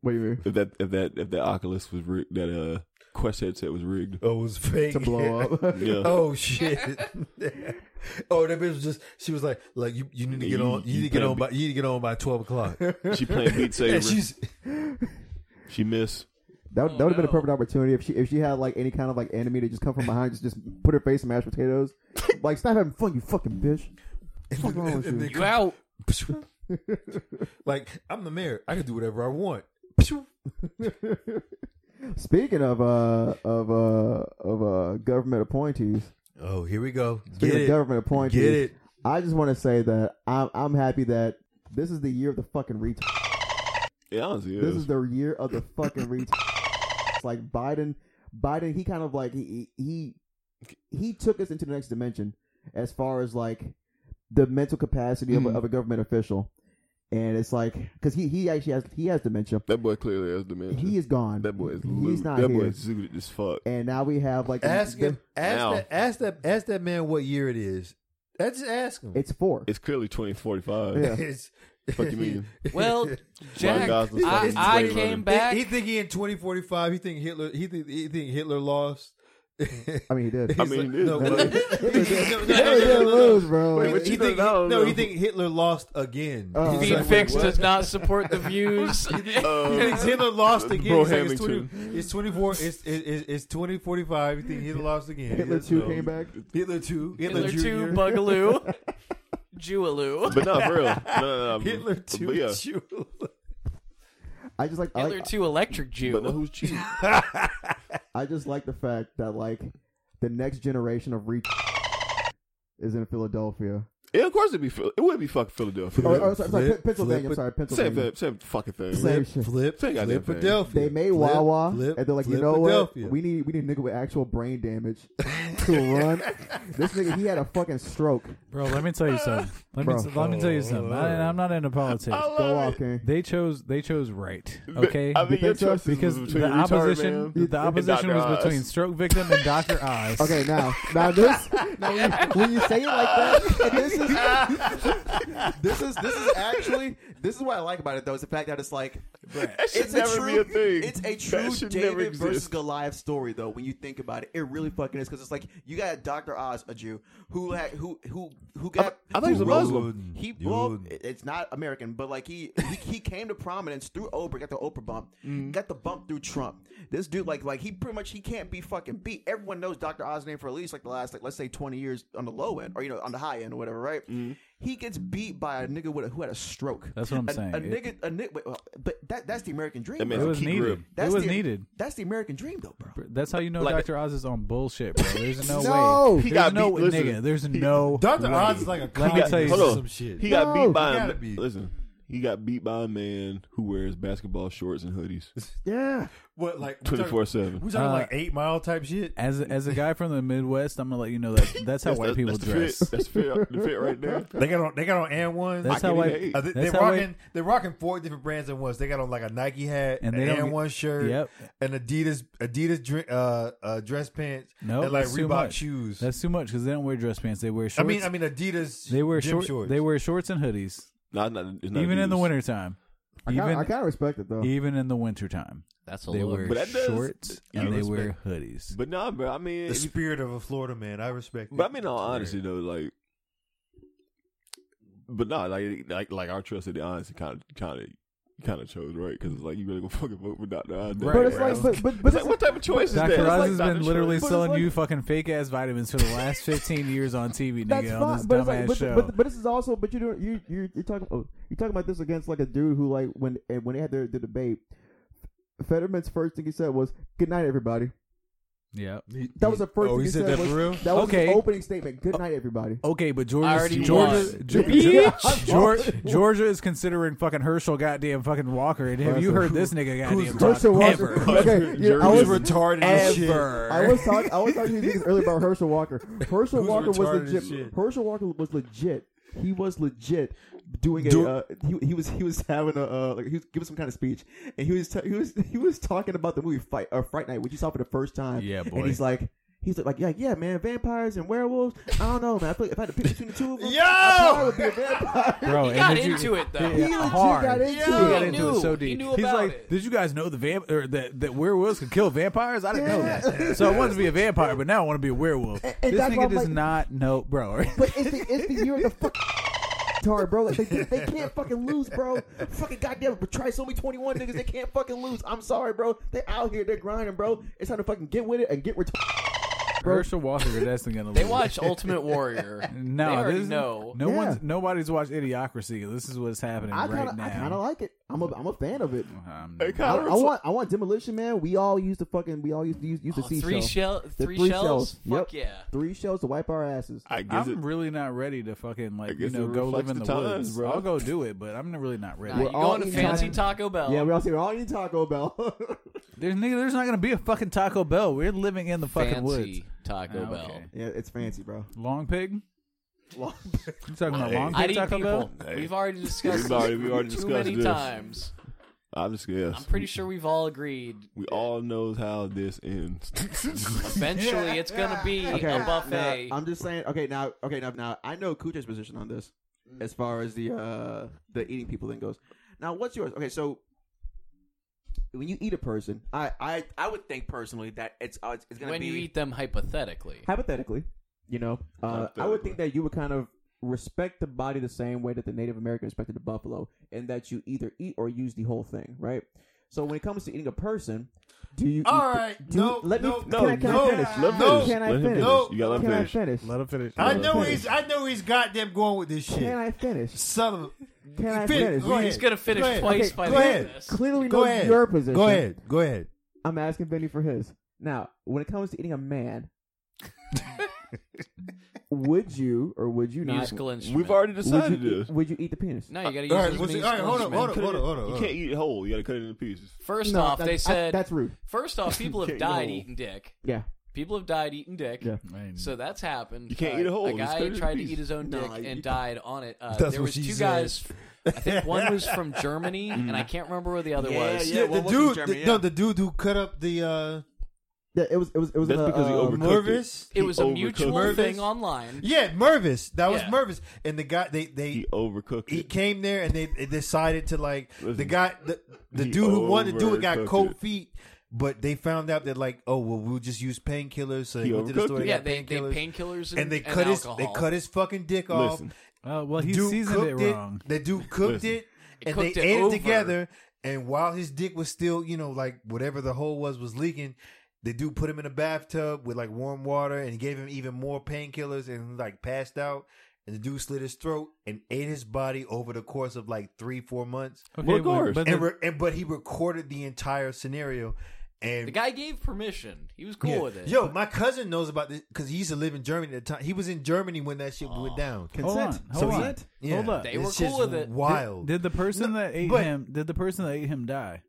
[SPEAKER 10] What do you mean?
[SPEAKER 8] If that if that if that Oculus was rigged, that uh Quest headset was rigged.
[SPEAKER 9] Oh, it was fake.
[SPEAKER 10] To blow up.
[SPEAKER 8] Yeah.
[SPEAKER 9] Oh shit. oh, that bitch was just she was like, like you, you need to get
[SPEAKER 8] You-
[SPEAKER 9] on you,
[SPEAKER 8] you
[SPEAKER 9] need to get
[SPEAKER 8] playing
[SPEAKER 9] on by you need to get on by twelve o'clock.
[SPEAKER 8] She playing Beat Saber.
[SPEAKER 9] And she's
[SPEAKER 8] she missed.
[SPEAKER 10] That would, that would have been a perfect opportunity if she if she had like any kind of like enemy to just come from behind, just just put her face in mashed potatoes, like stop having fun, you fucking bitch. What's wrong with
[SPEAKER 9] And
[SPEAKER 10] you?
[SPEAKER 9] then come- like I'm the mayor. I can do whatever I want.
[SPEAKER 10] Speaking of uh of uh of uh government appointees,
[SPEAKER 9] Oh, here we go.
[SPEAKER 10] Speaking
[SPEAKER 9] Get
[SPEAKER 10] of
[SPEAKER 9] it.
[SPEAKER 10] government appointees,
[SPEAKER 9] Get it.
[SPEAKER 10] I just want to say that I'm I'm happy that this is the year of the fucking retard.
[SPEAKER 8] Yeah, honestly, it
[SPEAKER 10] This
[SPEAKER 8] is.
[SPEAKER 10] is the year of the fucking retard. It's like Biden, Biden. He kind of like he he he took us into the next dimension as far as like the mental capacity of,
[SPEAKER 8] Mhm.
[SPEAKER 10] a, of a government official, and it's like because he he actually has he has dementia.
[SPEAKER 8] That boy clearly has dementia.
[SPEAKER 10] He is gone.
[SPEAKER 8] That boy is
[SPEAKER 10] He's
[SPEAKER 8] looted.
[SPEAKER 10] not
[SPEAKER 8] That boy
[SPEAKER 10] here.
[SPEAKER 8] is zooted as fuck.
[SPEAKER 10] And now we have like
[SPEAKER 9] Ask him.
[SPEAKER 8] Now.
[SPEAKER 9] Ask that, ask that. Ask that man what year it is. That's just ask him.
[SPEAKER 10] It's four.
[SPEAKER 8] It's clearly twenty forty five.
[SPEAKER 9] Yeah. It's-
[SPEAKER 8] Fuck you mean?
[SPEAKER 3] Well,
[SPEAKER 8] Ryan
[SPEAKER 3] Jack,
[SPEAKER 8] Gosling's
[SPEAKER 3] I-
[SPEAKER 8] fucking
[SPEAKER 3] I
[SPEAKER 8] slave
[SPEAKER 3] came
[SPEAKER 8] running.
[SPEAKER 3] back-
[SPEAKER 9] He, he think he in 2045. He think Hitler. He think he think Hitler lost.
[SPEAKER 10] I mean, he did.
[SPEAKER 8] I mean, he did.
[SPEAKER 9] No, but- no, no, no,
[SPEAKER 10] Hitler
[SPEAKER 9] no, no,
[SPEAKER 10] did
[SPEAKER 9] no.
[SPEAKER 10] lose, bro.
[SPEAKER 9] Wait,
[SPEAKER 10] Like,
[SPEAKER 9] what you
[SPEAKER 10] he
[SPEAKER 9] think?
[SPEAKER 10] did- I don't
[SPEAKER 9] No,
[SPEAKER 10] know.
[SPEAKER 9] he think Hitler lost again.
[SPEAKER 10] Oh,
[SPEAKER 9] He's
[SPEAKER 10] Feed
[SPEAKER 9] like,
[SPEAKER 3] Fix
[SPEAKER 9] what?
[SPEAKER 3] does not support the views.
[SPEAKER 8] "Oh, Um,
[SPEAKER 9] He thinks Hitler lost again.
[SPEAKER 8] Bro
[SPEAKER 9] He's like, it's, 20,
[SPEAKER 8] Hamilton.
[SPEAKER 9] it's 24. It's, it, it, it's 2045. You think Hitler lost again?
[SPEAKER 10] Hitler
[SPEAKER 9] Yes,
[SPEAKER 10] two
[SPEAKER 9] no.
[SPEAKER 10] came back.
[SPEAKER 9] Hitler 2. Hitler,
[SPEAKER 3] Hitler two,
[SPEAKER 9] Junior.
[SPEAKER 3] Bugaloo, Jewaloo.
[SPEAKER 8] But not for real. No, no, no.
[SPEAKER 9] Hitler
[SPEAKER 8] But
[SPEAKER 9] 2.
[SPEAKER 8] yeah.
[SPEAKER 9] Jewel.
[SPEAKER 10] I just like I
[SPEAKER 3] Hitler
[SPEAKER 10] like,
[SPEAKER 3] two, Electric
[SPEAKER 8] But know
[SPEAKER 3] Jew.
[SPEAKER 8] who's cheating?
[SPEAKER 10] I just like the fact that like the next generation of re is in Philadelphia.
[SPEAKER 8] yeah, of course it'd be. Phil- It would be fucking Philadelphia.
[SPEAKER 10] Or, or, Oh, sorry, sorry,
[SPEAKER 9] Flip,
[SPEAKER 10] Pennsylvania.
[SPEAKER 9] flip,
[SPEAKER 10] sorry,
[SPEAKER 8] Same
[SPEAKER 10] Pennsylvania.
[SPEAKER 8] thing. Same fucking thing.
[SPEAKER 10] Same shit.
[SPEAKER 9] Flip,
[SPEAKER 8] Say goddamn
[SPEAKER 9] flip,
[SPEAKER 8] thing.
[SPEAKER 9] Philadelphia.
[SPEAKER 10] They made
[SPEAKER 9] Flip,
[SPEAKER 10] Wawa,
[SPEAKER 9] flip,
[SPEAKER 10] and they're like, you
[SPEAKER 9] flip,
[SPEAKER 10] know what?
[SPEAKER 9] Philadelphia.
[SPEAKER 10] We need we need a nigga with actual brain damage to run. this nigga, he had a fucking stroke.
[SPEAKER 1] Bro, let me tell you something. Let me
[SPEAKER 10] Bro.
[SPEAKER 1] let me tell you something. I, I'm not into politics.
[SPEAKER 10] Go off, King.
[SPEAKER 1] They chose they chose right. Okay,
[SPEAKER 8] I mean, your
[SPEAKER 10] think so?
[SPEAKER 8] choices
[SPEAKER 1] because
[SPEAKER 8] was
[SPEAKER 1] the
[SPEAKER 8] between retard
[SPEAKER 1] opposition
[SPEAKER 8] man
[SPEAKER 1] the
[SPEAKER 8] and
[SPEAKER 1] opposition
[SPEAKER 8] Dr.
[SPEAKER 1] was
[SPEAKER 8] Oz.
[SPEAKER 1] between stroke victim and Doctor Oz.
[SPEAKER 10] Okay, now now this now when, you, when you say it like that, this is
[SPEAKER 11] This is this is actually this is what I like about it though is the fact that it's like
[SPEAKER 8] That should
[SPEAKER 11] it's
[SPEAKER 8] never
[SPEAKER 11] a true,
[SPEAKER 8] be a thing.
[SPEAKER 11] It's a
[SPEAKER 8] That
[SPEAKER 11] true
[SPEAKER 8] should never
[SPEAKER 11] David versus
[SPEAKER 8] exist.
[SPEAKER 11] Goliath story though. When you think about it, it really fucking is because it's like you got Doctor Oz, a Jew who had who who who got
[SPEAKER 8] I thought he was
[SPEAKER 11] who
[SPEAKER 8] a
[SPEAKER 11] rose-
[SPEAKER 9] Muslim.
[SPEAKER 11] He
[SPEAKER 9] You
[SPEAKER 11] well,
[SPEAKER 9] wouldn't.
[SPEAKER 11] it- it's not American, but like he he, he came to prominence through Oprah, got the Oprah bump,
[SPEAKER 1] Mm-hmm.
[SPEAKER 11] got the bump through Trump. This dude like like he pretty much he can't be fucking beat. Everyone knows Doctor Oz name for at least like the last like let's say twenty years on the low end or you know on the high end or whatever, right? He gets beat by a nigga with a, who had a stroke.
[SPEAKER 1] Mm-hmm. That's what I'm
[SPEAKER 11] A-
[SPEAKER 1] saying.
[SPEAKER 11] A
[SPEAKER 1] It-
[SPEAKER 11] nigga, a nigga, wait, well, but that that's the American dream.
[SPEAKER 8] That
[SPEAKER 11] bro.
[SPEAKER 8] man's
[SPEAKER 1] it was
[SPEAKER 8] Keep grip.
[SPEAKER 1] needed.
[SPEAKER 11] That's
[SPEAKER 1] it was
[SPEAKER 11] the-
[SPEAKER 1] needed.
[SPEAKER 11] That's the American dream, though, bro.
[SPEAKER 1] That's how you know
[SPEAKER 8] Like-
[SPEAKER 1] Doctor Oz is on bullshit, bro. There's no,
[SPEAKER 10] No!
[SPEAKER 1] way.
[SPEAKER 10] He
[SPEAKER 1] There's
[SPEAKER 8] got
[SPEAKER 1] no
[SPEAKER 8] beat- listen,
[SPEAKER 1] nigga. There's
[SPEAKER 8] he-
[SPEAKER 1] no
[SPEAKER 9] Dr.
[SPEAKER 1] way.
[SPEAKER 9] Oz is like a
[SPEAKER 1] Let me tell you
[SPEAKER 8] hold
[SPEAKER 9] communist or
[SPEAKER 8] on.
[SPEAKER 1] something.
[SPEAKER 9] some shit.
[SPEAKER 8] He got
[SPEAKER 10] No,
[SPEAKER 8] beat by
[SPEAKER 9] he
[SPEAKER 8] a
[SPEAKER 9] gotta
[SPEAKER 8] ma-
[SPEAKER 9] be.
[SPEAKER 8] listen. He got beat by a man who wears basketball shorts and hoodies
[SPEAKER 10] yeah.
[SPEAKER 9] What like we talking-
[SPEAKER 8] 24/7.
[SPEAKER 9] We talking
[SPEAKER 1] Uh,
[SPEAKER 9] like eight mile type shit.
[SPEAKER 1] As as a guy from the Midwest, I'm gonna let you know that that's how white
[SPEAKER 8] That's- that's-
[SPEAKER 1] people
[SPEAKER 8] that's
[SPEAKER 1] dress.
[SPEAKER 8] The fit, that's the fit, the fit right there.
[SPEAKER 9] They got on. They got on and one.
[SPEAKER 1] That's
[SPEAKER 8] I
[SPEAKER 1] how
[SPEAKER 8] can
[SPEAKER 1] white.
[SPEAKER 8] even hate.
[SPEAKER 9] Uh, they,
[SPEAKER 1] that's
[SPEAKER 9] they're
[SPEAKER 1] how I-
[SPEAKER 9] rocking. they're rocking four different brands at once. They got on like a Nike hat,
[SPEAKER 1] And
[SPEAKER 9] and
[SPEAKER 1] they
[SPEAKER 9] an
[SPEAKER 1] don't
[SPEAKER 9] and
[SPEAKER 1] get-
[SPEAKER 9] one shirt,
[SPEAKER 1] Yep.
[SPEAKER 9] an Adidas Adidas dre- uh, uh, dress pants,
[SPEAKER 1] No,
[SPEAKER 9] and like
[SPEAKER 1] that's too
[SPEAKER 9] Reebok
[SPEAKER 1] much.
[SPEAKER 9] shoes.
[SPEAKER 1] That's too much because they don't wear dress pants. They wear
[SPEAKER 9] I
[SPEAKER 1] shorts.
[SPEAKER 9] mean, I mean Adidas.
[SPEAKER 1] they wear
[SPEAKER 9] gym
[SPEAKER 1] short,
[SPEAKER 9] shorts.
[SPEAKER 1] They wear shorts and hoodies,
[SPEAKER 8] No, it's not, it's not
[SPEAKER 1] even in the
[SPEAKER 8] dudes.
[SPEAKER 1] wintertime.
[SPEAKER 10] I
[SPEAKER 1] Even
[SPEAKER 10] kinda, I kinda respect it though.
[SPEAKER 1] even in the wintertime,
[SPEAKER 6] That's a
[SPEAKER 1] they
[SPEAKER 6] look.
[SPEAKER 1] wear
[SPEAKER 8] But that does-
[SPEAKER 1] shorts
[SPEAKER 8] you
[SPEAKER 1] and
[SPEAKER 8] know,
[SPEAKER 1] they
[SPEAKER 8] respect.
[SPEAKER 1] wear hoodies.
[SPEAKER 8] But nah, bro. I mean,
[SPEAKER 9] the spirit of a Florida man. I respect.
[SPEAKER 8] But I
[SPEAKER 9] it.
[SPEAKER 8] mean, all honesty though, like, but no, like, like, like our trust in the honesty kind of, kind of, kind of chose right because it's like you really gonna fucking vote for Doctor Oz.
[SPEAKER 1] Right.
[SPEAKER 10] but it's like, but but, but
[SPEAKER 8] It's like, what type of choice is that? It's
[SPEAKER 1] Dr. Oz
[SPEAKER 8] like
[SPEAKER 1] has
[SPEAKER 8] Dr.
[SPEAKER 1] been literally
[SPEAKER 8] Choice. But it's
[SPEAKER 1] selling
[SPEAKER 8] like-
[SPEAKER 1] you fucking fake ass vitamins for the last 15 years on TV, nigga,
[SPEAKER 10] That's
[SPEAKER 1] on
[SPEAKER 10] fine,
[SPEAKER 1] this
[SPEAKER 10] but,
[SPEAKER 1] dumbass
[SPEAKER 10] it's like, but,
[SPEAKER 1] show.
[SPEAKER 10] but but this is also but you don't you you you're talking oh, you're talking about this against like a dude who like when eh, when they had their the debate, Fetterman's first thing he said was "Good night, everybody."
[SPEAKER 1] yeah.
[SPEAKER 10] That was the first
[SPEAKER 9] Oh,
[SPEAKER 10] thing
[SPEAKER 9] he
[SPEAKER 10] he
[SPEAKER 9] said
[SPEAKER 10] said.
[SPEAKER 9] that
[SPEAKER 10] was,
[SPEAKER 9] for real?
[SPEAKER 10] That was
[SPEAKER 1] Okay. Oh,
[SPEAKER 10] his opening statement. Good night, everybody.
[SPEAKER 1] Okay, but
[SPEAKER 3] I
[SPEAKER 1] Georgia's,
[SPEAKER 3] already
[SPEAKER 1] Georgia,
[SPEAKER 3] won.
[SPEAKER 1] Geor-
[SPEAKER 10] Yeah.
[SPEAKER 1] Georgia, Georgia is considering fucking Herschel, goddamn fucking Walker. And have you heard this nigga, goddamn talk
[SPEAKER 10] Herschel Walker.
[SPEAKER 1] ever?
[SPEAKER 10] Okay, yeah, I
[SPEAKER 9] Who's
[SPEAKER 10] was
[SPEAKER 9] retarded as shit?
[SPEAKER 10] I was talking. I was talking to you niggas earlier about Herschel Walker. Herschel
[SPEAKER 9] Who's
[SPEAKER 10] Walker was
[SPEAKER 9] retarded as
[SPEAKER 10] legit.
[SPEAKER 9] shit?
[SPEAKER 10] Herschel Walker was legit. He was legit doing a.
[SPEAKER 9] Do-
[SPEAKER 10] uh, he, he was he was having a uh, like he was giving some kind of speech, and he was t- he was he was talking about the movie Fight uh, Fright Night, which you saw for the first time.
[SPEAKER 1] Yeah, boy.
[SPEAKER 10] And he's like. He's like, like, yeah, yeah, man, vampires and werewolves. I don't know, man. I feel like if I had to pick between the two of them,
[SPEAKER 9] Yo!
[SPEAKER 10] I probably would be a vampire.
[SPEAKER 1] Bro,
[SPEAKER 3] He
[SPEAKER 1] and
[SPEAKER 3] got
[SPEAKER 1] did you-
[SPEAKER 3] into it though.
[SPEAKER 1] Yeah,
[SPEAKER 10] He legit
[SPEAKER 1] hard.
[SPEAKER 10] got into
[SPEAKER 1] He
[SPEAKER 10] it.
[SPEAKER 1] got
[SPEAKER 10] He
[SPEAKER 1] into
[SPEAKER 3] knew.
[SPEAKER 1] it so
[SPEAKER 3] He
[SPEAKER 1] deep.
[SPEAKER 3] knew
[SPEAKER 1] He's
[SPEAKER 3] about
[SPEAKER 1] like,
[SPEAKER 3] it.
[SPEAKER 1] did you guys know the vamp or that that werewolves could kill vampires? I didn't know that. So I wanted to be a vampire, but now I want to be a werewolf. this
[SPEAKER 10] that's why
[SPEAKER 1] nigga
[SPEAKER 10] I'm
[SPEAKER 1] does
[SPEAKER 10] like-
[SPEAKER 1] not know, bro.
[SPEAKER 10] But it's the, it's the year of the fucking retard, bro. Like they, they can't fucking lose, bro. Fucking goddamn, but trisomy twenty one niggas, they can't fucking lose. I'm sorry, bro. They out here, they're grinding, bro. It's time to fucking get with it and get retarded. bro.
[SPEAKER 1] Herschel Walker is definitely gonna.
[SPEAKER 3] They
[SPEAKER 1] lose.
[SPEAKER 3] watch Ultimate Warrior. They
[SPEAKER 1] No,
[SPEAKER 3] already
[SPEAKER 1] this,
[SPEAKER 3] know.
[SPEAKER 1] No
[SPEAKER 10] Yeah.
[SPEAKER 1] one's nobody's watched Idiocracy. This is what's happening
[SPEAKER 10] I
[SPEAKER 1] right
[SPEAKER 10] kind of, I kind of
[SPEAKER 1] now.
[SPEAKER 10] like it. I'm a, I'm a fan of it.
[SPEAKER 1] Um,
[SPEAKER 10] I, I want, I want Demolition Man. We all used to fucking, we all used to use, use the sea
[SPEAKER 3] Oh, three
[SPEAKER 10] shell.
[SPEAKER 3] shell-
[SPEAKER 10] The
[SPEAKER 3] three shells? Fuck yeah.
[SPEAKER 10] three shells to wipe our asses.
[SPEAKER 8] I
[SPEAKER 1] I'm really not ready to fucking like you
[SPEAKER 10] guess
[SPEAKER 1] know
[SPEAKER 10] it
[SPEAKER 1] go live
[SPEAKER 10] reflects
[SPEAKER 1] in the,
[SPEAKER 10] the times,
[SPEAKER 1] woods.
[SPEAKER 10] bro.
[SPEAKER 1] I'll go do it, but I'm really not ready.
[SPEAKER 10] Nah, We're you all going to eating fancy
[SPEAKER 3] Taco Bell.
[SPEAKER 10] Yeah, we all see we're all eating Taco Bell.
[SPEAKER 1] There's nigga, there's not gonna be a fucking Taco Bell. We're living in the fucking
[SPEAKER 3] Fancy
[SPEAKER 1] woods.
[SPEAKER 3] Taco Bell.
[SPEAKER 10] yeah, it's fancy, bro.
[SPEAKER 1] Long pig. Long. You talking about long
[SPEAKER 3] I
[SPEAKER 1] pig
[SPEAKER 3] need
[SPEAKER 1] Taco
[SPEAKER 3] people.
[SPEAKER 1] Bell?
[SPEAKER 3] We've already discussed
[SPEAKER 8] We've already-
[SPEAKER 3] this
[SPEAKER 8] we've already
[SPEAKER 3] too
[SPEAKER 8] discussed
[SPEAKER 3] many
[SPEAKER 8] this.
[SPEAKER 3] times.
[SPEAKER 8] I'm just guess.
[SPEAKER 3] I'm pretty sure we've all agreed.
[SPEAKER 8] we all knows how this ends.
[SPEAKER 3] Eventually, it's gonna be a buffet.
[SPEAKER 10] now,
[SPEAKER 11] I'm just saying. Okay, now, okay, now, now, I know Kuche's position on this,
[SPEAKER 3] Mm.
[SPEAKER 11] as far as the uh the eating people thing goes. Now, what's yours? Okay, so when you eat a person, I I I would think personally that it's uh, it's gonna
[SPEAKER 3] when
[SPEAKER 11] be
[SPEAKER 3] you eat them hypothetically.
[SPEAKER 10] Hypothetically, you know, uh, I would think that you would kind of respect the body the same way that the Native American respected the buffalo, and that you either eat or use the whole thing, right? So when it comes to eating a person, do you?
[SPEAKER 9] All
[SPEAKER 10] eat the-
[SPEAKER 9] right,
[SPEAKER 10] do-
[SPEAKER 9] no,
[SPEAKER 10] let
[SPEAKER 9] no,
[SPEAKER 10] me.
[SPEAKER 9] no,
[SPEAKER 10] can I, can
[SPEAKER 9] no,
[SPEAKER 10] I finish?
[SPEAKER 9] let him No. finish.
[SPEAKER 10] Can I
[SPEAKER 9] Let him
[SPEAKER 10] finish?
[SPEAKER 9] finish. You gotta let him
[SPEAKER 10] can
[SPEAKER 8] finish.
[SPEAKER 10] I finish?
[SPEAKER 1] Let him finish.
[SPEAKER 9] I know he's. I know he's goddamn going with this shit.
[SPEAKER 10] Can I finish?
[SPEAKER 9] Son of a.
[SPEAKER 10] Can I
[SPEAKER 9] Fin-
[SPEAKER 10] finish?
[SPEAKER 9] Go ahead.
[SPEAKER 3] He's gonna finish
[SPEAKER 9] Go ahead.
[SPEAKER 3] twice
[SPEAKER 9] Okay,
[SPEAKER 3] by
[SPEAKER 9] go
[SPEAKER 3] the
[SPEAKER 9] ahead.
[SPEAKER 3] end of this.
[SPEAKER 10] Clearly
[SPEAKER 9] Go
[SPEAKER 10] know
[SPEAKER 9] ahead.
[SPEAKER 10] your position.
[SPEAKER 9] Go ahead. Go ahead.
[SPEAKER 10] I'm asking Vinny for his. Now, when it comes to eating a man, would you or would you not?
[SPEAKER 3] Musical
[SPEAKER 10] would you
[SPEAKER 3] instrument.
[SPEAKER 8] already decided
[SPEAKER 10] eat-
[SPEAKER 8] this.
[SPEAKER 10] Would you eat the penis?
[SPEAKER 3] No, you gotta use
[SPEAKER 8] All right,
[SPEAKER 3] as
[SPEAKER 8] what's
[SPEAKER 3] many
[SPEAKER 8] it- all right, hold on,
[SPEAKER 3] spoons,
[SPEAKER 8] hold on,
[SPEAKER 3] man.
[SPEAKER 8] hold on,
[SPEAKER 9] hold on,
[SPEAKER 8] You
[SPEAKER 9] hold
[SPEAKER 8] can't eat it whole. You got to cut it into pieces.
[SPEAKER 3] First
[SPEAKER 10] No,
[SPEAKER 3] off,
[SPEAKER 10] that-
[SPEAKER 3] they
[SPEAKER 10] I-
[SPEAKER 3] said
[SPEAKER 10] that's rude.
[SPEAKER 3] First off, people have
[SPEAKER 8] Can't eat a
[SPEAKER 3] died
[SPEAKER 8] whole.
[SPEAKER 3] eating dick.
[SPEAKER 10] Yeah.
[SPEAKER 3] People have died eating dick.
[SPEAKER 10] Yeah.
[SPEAKER 3] So that's happened. Uh,
[SPEAKER 8] You can't eat a whole.
[SPEAKER 3] A
[SPEAKER 8] Just cut
[SPEAKER 3] guy
[SPEAKER 8] it in
[SPEAKER 3] tried to
[SPEAKER 8] pieces.
[SPEAKER 3] eat his own dick
[SPEAKER 8] Nah,
[SPEAKER 3] and
[SPEAKER 8] you-
[SPEAKER 3] died on it. Uh,
[SPEAKER 8] That's
[SPEAKER 3] there
[SPEAKER 8] what
[SPEAKER 3] was
[SPEAKER 8] she
[SPEAKER 3] two
[SPEAKER 8] said.
[SPEAKER 3] guys. I think one was from Germany, and I can't remember where the other was.
[SPEAKER 9] Yeah, the dude, the, no, the dude who cut up the uh,
[SPEAKER 10] Yeah, it was. It was. It was.
[SPEAKER 8] That's
[SPEAKER 10] in the,
[SPEAKER 8] because he
[SPEAKER 10] uh,
[SPEAKER 8] overcooked
[SPEAKER 9] Mervis.
[SPEAKER 3] It was a mutual thing online.
[SPEAKER 9] Yeah, Mervis. That was
[SPEAKER 3] Yeah.
[SPEAKER 9] Mervis, and the guy they they
[SPEAKER 8] He overcooked
[SPEAKER 9] he
[SPEAKER 8] it.
[SPEAKER 9] came there and they, they decided to like the guy the, the
[SPEAKER 8] he
[SPEAKER 9] dude who wanted to do it got
[SPEAKER 8] overcooked
[SPEAKER 9] cold
[SPEAKER 8] it.
[SPEAKER 9] feet, but they found out that like oh well we'll just use painkillers. So they
[SPEAKER 8] He
[SPEAKER 9] went to the
[SPEAKER 8] overcooked
[SPEAKER 9] store.
[SPEAKER 8] it.
[SPEAKER 9] They
[SPEAKER 3] Yeah,
[SPEAKER 9] got
[SPEAKER 3] they- they
[SPEAKER 9] painkillers
[SPEAKER 3] painkillers
[SPEAKER 9] and they
[SPEAKER 3] and-
[SPEAKER 9] cut
[SPEAKER 3] and
[SPEAKER 9] his they
[SPEAKER 3] alcohol.
[SPEAKER 9] cut his fucking dick off.
[SPEAKER 8] Listen.
[SPEAKER 1] Oh well, he
[SPEAKER 9] Dude
[SPEAKER 1] seasoned it
[SPEAKER 9] cooked
[SPEAKER 1] wrong.
[SPEAKER 9] The dude cooked
[SPEAKER 1] Listen.
[SPEAKER 9] it
[SPEAKER 3] He
[SPEAKER 9] and
[SPEAKER 3] cooked
[SPEAKER 9] they
[SPEAKER 3] it
[SPEAKER 9] ate
[SPEAKER 3] over.
[SPEAKER 9] it together. And while his dick was still, you know, like whatever the hole was was leaking, the dude put him in a bathtub with like warm water and gave him even more painkillers and like passed out. And the dude slit his throat and ate his body over the course of like three, four months.
[SPEAKER 1] Okay, Of course. but- but
[SPEAKER 9] and,
[SPEAKER 1] the-
[SPEAKER 9] re- and but he recorded the entire scenario. And
[SPEAKER 3] The guy gave permission. He was cool
[SPEAKER 9] yeah.
[SPEAKER 3] with it.
[SPEAKER 9] Yo, my cousin knows about this because he used to live in Germany at the time. He was in Germany when that shit went down.
[SPEAKER 1] Hold on, hold
[SPEAKER 9] he-
[SPEAKER 1] on, hold up.
[SPEAKER 9] This
[SPEAKER 3] They were
[SPEAKER 9] shit's
[SPEAKER 3] cool with it.
[SPEAKER 9] Wild.
[SPEAKER 1] Did the person that ate
[SPEAKER 9] but-
[SPEAKER 1] him? Did the person that ate him die?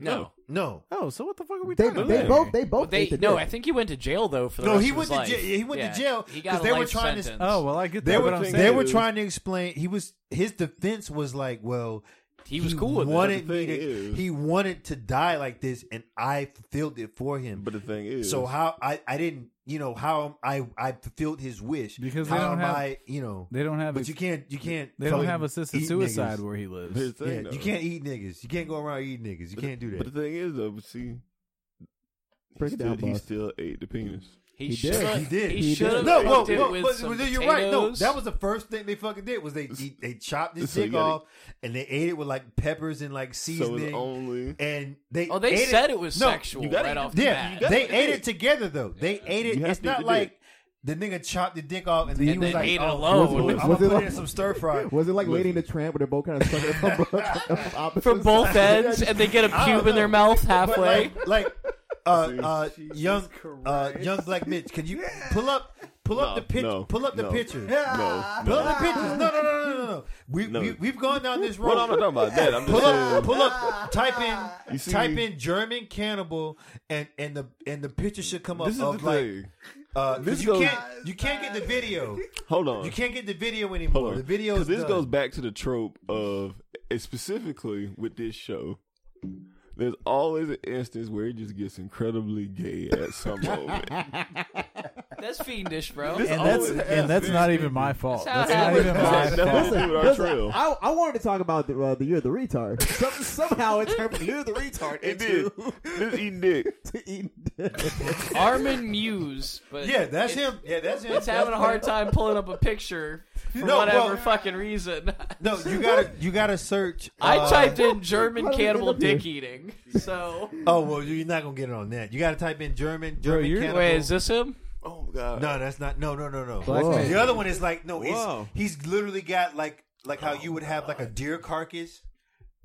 [SPEAKER 3] no.
[SPEAKER 9] No.
[SPEAKER 1] Oh, so what the fuck are we
[SPEAKER 10] They,
[SPEAKER 1] talking
[SPEAKER 10] they
[SPEAKER 1] about?
[SPEAKER 10] both. They both.
[SPEAKER 3] They,
[SPEAKER 10] ate the
[SPEAKER 3] no,
[SPEAKER 10] dick.
[SPEAKER 3] I think he went to jail though for the
[SPEAKER 9] No,
[SPEAKER 3] rest
[SPEAKER 9] he
[SPEAKER 3] of
[SPEAKER 9] went
[SPEAKER 3] his
[SPEAKER 9] to
[SPEAKER 3] life.
[SPEAKER 9] jail. He went to
[SPEAKER 3] Yeah,
[SPEAKER 9] jail
[SPEAKER 3] He
[SPEAKER 9] 'cause
[SPEAKER 3] got a
[SPEAKER 9] they were
[SPEAKER 3] life
[SPEAKER 9] trying to-
[SPEAKER 3] sentence.
[SPEAKER 1] Oh well, I get that.
[SPEAKER 9] They
[SPEAKER 1] but
[SPEAKER 9] were
[SPEAKER 1] I'm saying
[SPEAKER 9] they were
[SPEAKER 1] is-
[SPEAKER 9] trying to explain. He was his defense was like, well,
[SPEAKER 3] He was cool with it.
[SPEAKER 9] wanted
[SPEAKER 8] The thing
[SPEAKER 9] me to,
[SPEAKER 8] is-
[SPEAKER 9] he wanted to die like this, and I fulfilled it for him.
[SPEAKER 8] But the thing is,
[SPEAKER 9] so how I I didn't you know how I I fulfilled his wish
[SPEAKER 1] Because they
[SPEAKER 9] how
[SPEAKER 1] don't
[SPEAKER 9] am
[SPEAKER 1] have-
[SPEAKER 9] I you know
[SPEAKER 1] They don't have.
[SPEAKER 9] but
[SPEAKER 1] ex-
[SPEAKER 9] you can't you can't
[SPEAKER 1] They don't
[SPEAKER 9] fucking
[SPEAKER 1] have assisted
[SPEAKER 9] eat
[SPEAKER 1] suicide
[SPEAKER 9] niggas.
[SPEAKER 1] where he
[SPEAKER 8] Here's
[SPEAKER 1] lives.
[SPEAKER 8] the thing,
[SPEAKER 9] yeah,
[SPEAKER 8] though.
[SPEAKER 9] you can't eat niggas. You can't go around eating niggas. You can't do that.
[SPEAKER 8] But the thing is, though, but see,
[SPEAKER 10] Break
[SPEAKER 8] he
[SPEAKER 10] it down,
[SPEAKER 8] still, he
[SPEAKER 10] boss.
[SPEAKER 8] still ate the penis.
[SPEAKER 3] He,
[SPEAKER 10] He did.
[SPEAKER 3] should.
[SPEAKER 9] He did.
[SPEAKER 3] He,
[SPEAKER 10] He
[SPEAKER 3] should
[SPEAKER 10] did.
[SPEAKER 3] have.
[SPEAKER 9] No, no,
[SPEAKER 3] cooked it
[SPEAKER 9] no.
[SPEAKER 3] with
[SPEAKER 9] but
[SPEAKER 3] some
[SPEAKER 9] you're right. No,
[SPEAKER 3] potatoes.
[SPEAKER 9] that was the first thing they fucking did was they they, they chopped his
[SPEAKER 8] So you
[SPEAKER 9] dick
[SPEAKER 8] gotta-
[SPEAKER 9] off and they ate it with like peppers and like
[SPEAKER 8] So
[SPEAKER 9] seasoning.
[SPEAKER 8] it's only
[SPEAKER 9] and they
[SPEAKER 3] Oh, they
[SPEAKER 9] ate
[SPEAKER 3] said it was
[SPEAKER 9] no,
[SPEAKER 3] sexual
[SPEAKER 8] you gotta
[SPEAKER 3] right
[SPEAKER 8] eat
[SPEAKER 3] off
[SPEAKER 8] the-
[SPEAKER 3] the
[SPEAKER 9] Yeah,
[SPEAKER 3] bat.
[SPEAKER 8] gotta
[SPEAKER 9] they
[SPEAKER 8] eat the
[SPEAKER 9] ate it
[SPEAKER 8] dick.
[SPEAKER 9] together though. They ate it.
[SPEAKER 8] You have
[SPEAKER 9] It's
[SPEAKER 8] to eat
[SPEAKER 9] not
[SPEAKER 8] the
[SPEAKER 9] like the nigga chopped the dick off and then he
[SPEAKER 3] And
[SPEAKER 9] was
[SPEAKER 3] then
[SPEAKER 9] like,
[SPEAKER 3] ate it
[SPEAKER 9] oh,
[SPEAKER 3] alone.
[SPEAKER 9] I'm
[SPEAKER 10] Was
[SPEAKER 9] gonna
[SPEAKER 10] it
[SPEAKER 9] put
[SPEAKER 10] like-
[SPEAKER 9] in some stir fry.
[SPEAKER 10] Was it like Lady and the Tramp with their both kind of sucking from both- opposite
[SPEAKER 3] from both
[SPEAKER 10] sides?
[SPEAKER 3] ends, and they get a
[SPEAKER 9] I don't
[SPEAKER 3] pube in their
[SPEAKER 9] know.
[SPEAKER 3] mouth
[SPEAKER 9] But,
[SPEAKER 3] halfway.
[SPEAKER 9] like, like uh, uh, young, uh, young black Mitch. Can you pull up, pull up
[SPEAKER 8] No,
[SPEAKER 9] the pitch,
[SPEAKER 8] no,
[SPEAKER 9] pull up the
[SPEAKER 8] no,
[SPEAKER 9] picture,
[SPEAKER 8] no,
[SPEAKER 9] pull up the
[SPEAKER 8] no.
[SPEAKER 9] pictures. No, no, no, no, no, no. We,
[SPEAKER 8] No.
[SPEAKER 9] we we've gone down this road.
[SPEAKER 8] Well, I'm not talking about that. I'm just
[SPEAKER 9] pull up,
[SPEAKER 8] saying.
[SPEAKER 9] pull up, type in,
[SPEAKER 8] You see-
[SPEAKER 9] type in German cannibal, and and the and the picture should come up
[SPEAKER 8] This is the
[SPEAKER 9] of like.
[SPEAKER 8] thing.
[SPEAKER 9] Uh, 'cause
[SPEAKER 8] This
[SPEAKER 9] you
[SPEAKER 8] goes-
[SPEAKER 9] can't you can't get the video.
[SPEAKER 8] Hold on.
[SPEAKER 9] You can't get the video
[SPEAKER 8] Hold
[SPEAKER 9] anymore.
[SPEAKER 8] on.
[SPEAKER 9] The video
[SPEAKER 8] Because
[SPEAKER 9] is
[SPEAKER 8] this
[SPEAKER 9] done.
[SPEAKER 8] goes back to the trope of eh, specifically with this show. There's always an instance where it just gets incredibly gay at some moment.
[SPEAKER 3] That's fiendish, bro.
[SPEAKER 1] and that's
[SPEAKER 8] always
[SPEAKER 1] and that's
[SPEAKER 8] has
[SPEAKER 1] not
[SPEAKER 8] been.
[SPEAKER 1] even my fault.
[SPEAKER 3] That's
[SPEAKER 1] That's
[SPEAKER 3] how
[SPEAKER 1] not
[SPEAKER 3] it
[SPEAKER 1] even my
[SPEAKER 8] That's nothing
[SPEAKER 1] fault.
[SPEAKER 8] to do with our
[SPEAKER 10] Listen,
[SPEAKER 8] trail.
[SPEAKER 10] I, I wanted to talk about the, uh, the year of the retard. Some, somehow it turned from year of the retard
[SPEAKER 8] It
[SPEAKER 10] into
[SPEAKER 8] did. This eating dick.
[SPEAKER 10] to eating
[SPEAKER 3] Armin Muse, but
[SPEAKER 9] Yeah, that's
[SPEAKER 3] it's-
[SPEAKER 9] him. Yeah, that's him.
[SPEAKER 3] It's having a hard time pulling up a picture for
[SPEAKER 9] No,
[SPEAKER 3] whatever
[SPEAKER 9] well-
[SPEAKER 3] fucking reason.
[SPEAKER 9] No, you gotta you gotta search.
[SPEAKER 3] I
[SPEAKER 9] uh,
[SPEAKER 3] typed in German
[SPEAKER 10] Why did it
[SPEAKER 3] cannibal
[SPEAKER 10] end up here?
[SPEAKER 3] dick eating. So
[SPEAKER 9] Oh well, you're not gonna get it on that. You gotta type in German German
[SPEAKER 1] you're-
[SPEAKER 9] cannibal.
[SPEAKER 3] wait, is this him?
[SPEAKER 8] Oh my god.
[SPEAKER 9] No, that's not. No, no, no, no.
[SPEAKER 8] Black Whoa. man.
[SPEAKER 9] The other one is like no. It's,
[SPEAKER 8] Whoa.
[SPEAKER 9] he's literally got like like how you would have like a deer carcass,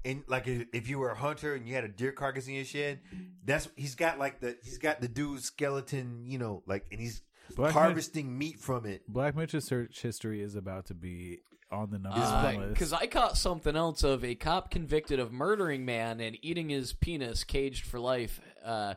[SPEAKER 9] and like if if you were a hunter and you had a deer carcass in your shed, that's he's got like the he's got the dude's skeleton, you know, like and he's
[SPEAKER 1] Black man-
[SPEAKER 9] harvesting meat from it.
[SPEAKER 1] Black Mitch's search history is about to be on the number one list.
[SPEAKER 3] Because Uh, I caught something else of a cop convicted of murdering man and eating his penis, caged for life. Uh,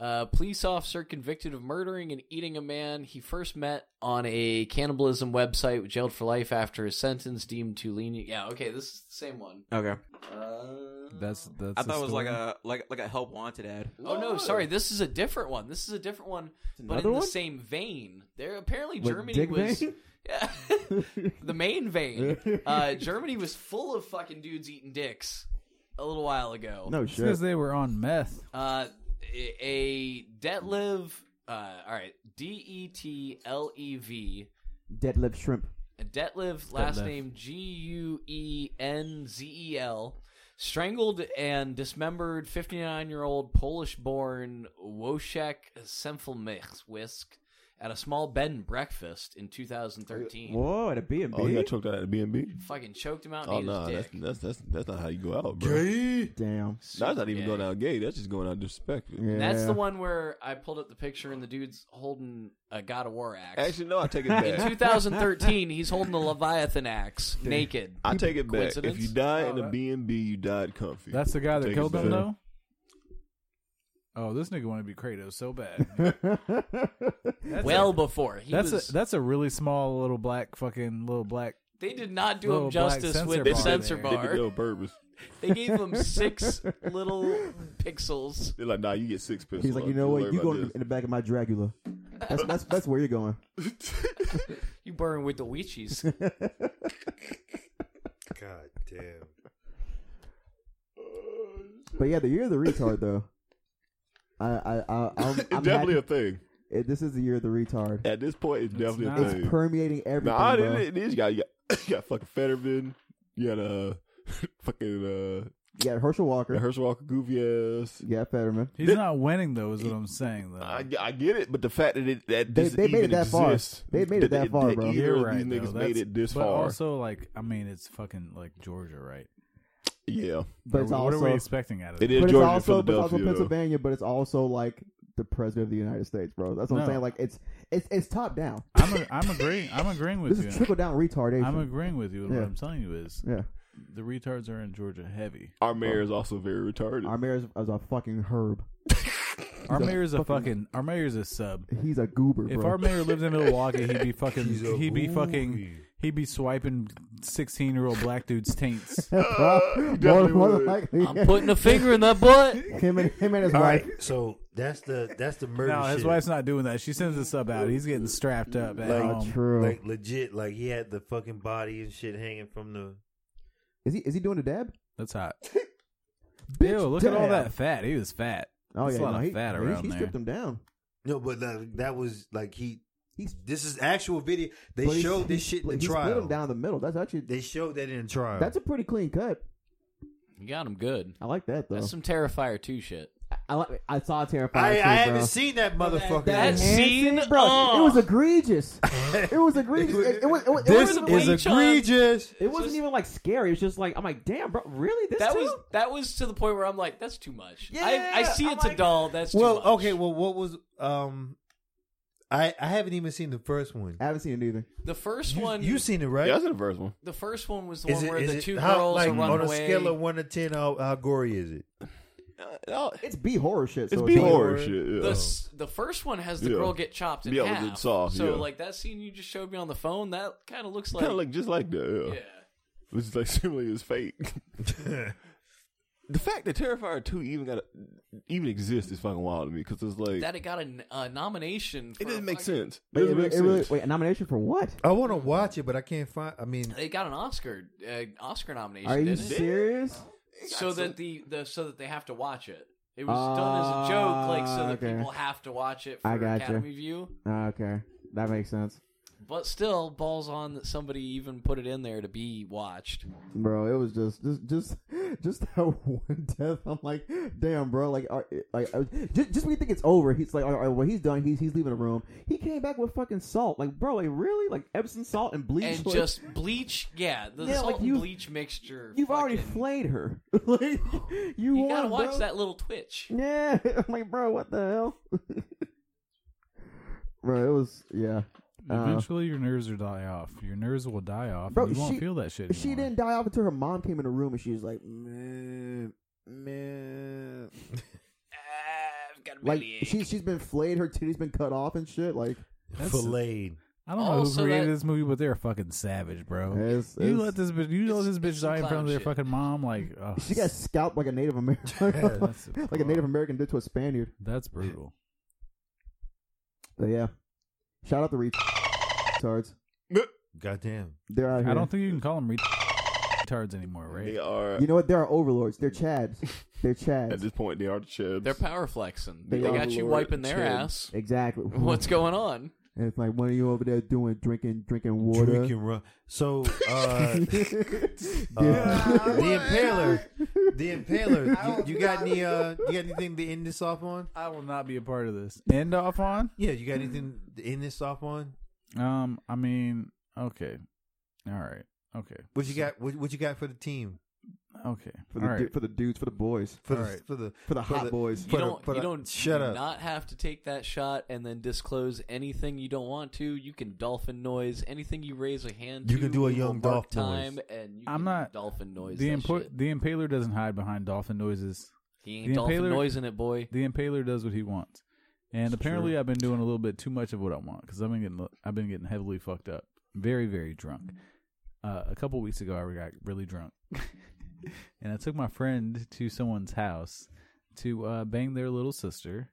[SPEAKER 3] uh, police officer convicted of murdering and eating a man he first met on a cannibalism website, jailed for life after his sentence deemed too lenient. Yeah, okay, this is the same one.
[SPEAKER 11] Okay.
[SPEAKER 3] Uh,
[SPEAKER 1] That's that's.
[SPEAKER 11] I thought
[SPEAKER 1] the
[SPEAKER 11] it was like
[SPEAKER 1] story?
[SPEAKER 11] a like like a help wanted ad.
[SPEAKER 3] Oh no, sorry. This is a different one. This is a different one, but
[SPEAKER 11] another
[SPEAKER 3] in the
[SPEAKER 11] one?
[SPEAKER 3] same vein. There apparently
[SPEAKER 11] Like
[SPEAKER 3] Germany
[SPEAKER 11] dick
[SPEAKER 3] was
[SPEAKER 11] vein?
[SPEAKER 3] yeah, the main vein. Uh, Germany was full of fucking dudes eating dicks a little while ago.
[SPEAKER 1] It's Because they were on meth.
[SPEAKER 3] Uh, a- a Detlev. Uh, all right, D E T L E V.
[SPEAKER 10] Deadlift shrimp.
[SPEAKER 3] Detlev, last
[SPEAKER 10] Detlev.
[SPEAKER 3] name G U E N Z E L, strangled and dismembered 59 year old Polish born Wojciech Semmelmich at a small bed and breakfast in 2013.
[SPEAKER 11] Whoa, at a B and
[SPEAKER 8] Oh, he got choked out at a B and B.
[SPEAKER 3] Fucking choked him out and
[SPEAKER 8] Oh
[SPEAKER 3] ate
[SPEAKER 8] no,
[SPEAKER 3] his
[SPEAKER 8] that's,
[SPEAKER 3] dick.
[SPEAKER 8] that's that's that's not how you go out, bro.
[SPEAKER 10] Damn.
[SPEAKER 8] That's not even
[SPEAKER 3] Gay.
[SPEAKER 8] going out gay. That's just going out disrespectful.
[SPEAKER 3] And That's the one where I pulled up the picture and the dude's holding a God of War axe.
[SPEAKER 8] Actually, no, I take it back.
[SPEAKER 3] In 2013, he's holding the Leviathan axe,
[SPEAKER 8] Damn.
[SPEAKER 3] naked.
[SPEAKER 8] I take it back. If
[SPEAKER 3] Coincidence?
[SPEAKER 8] you die
[SPEAKER 1] Oh,
[SPEAKER 8] in a
[SPEAKER 1] that-
[SPEAKER 8] B and B, you died comfy.
[SPEAKER 1] That's the guy
[SPEAKER 8] Take
[SPEAKER 1] that
[SPEAKER 8] it
[SPEAKER 1] killed them,
[SPEAKER 8] back.
[SPEAKER 1] though. Oh, this nigga wanted to be Kratos so bad. That's
[SPEAKER 3] well
[SPEAKER 1] a-
[SPEAKER 3] before he
[SPEAKER 1] that's
[SPEAKER 3] was.
[SPEAKER 1] a that's a really small little black fucking little black.
[SPEAKER 3] they did not do
[SPEAKER 1] little
[SPEAKER 3] him
[SPEAKER 1] black
[SPEAKER 3] justice
[SPEAKER 1] censor
[SPEAKER 3] with the
[SPEAKER 1] bar
[SPEAKER 3] censor
[SPEAKER 1] there.
[SPEAKER 3] bar.
[SPEAKER 8] Yo, bird was.
[SPEAKER 3] They gave him six little pixels.
[SPEAKER 8] They're like, nah, you get six pistols.
[SPEAKER 10] He's like, you know what? You going in the back of my Dracula. That's that's that's where you're going.
[SPEAKER 3] You burn with the witches.
[SPEAKER 9] God damn.
[SPEAKER 10] But yeah, the year of the retard though. I I I I'm,
[SPEAKER 8] It's
[SPEAKER 10] I'm
[SPEAKER 8] definitely
[SPEAKER 10] happy-
[SPEAKER 8] a thing.
[SPEAKER 10] it- this is the year of the retard.
[SPEAKER 8] At this point, it's, definitely
[SPEAKER 10] not.
[SPEAKER 8] a
[SPEAKER 10] It's
[SPEAKER 8] thing.
[SPEAKER 10] permeating everything,
[SPEAKER 8] Nah, it,
[SPEAKER 10] bro.
[SPEAKER 8] it is. You got, you got, you got fucking Fetterman. You got uh, fucking uh,
[SPEAKER 10] Yeah, Herschel Walker.
[SPEAKER 8] the Herschel Walker goofy ass.
[SPEAKER 10] Yeah, Fetterman.
[SPEAKER 1] He's not winning though, is what I'm saying though.
[SPEAKER 8] I, I get it, but the fact that it that
[SPEAKER 10] They-
[SPEAKER 8] this
[SPEAKER 10] they made it
[SPEAKER 8] even
[SPEAKER 10] that far.
[SPEAKER 8] exists,
[SPEAKER 10] They made it that far, bro.
[SPEAKER 8] Either
[SPEAKER 1] You're
[SPEAKER 8] of
[SPEAKER 1] right.
[SPEAKER 8] these niggas
[SPEAKER 1] though.
[SPEAKER 8] made
[SPEAKER 1] That's-
[SPEAKER 8] it this
[SPEAKER 1] but
[SPEAKER 8] far.
[SPEAKER 1] also, like, I mean, it's fucking like Georgia, right?
[SPEAKER 8] yeah,
[SPEAKER 10] But it's
[SPEAKER 1] what
[SPEAKER 10] also
[SPEAKER 1] are we expecting out of
[SPEAKER 8] It
[SPEAKER 1] it?
[SPEAKER 8] is
[SPEAKER 10] but it's
[SPEAKER 8] Georgia and
[SPEAKER 10] also but it's also
[SPEAKER 8] Philadelphia, though.
[SPEAKER 10] Pennsylvania, but it's also like the president of the United States, bro. That's what
[SPEAKER 1] No.
[SPEAKER 10] I'm saying. Like it's it's it's top down.
[SPEAKER 1] I'm a, I'm agreeing. I'm agreeing with
[SPEAKER 10] This
[SPEAKER 1] you.
[SPEAKER 10] is trickle down retardation.
[SPEAKER 1] I'm agreeing with you. and
[SPEAKER 10] Yeah.
[SPEAKER 1] What I'm telling you is,
[SPEAKER 10] Yeah.
[SPEAKER 1] the retards are in Georgia heavy.
[SPEAKER 8] Our mayor is also very retarded.
[SPEAKER 10] Our mayor is, is a fucking herb.
[SPEAKER 1] Our mayor is a fucking. Our mayor is a sub.
[SPEAKER 10] He's a goober,
[SPEAKER 1] If
[SPEAKER 10] bro.
[SPEAKER 1] our mayor lived in Milwaukee, he'd be fucking.
[SPEAKER 9] He's a
[SPEAKER 1] He'd be
[SPEAKER 9] movie.
[SPEAKER 1] fucking. He'd be swiping sixteen-year-old black dudes' taints.
[SPEAKER 10] more, more than likely,
[SPEAKER 3] I'm putting a finger in that butt.
[SPEAKER 10] him and him and his
[SPEAKER 9] All
[SPEAKER 10] wife.
[SPEAKER 9] right, so that's the that's the murder.
[SPEAKER 1] No, his
[SPEAKER 9] shit.
[SPEAKER 1] wife's not doing that. She sends the sub out. He's getting strapped up at
[SPEAKER 9] Like-
[SPEAKER 1] home.
[SPEAKER 10] True.
[SPEAKER 9] like legit. Like he had the fucking body and shit hanging from the.
[SPEAKER 10] is he is he doing a dab?
[SPEAKER 1] That's hot.
[SPEAKER 10] Bitch,
[SPEAKER 1] Ew, look at all
[SPEAKER 10] dab.
[SPEAKER 1] that fat. He was fat.
[SPEAKER 10] Oh
[SPEAKER 1] There's
[SPEAKER 10] yeah,
[SPEAKER 1] a lot
[SPEAKER 10] no,
[SPEAKER 1] of
[SPEAKER 10] he,
[SPEAKER 1] fat
[SPEAKER 10] he-
[SPEAKER 1] around
[SPEAKER 10] he,
[SPEAKER 1] there.
[SPEAKER 10] stripped him down.
[SPEAKER 9] No, but that, that was like he.
[SPEAKER 10] He's-
[SPEAKER 9] This is actual video. They
[SPEAKER 10] But he-
[SPEAKER 9] showed
[SPEAKER 10] he
[SPEAKER 9] this shit in
[SPEAKER 10] split-
[SPEAKER 9] the
[SPEAKER 10] he split
[SPEAKER 9] trial.
[SPEAKER 10] him down the middle. That's actually
[SPEAKER 9] They showed that in the trial.
[SPEAKER 10] that's a pretty clean cut.
[SPEAKER 3] You got him good.
[SPEAKER 10] I like that though.
[SPEAKER 3] That's some Terrifier 2 shit.
[SPEAKER 10] I like, I saw terrified.
[SPEAKER 9] I, I
[SPEAKER 10] too, bro.
[SPEAKER 9] haven't seen that motherfucker.
[SPEAKER 3] That
[SPEAKER 9] yet.
[SPEAKER 3] scene,
[SPEAKER 10] bro. It was
[SPEAKER 3] a
[SPEAKER 10] egregious. it was egregious. It, it was, it, was- it
[SPEAKER 9] this
[SPEAKER 10] wasn't,
[SPEAKER 9] is
[SPEAKER 3] wait, Sean.
[SPEAKER 9] egregious.
[SPEAKER 12] It wasn't even like scary. It's just like I'm like, damn, bro, really? This
[SPEAKER 3] that
[SPEAKER 12] too?
[SPEAKER 3] was that was to the point where I'm like, that's too much.
[SPEAKER 11] Yeah,
[SPEAKER 3] I, I see
[SPEAKER 11] I'm
[SPEAKER 3] it's a
[SPEAKER 11] like-
[SPEAKER 3] doll. That's too
[SPEAKER 9] Well,
[SPEAKER 3] much.
[SPEAKER 9] okay. Well, what was um? I I haven't even seen the first one.
[SPEAKER 10] I haven't seen it either.
[SPEAKER 3] the first
[SPEAKER 9] You,
[SPEAKER 3] one,
[SPEAKER 9] you seen it right?
[SPEAKER 8] yeah, that's the first one.
[SPEAKER 3] the first one was the
[SPEAKER 9] Is
[SPEAKER 3] one
[SPEAKER 9] it-
[SPEAKER 3] where
[SPEAKER 9] is
[SPEAKER 3] the
[SPEAKER 9] it-
[SPEAKER 3] two
[SPEAKER 9] how,
[SPEAKER 3] girls
[SPEAKER 9] like,
[SPEAKER 3] are run
[SPEAKER 9] on
[SPEAKER 3] away.
[SPEAKER 9] a scale of one to ten? How, how gory is it?
[SPEAKER 8] Oh,
[SPEAKER 10] It's B horror shit.
[SPEAKER 8] it's
[SPEAKER 10] so
[SPEAKER 8] B horror
[SPEAKER 9] horror.
[SPEAKER 8] shit. Yeah.
[SPEAKER 3] the s- the first one has the
[SPEAKER 8] Yeah.
[SPEAKER 3] girl get chopped in
[SPEAKER 8] Yeah, with
[SPEAKER 3] half.
[SPEAKER 8] the saw,
[SPEAKER 3] so
[SPEAKER 8] yeah.
[SPEAKER 3] like that scene you just showed me on the phone, that kind of looks like,
[SPEAKER 8] kind of like just like that. Yeah,
[SPEAKER 3] yeah.
[SPEAKER 8] which is like similarly is fake. the fact that Terrifier two even got a, even exists is fucking wild to me because it's like
[SPEAKER 3] That it got a, n- a nomination. For
[SPEAKER 8] it doesn't
[SPEAKER 3] a
[SPEAKER 8] make
[SPEAKER 3] fucking-
[SPEAKER 8] sense. It
[SPEAKER 10] Wait, it
[SPEAKER 8] doesn't
[SPEAKER 10] really-
[SPEAKER 8] make
[SPEAKER 10] it really-
[SPEAKER 8] sense.
[SPEAKER 10] wait, a nomination for what?
[SPEAKER 9] I want to watch it, but I can't find. I mean,
[SPEAKER 3] It got an Oscar uh, Oscar nomination.
[SPEAKER 10] Are you
[SPEAKER 3] didn't it?
[SPEAKER 10] serious?
[SPEAKER 3] so that the, the so that they have to watch it. It was done as a joke, like so
[SPEAKER 10] Ah,
[SPEAKER 3] that
[SPEAKER 10] okay.
[SPEAKER 3] people have to watch it for
[SPEAKER 10] I gotcha.
[SPEAKER 3] Academy View.
[SPEAKER 10] Ah, okay, that makes sense,
[SPEAKER 3] But still, balls on that somebody even put it in there to be watched.
[SPEAKER 10] bro. It was just just just just that one death. I'm like, damn, bro. Like, are, like I- just, just when you think it's over, he's like, all right, well, he's done. He's he's leaving the room. He came back with fucking salt. Like, bro, like really, like Epsom salt and bleach.
[SPEAKER 3] and
[SPEAKER 10] like,
[SPEAKER 3] just bleach. Yeah, the
[SPEAKER 10] Yeah,
[SPEAKER 3] salt
[SPEAKER 10] like
[SPEAKER 3] and
[SPEAKER 10] you-
[SPEAKER 3] bleach mixture.
[SPEAKER 10] you've already flayed her. like, you,
[SPEAKER 3] You
[SPEAKER 10] won,
[SPEAKER 3] gotta watch
[SPEAKER 10] bro.
[SPEAKER 3] that little twitch.
[SPEAKER 10] Yeah, I'm like, bro, what the hell? Bro, it was yeah. Uh,
[SPEAKER 1] Eventually, your nerves will die off. Your nerves will die off.
[SPEAKER 10] Bro,
[SPEAKER 1] and you won't
[SPEAKER 10] she-
[SPEAKER 1] feel that shit.
[SPEAKER 10] she
[SPEAKER 1] anymore.
[SPEAKER 10] didn't die off until her mom came in the room and she was like, man, man.
[SPEAKER 3] Ah,
[SPEAKER 10] like she she's been flayed, her titty's been cut off and shit. Like
[SPEAKER 1] That's- I don't know who created this movie, but they're fucking savage, bro.
[SPEAKER 10] It's-
[SPEAKER 1] you
[SPEAKER 10] it's-
[SPEAKER 1] let this bitch, you let this bitch die in
[SPEAKER 10] some
[SPEAKER 1] front of
[SPEAKER 10] clown
[SPEAKER 1] their
[SPEAKER 10] shit.
[SPEAKER 1] fucking mom, like, oh,
[SPEAKER 10] She got scalped like a Native American, like a Native American did to a Spaniard.
[SPEAKER 1] That's brutal.
[SPEAKER 10] But yeah, shout out to Reach Tards.
[SPEAKER 9] Goddamn.
[SPEAKER 10] They're out here.
[SPEAKER 1] I don't think you can call them retards anymore, right?
[SPEAKER 8] They are.
[SPEAKER 10] You know what? They're our overlords. They're Chads. They're Chads.
[SPEAKER 8] At this point, they are the chibs.
[SPEAKER 3] They're power flexing. They,
[SPEAKER 10] are
[SPEAKER 3] got you
[SPEAKER 10] overlord
[SPEAKER 3] wiping their
[SPEAKER 10] Chads.
[SPEAKER 3] ass.
[SPEAKER 10] Exactly.
[SPEAKER 3] What's going on?
[SPEAKER 10] And it's like, what are you over there doing? Drinking, drinking water.
[SPEAKER 9] Drinking rum. So, uh, uh, the impaler, the impaler. You, you got any? Uh, you got anything to end this off on?
[SPEAKER 1] I will not be a part of this. uh, End off on?
[SPEAKER 9] Yeah, you got anything to end this off on?
[SPEAKER 1] Um, I mean, okay, all right, okay,
[SPEAKER 9] What you got? What, what you got for the team?
[SPEAKER 1] okay,
[SPEAKER 10] For the,
[SPEAKER 1] all
[SPEAKER 10] du-
[SPEAKER 1] right.
[SPEAKER 10] for the dudes, for the boys,
[SPEAKER 9] For the for the
[SPEAKER 10] for the hot boys.
[SPEAKER 3] You don't.
[SPEAKER 9] for
[SPEAKER 3] you
[SPEAKER 9] the-
[SPEAKER 3] don't.
[SPEAKER 9] shut
[SPEAKER 3] you
[SPEAKER 9] up.
[SPEAKER 3] Not have to take that shot and then disclose anything you don't want to. You can dolphin noise anything you raise a hand.
[SPEAKER 9] You
[SPEAKER 3] to,
[SPEAKER 9] can do a
[SPEAKER 3] you will
[SPEAKER 9] young
[SPEAKER 3] mark
[SPEAKER 9] dolphin
[SPEAKER 3] time,
[SPEAKER 9] noise.
[SPEAKER 3] and you
[SPEAKER 1] I'm
[SPEAKER 3] can
[SPEAKER 1] not
[SPEAKER 3] dolphin noise.
[SPEAKER 1] The
[SPEAKER 3] that
[SPEAKER 1] impo-
[SPEAKER 3] shit.
[SPEAKER 1] the impaler doesn't hide behind dolphin noises.
[SPEAKER 3] He ain't dolphin noising it, boy.
[SPEAKER 1] The impaler does what he wants, and apparently I've been doing a little bit too much of what I want because I've been getting I've been getting heavily fucked up, very very drunk. Uh, a couple weeks ago, I got really drunk, and I took my friend to someone's house to uh, bang their little sister.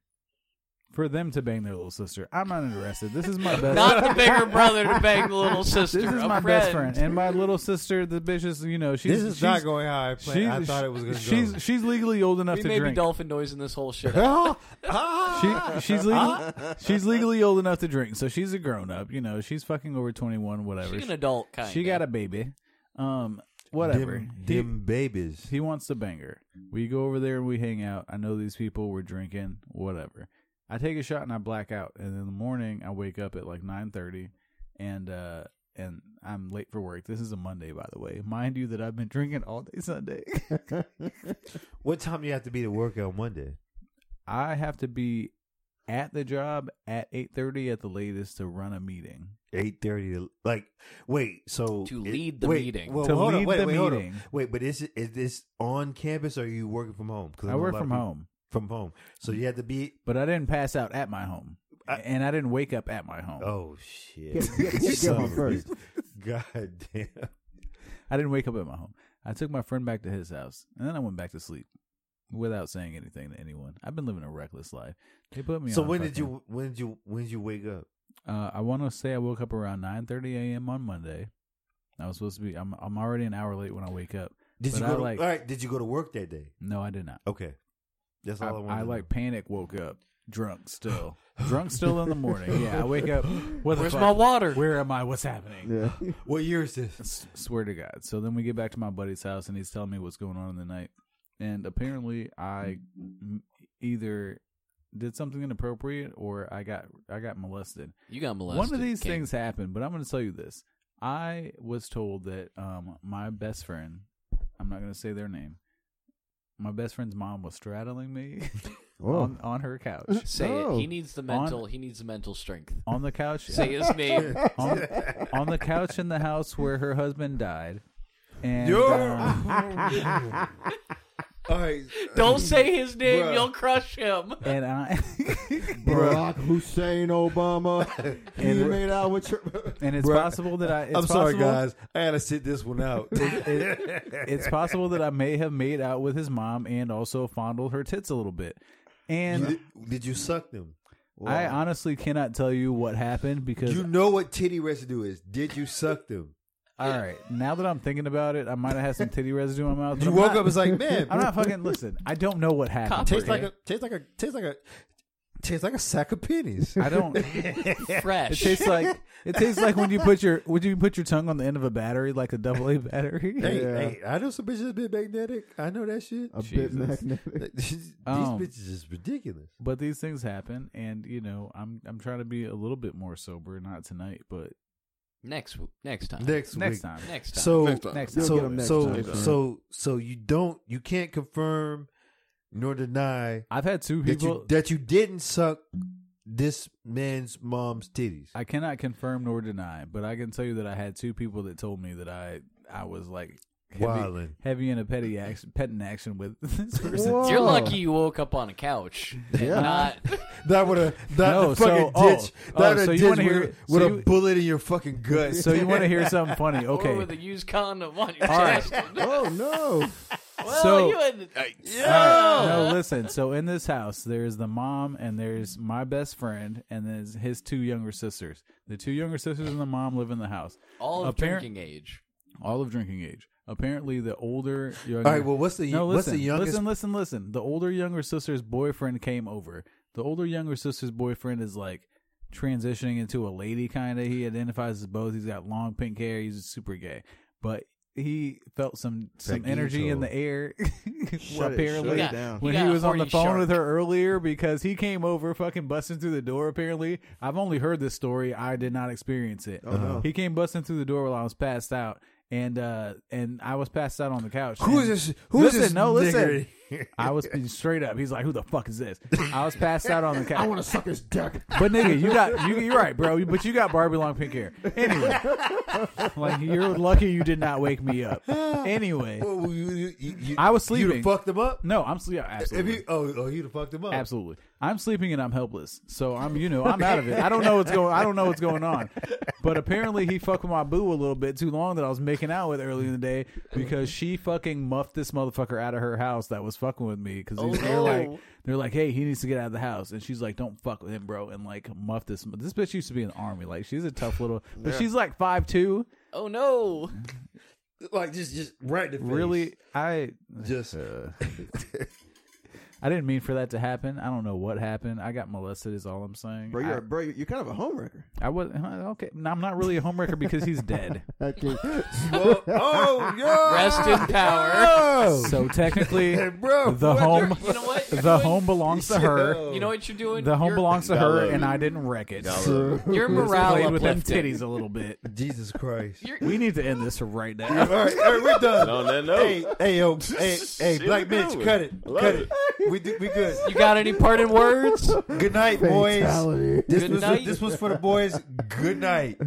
[SPEAKER 1] For them to bang their little sister, I'm not interested. This is my best.
[SPEAKER 3] Not the bigger brother to bang the little sister,
[SPEAKER 1] This is
[SPEAKER 3] a
[SPEAKER 1] my best
[SPEAKER 3] friend.
[SPEAKER 1] friend, and my little sister, the bitch is, you know, she's.
[SPEAKER 9] This is
[SPEAKER 1] she's,
[SPEAKER 9] not going how I planned. I
[SPEAKER 1] she's-
[SPEAKER 9] thought it was going to
[SPEAKER 1] She's
[SPEAKER 9] go.
[SPEAKER 1] she's legally old enough
[SPEAKER 3] we
[SPEAKER 1] to
[SPEAKER 3] may
[SPEAKER 1] drink.
[SPEAKER 3] be dolphin noising this whole shit.
[SPEAKER 9] Ah,
[SPEAKER 1] She,
[SPEAKER 9] ah.
[SPEAKER 1] she's legal. she's legally old enough to drink, so she's a grown up. You know, she's fucking over twenty one. Whatever.
[SPEAKER 3] She's an adult, kinda.
[SPEAKER 1] She got a baby. Um, whatever.
[SPEAKER 9] Them,
[SPEAKER 1] He-
[SPEAKER 9] them babies.
[SPEAKER 1] He wants to bang her. We go over there and we hang out. I know these people. We're drinking. Whatever. I take a shot and I black out. And in the morning, I wake up at like nine thirty, and uh, and I'm late for work. This is a Monday, by the way. Mind you, that I've been drinking all day Sunday.
[SPEAKER 9] What time you have to be to work on Monday?
[SPEAKER 1] I have to be at the job at eight thirty at the latest to run a meeting.
[SPEAKER 9] Eight thirty to like wait. So
[SPEAKER 3] To
[SPEAKER 9] it-
[SPEAKER 3] lead the
[SPEAKER 9] wait,
[SPEAKER 3] meeting.
[SPEAKER 9] Well,
[SPEAKER 1] To
[SPEAKER 9] hold on,
[SPEAKER 1] lead
[SPEAKER 9] wait,
[SPEAKER 1] the
[SPEAKER 9] wait, hold on.
[SPEAKER 1] meeting.
[SPEAKER 9] Wait, but is it is this on campus or are you working from home? 'Cause
[SPEAKER 1] I
[SPEAKER 9] know a
[SPEAKER 1] work
[SPEAKER 9] lot of
[SPEAKER 1] from
[SPEAKER 9] people-
[SPEAKER 1] home.
[SPEAKER 9] From home, so you had to be.
[SPEAKER 1] But I didn't pass out at my home,
[SPEAKER 9] I-
[SPEAKER 1] and I didn't wake up at my home.
[SPEAKER 9] Oh shit!
[SPEAKER 10] Get- get- get
[SPEAKER 9] Son
[SPEAKER 10] home
[SPEAKER 9] of a
[SPEAKER 10] first.
[SPEAKER 9] bitch. God damn.
[SPEAKER 1] I didn't wake up at my home. I took my friend back to his house, and then I went back to sleep without saying anything to anyone. I've been living a reckless life. They put me.
[SPEAKER 9] So
[SPEAKER 1] on
[SPEAKER 9] when did
[SPEAKER 1] fucking-
[SPEAKER 9] you when did you when did you wake up?
[SPEAKER 1] Uh, I want to say I woke up around nine thirty a.m. on Monday. I was supposed to be. I'm I'm already an hour late when I wake up.
[SPEAKER 9] Did
[SPEAKER 1] But
[SPEAKER 9] you
[SPEAKER 1] I
[SPEAKER 9] go to,
[SPEAKER 1] like?
[SPEAKER 9] all right? Did you go to work that day?
[SPEAKER 1] No, I did not.
[SPEAKER 9] Okay, that's all I, wanted.
[SPEAKER 1] I, I
[SPEAKER 9] to
[SPEAKER 1] like panic. Woke up drunk still. drunk still in the morning. Yeah, I wake up. What the
[SPEAKER 3] Where's
[SPEAKER 1] fuck?
[SPEAKER 3] my water?
[SPEAKER 1] Where am I? What's happening?
[SPEAKER 10] Yeah.
[SPEAKER 9] know. What year is this?
[SPEAKER 1] S- swear to God. So then we get back to my buddy's house, and he's telling me what's going on in the night. And apparently, I m- either did something inappropriate or I got I got molested.
[SPEAKER 3] You got molested.
[SPEAKER 1] One of these
[SPEAKER 3] King.
[SPEAKER 1] things happened, but I'm going to tell you this. I was told that um, my best friend, I'm not going to say their name, my best friend's mom was straddling me
[SPEAKER 10] Oh.
[SPEAKER 1] on, on her couch.
[SPEAKER 3] Say
[SPEAKER 10] Oh.
[SPEAKER 3] it. He needs the mental. he needs the mental strength.
[SPEAKER 1] On the couch.
[SPEAKER 3] Say his name.
[SPEAKER 1] on, on the couch in the house where her husband died. And
[SPEAKER 9] Yo.
[SPEAKER 1] um,
[SPEAKER 9] All right,
[SPEAKER 3] Don't say his name.
[SPEAKER 9] Bruh.
[SPEAKER 3] You'll crush him.
[SPEAKER 1] and I
[SPEAKER 10] Barack Hussein Obama. he
[SPEAKER 1] And-
[SPEAKER 10] made out with your.
[SPEAKER 1] and it's
[SPEAKER 9] Bruh.
[SPEAKER 1] possible that I it's
[SPEAKER 9] I'm sorry,
[SPEAKER 1] possible-
[SPEAKER 9] guys. I had to sit this one out.
[SPEAKER 1] It's possible that I may have made out with his mom and also fondled her tits a little bit.
[SPEAKER 9] You
[SPEAKER 1] And
[SPEAKER 9] did, did you suck them?
[SPEAKER 1] I honestly cannot tell you what happened because
[SPEAKER 9] You know what titty residue is. Did you suck them?
[SPEAKER 1] all right, now that I'm thinking about it, I might have had some titty residue in my mouth. but
[SPEAKER 9] You
[SPEAKER 1] I'm
[SPEAKER 9] woke
[SPEAKER 1] not-
[SPEAKER 9] up. It's like man,
[SPEAKER 1] I'm not fucking listen. I don't know what happened.
[SPEAKER 9] tastes
[SPEAKER 1] okay?
[SPEAKER 9] like a tastes like a tastes like a tastes like a sack of pennies.
[SPEAKER 1] I don't. It tastes like it tastes like when you put your would you put your tongue on the end of a battery like a double A battery?
[SPEAKER 9] Hey, hey, I know some bitches been magnetic. I know that shit.
[SPEAKER 1] A bit Jesus. magnetic.
[SPEAKER 9] These
[SPEAKER 1] Um,
[SPEAKER 9] bitches is ridiculous.
[SPEAKER 1] But these things happen, and you know, I'm I'm trying to be a little bit more sober, not tonight, but
[SPEAKER 3] Next w- next time.
[SPEAKER 9] Next
[SPEAKER 1] uh, next
[SPEAKER 9] week.
[SPEAKER 1] time,
[SPEAKER 3] Next time.
[SPEAKER 9] So
[SPEAKER 1] next time. You'll
[SPEAKER 9] so
[SPEAKER 1] get 'em next
[SPEAKER 9] so
[SPEAKER 1] time.
[SPEAKER 9] so so you don't you can't confirm nor deny.
[SPEAKER 1] I've had two
[SPEAKER 9] that
[SPEAKER 1] people-
[SPEAKER 9] you, that you didn't suck this man's mom's titties.
[SPEAKER 1] I cannot confirm nor deny, but I can tell you that I had two people that told me that I I was like heavy,
[SPEAKER 9] Wildin'.
[SPEAKER 1] heavy in a petty action, petting action with this person.
[SPEAKER 3] You're lucky you woke up on a couch. and
[SPEAKER 1] Oh. Yeah.
[SPEAKER 3] Not
[SPEAKER 9] That would have that
[SPEAKER 1] No,
[SPEAKER 9] the fucking
[SPEAKER 1] so-
[SPEAKER 9] ditch.
[SPEAKER 1] oh,
[SPEAKER 9] that
[SPEAKER 1] oh,
[SPEAKER 9] would've
[SPEAKER 1] so you
[SPEAKER 9] ditch
[SPEAKER 1] wanna hear-
[SPEAKER 9] with,
[SPEAKER 1] so
[SPEAKER 9] with a
[SPEAKER 1] you-
[SPEAKER 9] bullet in your fucking gut.
[SPEAKER 1] So you wanna hear something funny, okay.
[SPEAKER 3] Or with a used condom on your
[SPEAKER 1] All right.
[SPEAKER 3] chest.
[SPEAKER 9] oh no.
[SPEAKER 3] Well,
[SPEAKER 1] So-
[SPEAKER 3] you had
[SPEAKER 1] All right, No, listen. So in this house, there's the mom, and there's my best friend, and there's his two younger sisters. The two younger sisters and the mom live in the house.
[SPEAKER 3] all of
[SPEAKER 1] Appar-
[SPEAKER 3] drinking age.
[SPEAKER 1] All of drinking age. Apparently, the older, younger.
[SPEAKER 9] All right, well, what's the-
[SPEAKER 1] no?
[SPEAKER 9] what's the
[SPEAKER 1] Listen,
[SPEAKER 9] youngest-
[SPEAKER 1] listen, listen, listen. The older, younger sister's boyfriend came over. The older, younger sister's boyfriend is like transitioning into a lady kind of. He identifies as both. He's got long pink hair. He's super gay, but he felt some some
[SPEAKER 9] Peggy
[SPEAKER 1] energy in
[SPEAKER 9] told.
[SPEAKER 1] the air.
[SPEAKER 9] Shut it-
[SPEAKER 1] apparently,
[SPEAKER 9] shut it down.
[SPEAKER 1] when
[SPEAKER 9] You
[SPEAKER 1] he
[SPEAKER 9] got a
[SPEAKER 1] was on the
[SPEAKER 9] horny
[SPEAKER 1] phone
[SPEAKER 9] shark.
[SPEAKER 1] with her earlier, because he came over, fucking busting through the door. Apparently, I've only heard this story. I did not experience it.
[SPEAKER 9] Oh, no.
[SPEAKER 1] He came busting through the door while I was passed out, and uh and I was passed out on the couch.
[SPEAKER 9] Who
[SPEAKER 1] And-
[SPEAKER 9] is this- who is
[SPEAKER 1] listen,
[SPEAKER 9] this
[SPEAKER 1] No, listen.
[SPEAKER 9] nigger?
[SPEAKER 1] I was straight up. He's like, "Who the fuck is this?" I was passed out on the couch.
[SPEAKER 10] I want to suck his dick.
[SPEAKER 1] But nigga, you got you, you're right, bro. But you got Barbie long pink hair. Anyway, like you're lucky you did not wake me up. Anyway,
[SPEAKER 9] Well, you- you- you- you-
[SPEAKER 1] I was
[SPEAKER 9] you'd have
[SPEAKER 1] sleeping.
[SPEAKER 9] fucked him up.
[SPEAKER 1] No, I'm sleeping.
[SPEAKER 9] If
[SPEAKER 1] Absolutely.
[SPEAKER 9] you, oh, oh, you'd have fucked him up.
[SPEAKER 1] Absolutely. I'm sleeping and I'm helpless. So I'm, you know, I'm out of it. I don't know what's going I don't know what's going on. But apparently he fucked with my boo a little bit too long that I was making out with early in the day because she fucking muffed this motherfucker out of her house that was fucking with me cuz
[SPEAKER 3] Oh,
[SPEAKER 1] they're
[SPEAKER 3] no.
[SPEAKER 1] like they're like, "Hey, he needs to get out of the house." And she's like, "Don't fuck with him, bro." And like muffed this this bitch used to be in the army. Like she's a tough little but
[SPEAKER 3] Yeah.
[SPEAKER 1] she's like five two.
[SPEAKER 3] Oh no.
[SPEAKER 9] Like just just right in the face.
[SPEAKER 1] Really? Uh. I
[SPEAKER 9] just
[SPEAKER 1] I didn't mean for that to happen. I don't know what happened. I got molested is all I'm saying.
[SPEAKER 11] Bro, you're,
[SPEAKER 1] I-
[SPEAKER 11] a bro, you're kind of a homewrecker.
[SPEAKER 1] I was huh, okay. No, I'm not really a homewrecker because he's dead.
[SPEAKER 9] Well, oh, yeah. Oh,
[SPEAKER 3] Rest in power. Oh.
[SPEAKER 1] So technically,
[SPEAKER 9] Bro,
[SPEAKER 1] the
[SPEAKER 9] what
[SPEAKER 1] home,
[SPEAKER 9] the- You know what?
[SPEAKER 1] the
[SPEAKER 9] You know what?
[SPEAKER 1] home belongs to her.
[SPEAKER 3] You know what you're doing?
[SPEAKER 1] The home
[SPEAKER 3] You're-
[SPEAKER 1] belongs to
[SPEAKER 3] Gotta
[SPEAKER 1] her,
[SPEAKER 3] love
[SPEAKER 1] and
[SPEAKER 3] you.
[SPEAKER 1] I didn't wreck it.
[SPEAKER 3] Gotta love you. Your
[SPEAKER 1] Let's
[SPEAKER 3] morale
[SPEAKER 1] play with them
[SPEAKER 3] uplifted.
[SPEAKER 1] titties a little bit.
[SPEAKER 9] Jesus Christ!
[SPEAKER 1] We need to end this right now.
[SPEAKER 9] all right, all right, we're done.
[SPEAKER 1] On that note.
[SPEAKER 9] hey, hey, yo, hey, hey,
[SPEAKER 1] Shit,
[SPEAKER 9] Black
[SPEAKER 1] we
[SPEAKER 9] Bitch,
[SPEAKER 1] good.
[SPEAKER 9] cut it,
[SPEAKER 1] Love
[SPEAKER 9] cut it.
[SPEAKER 1] it.
[SPEAKER 9] We do, we good.
[SPEAKER 3] You got any parting words?
[SPEAKER 9] Good night, boys.
[SPEAKER 10] Fatality.
[SPEAKER 9] This
[SPEAKER 3] Good
[SPEAKER 9] was
[SPEAKER 3] night.
[SPEAKER 9] this was for the boys. Good night.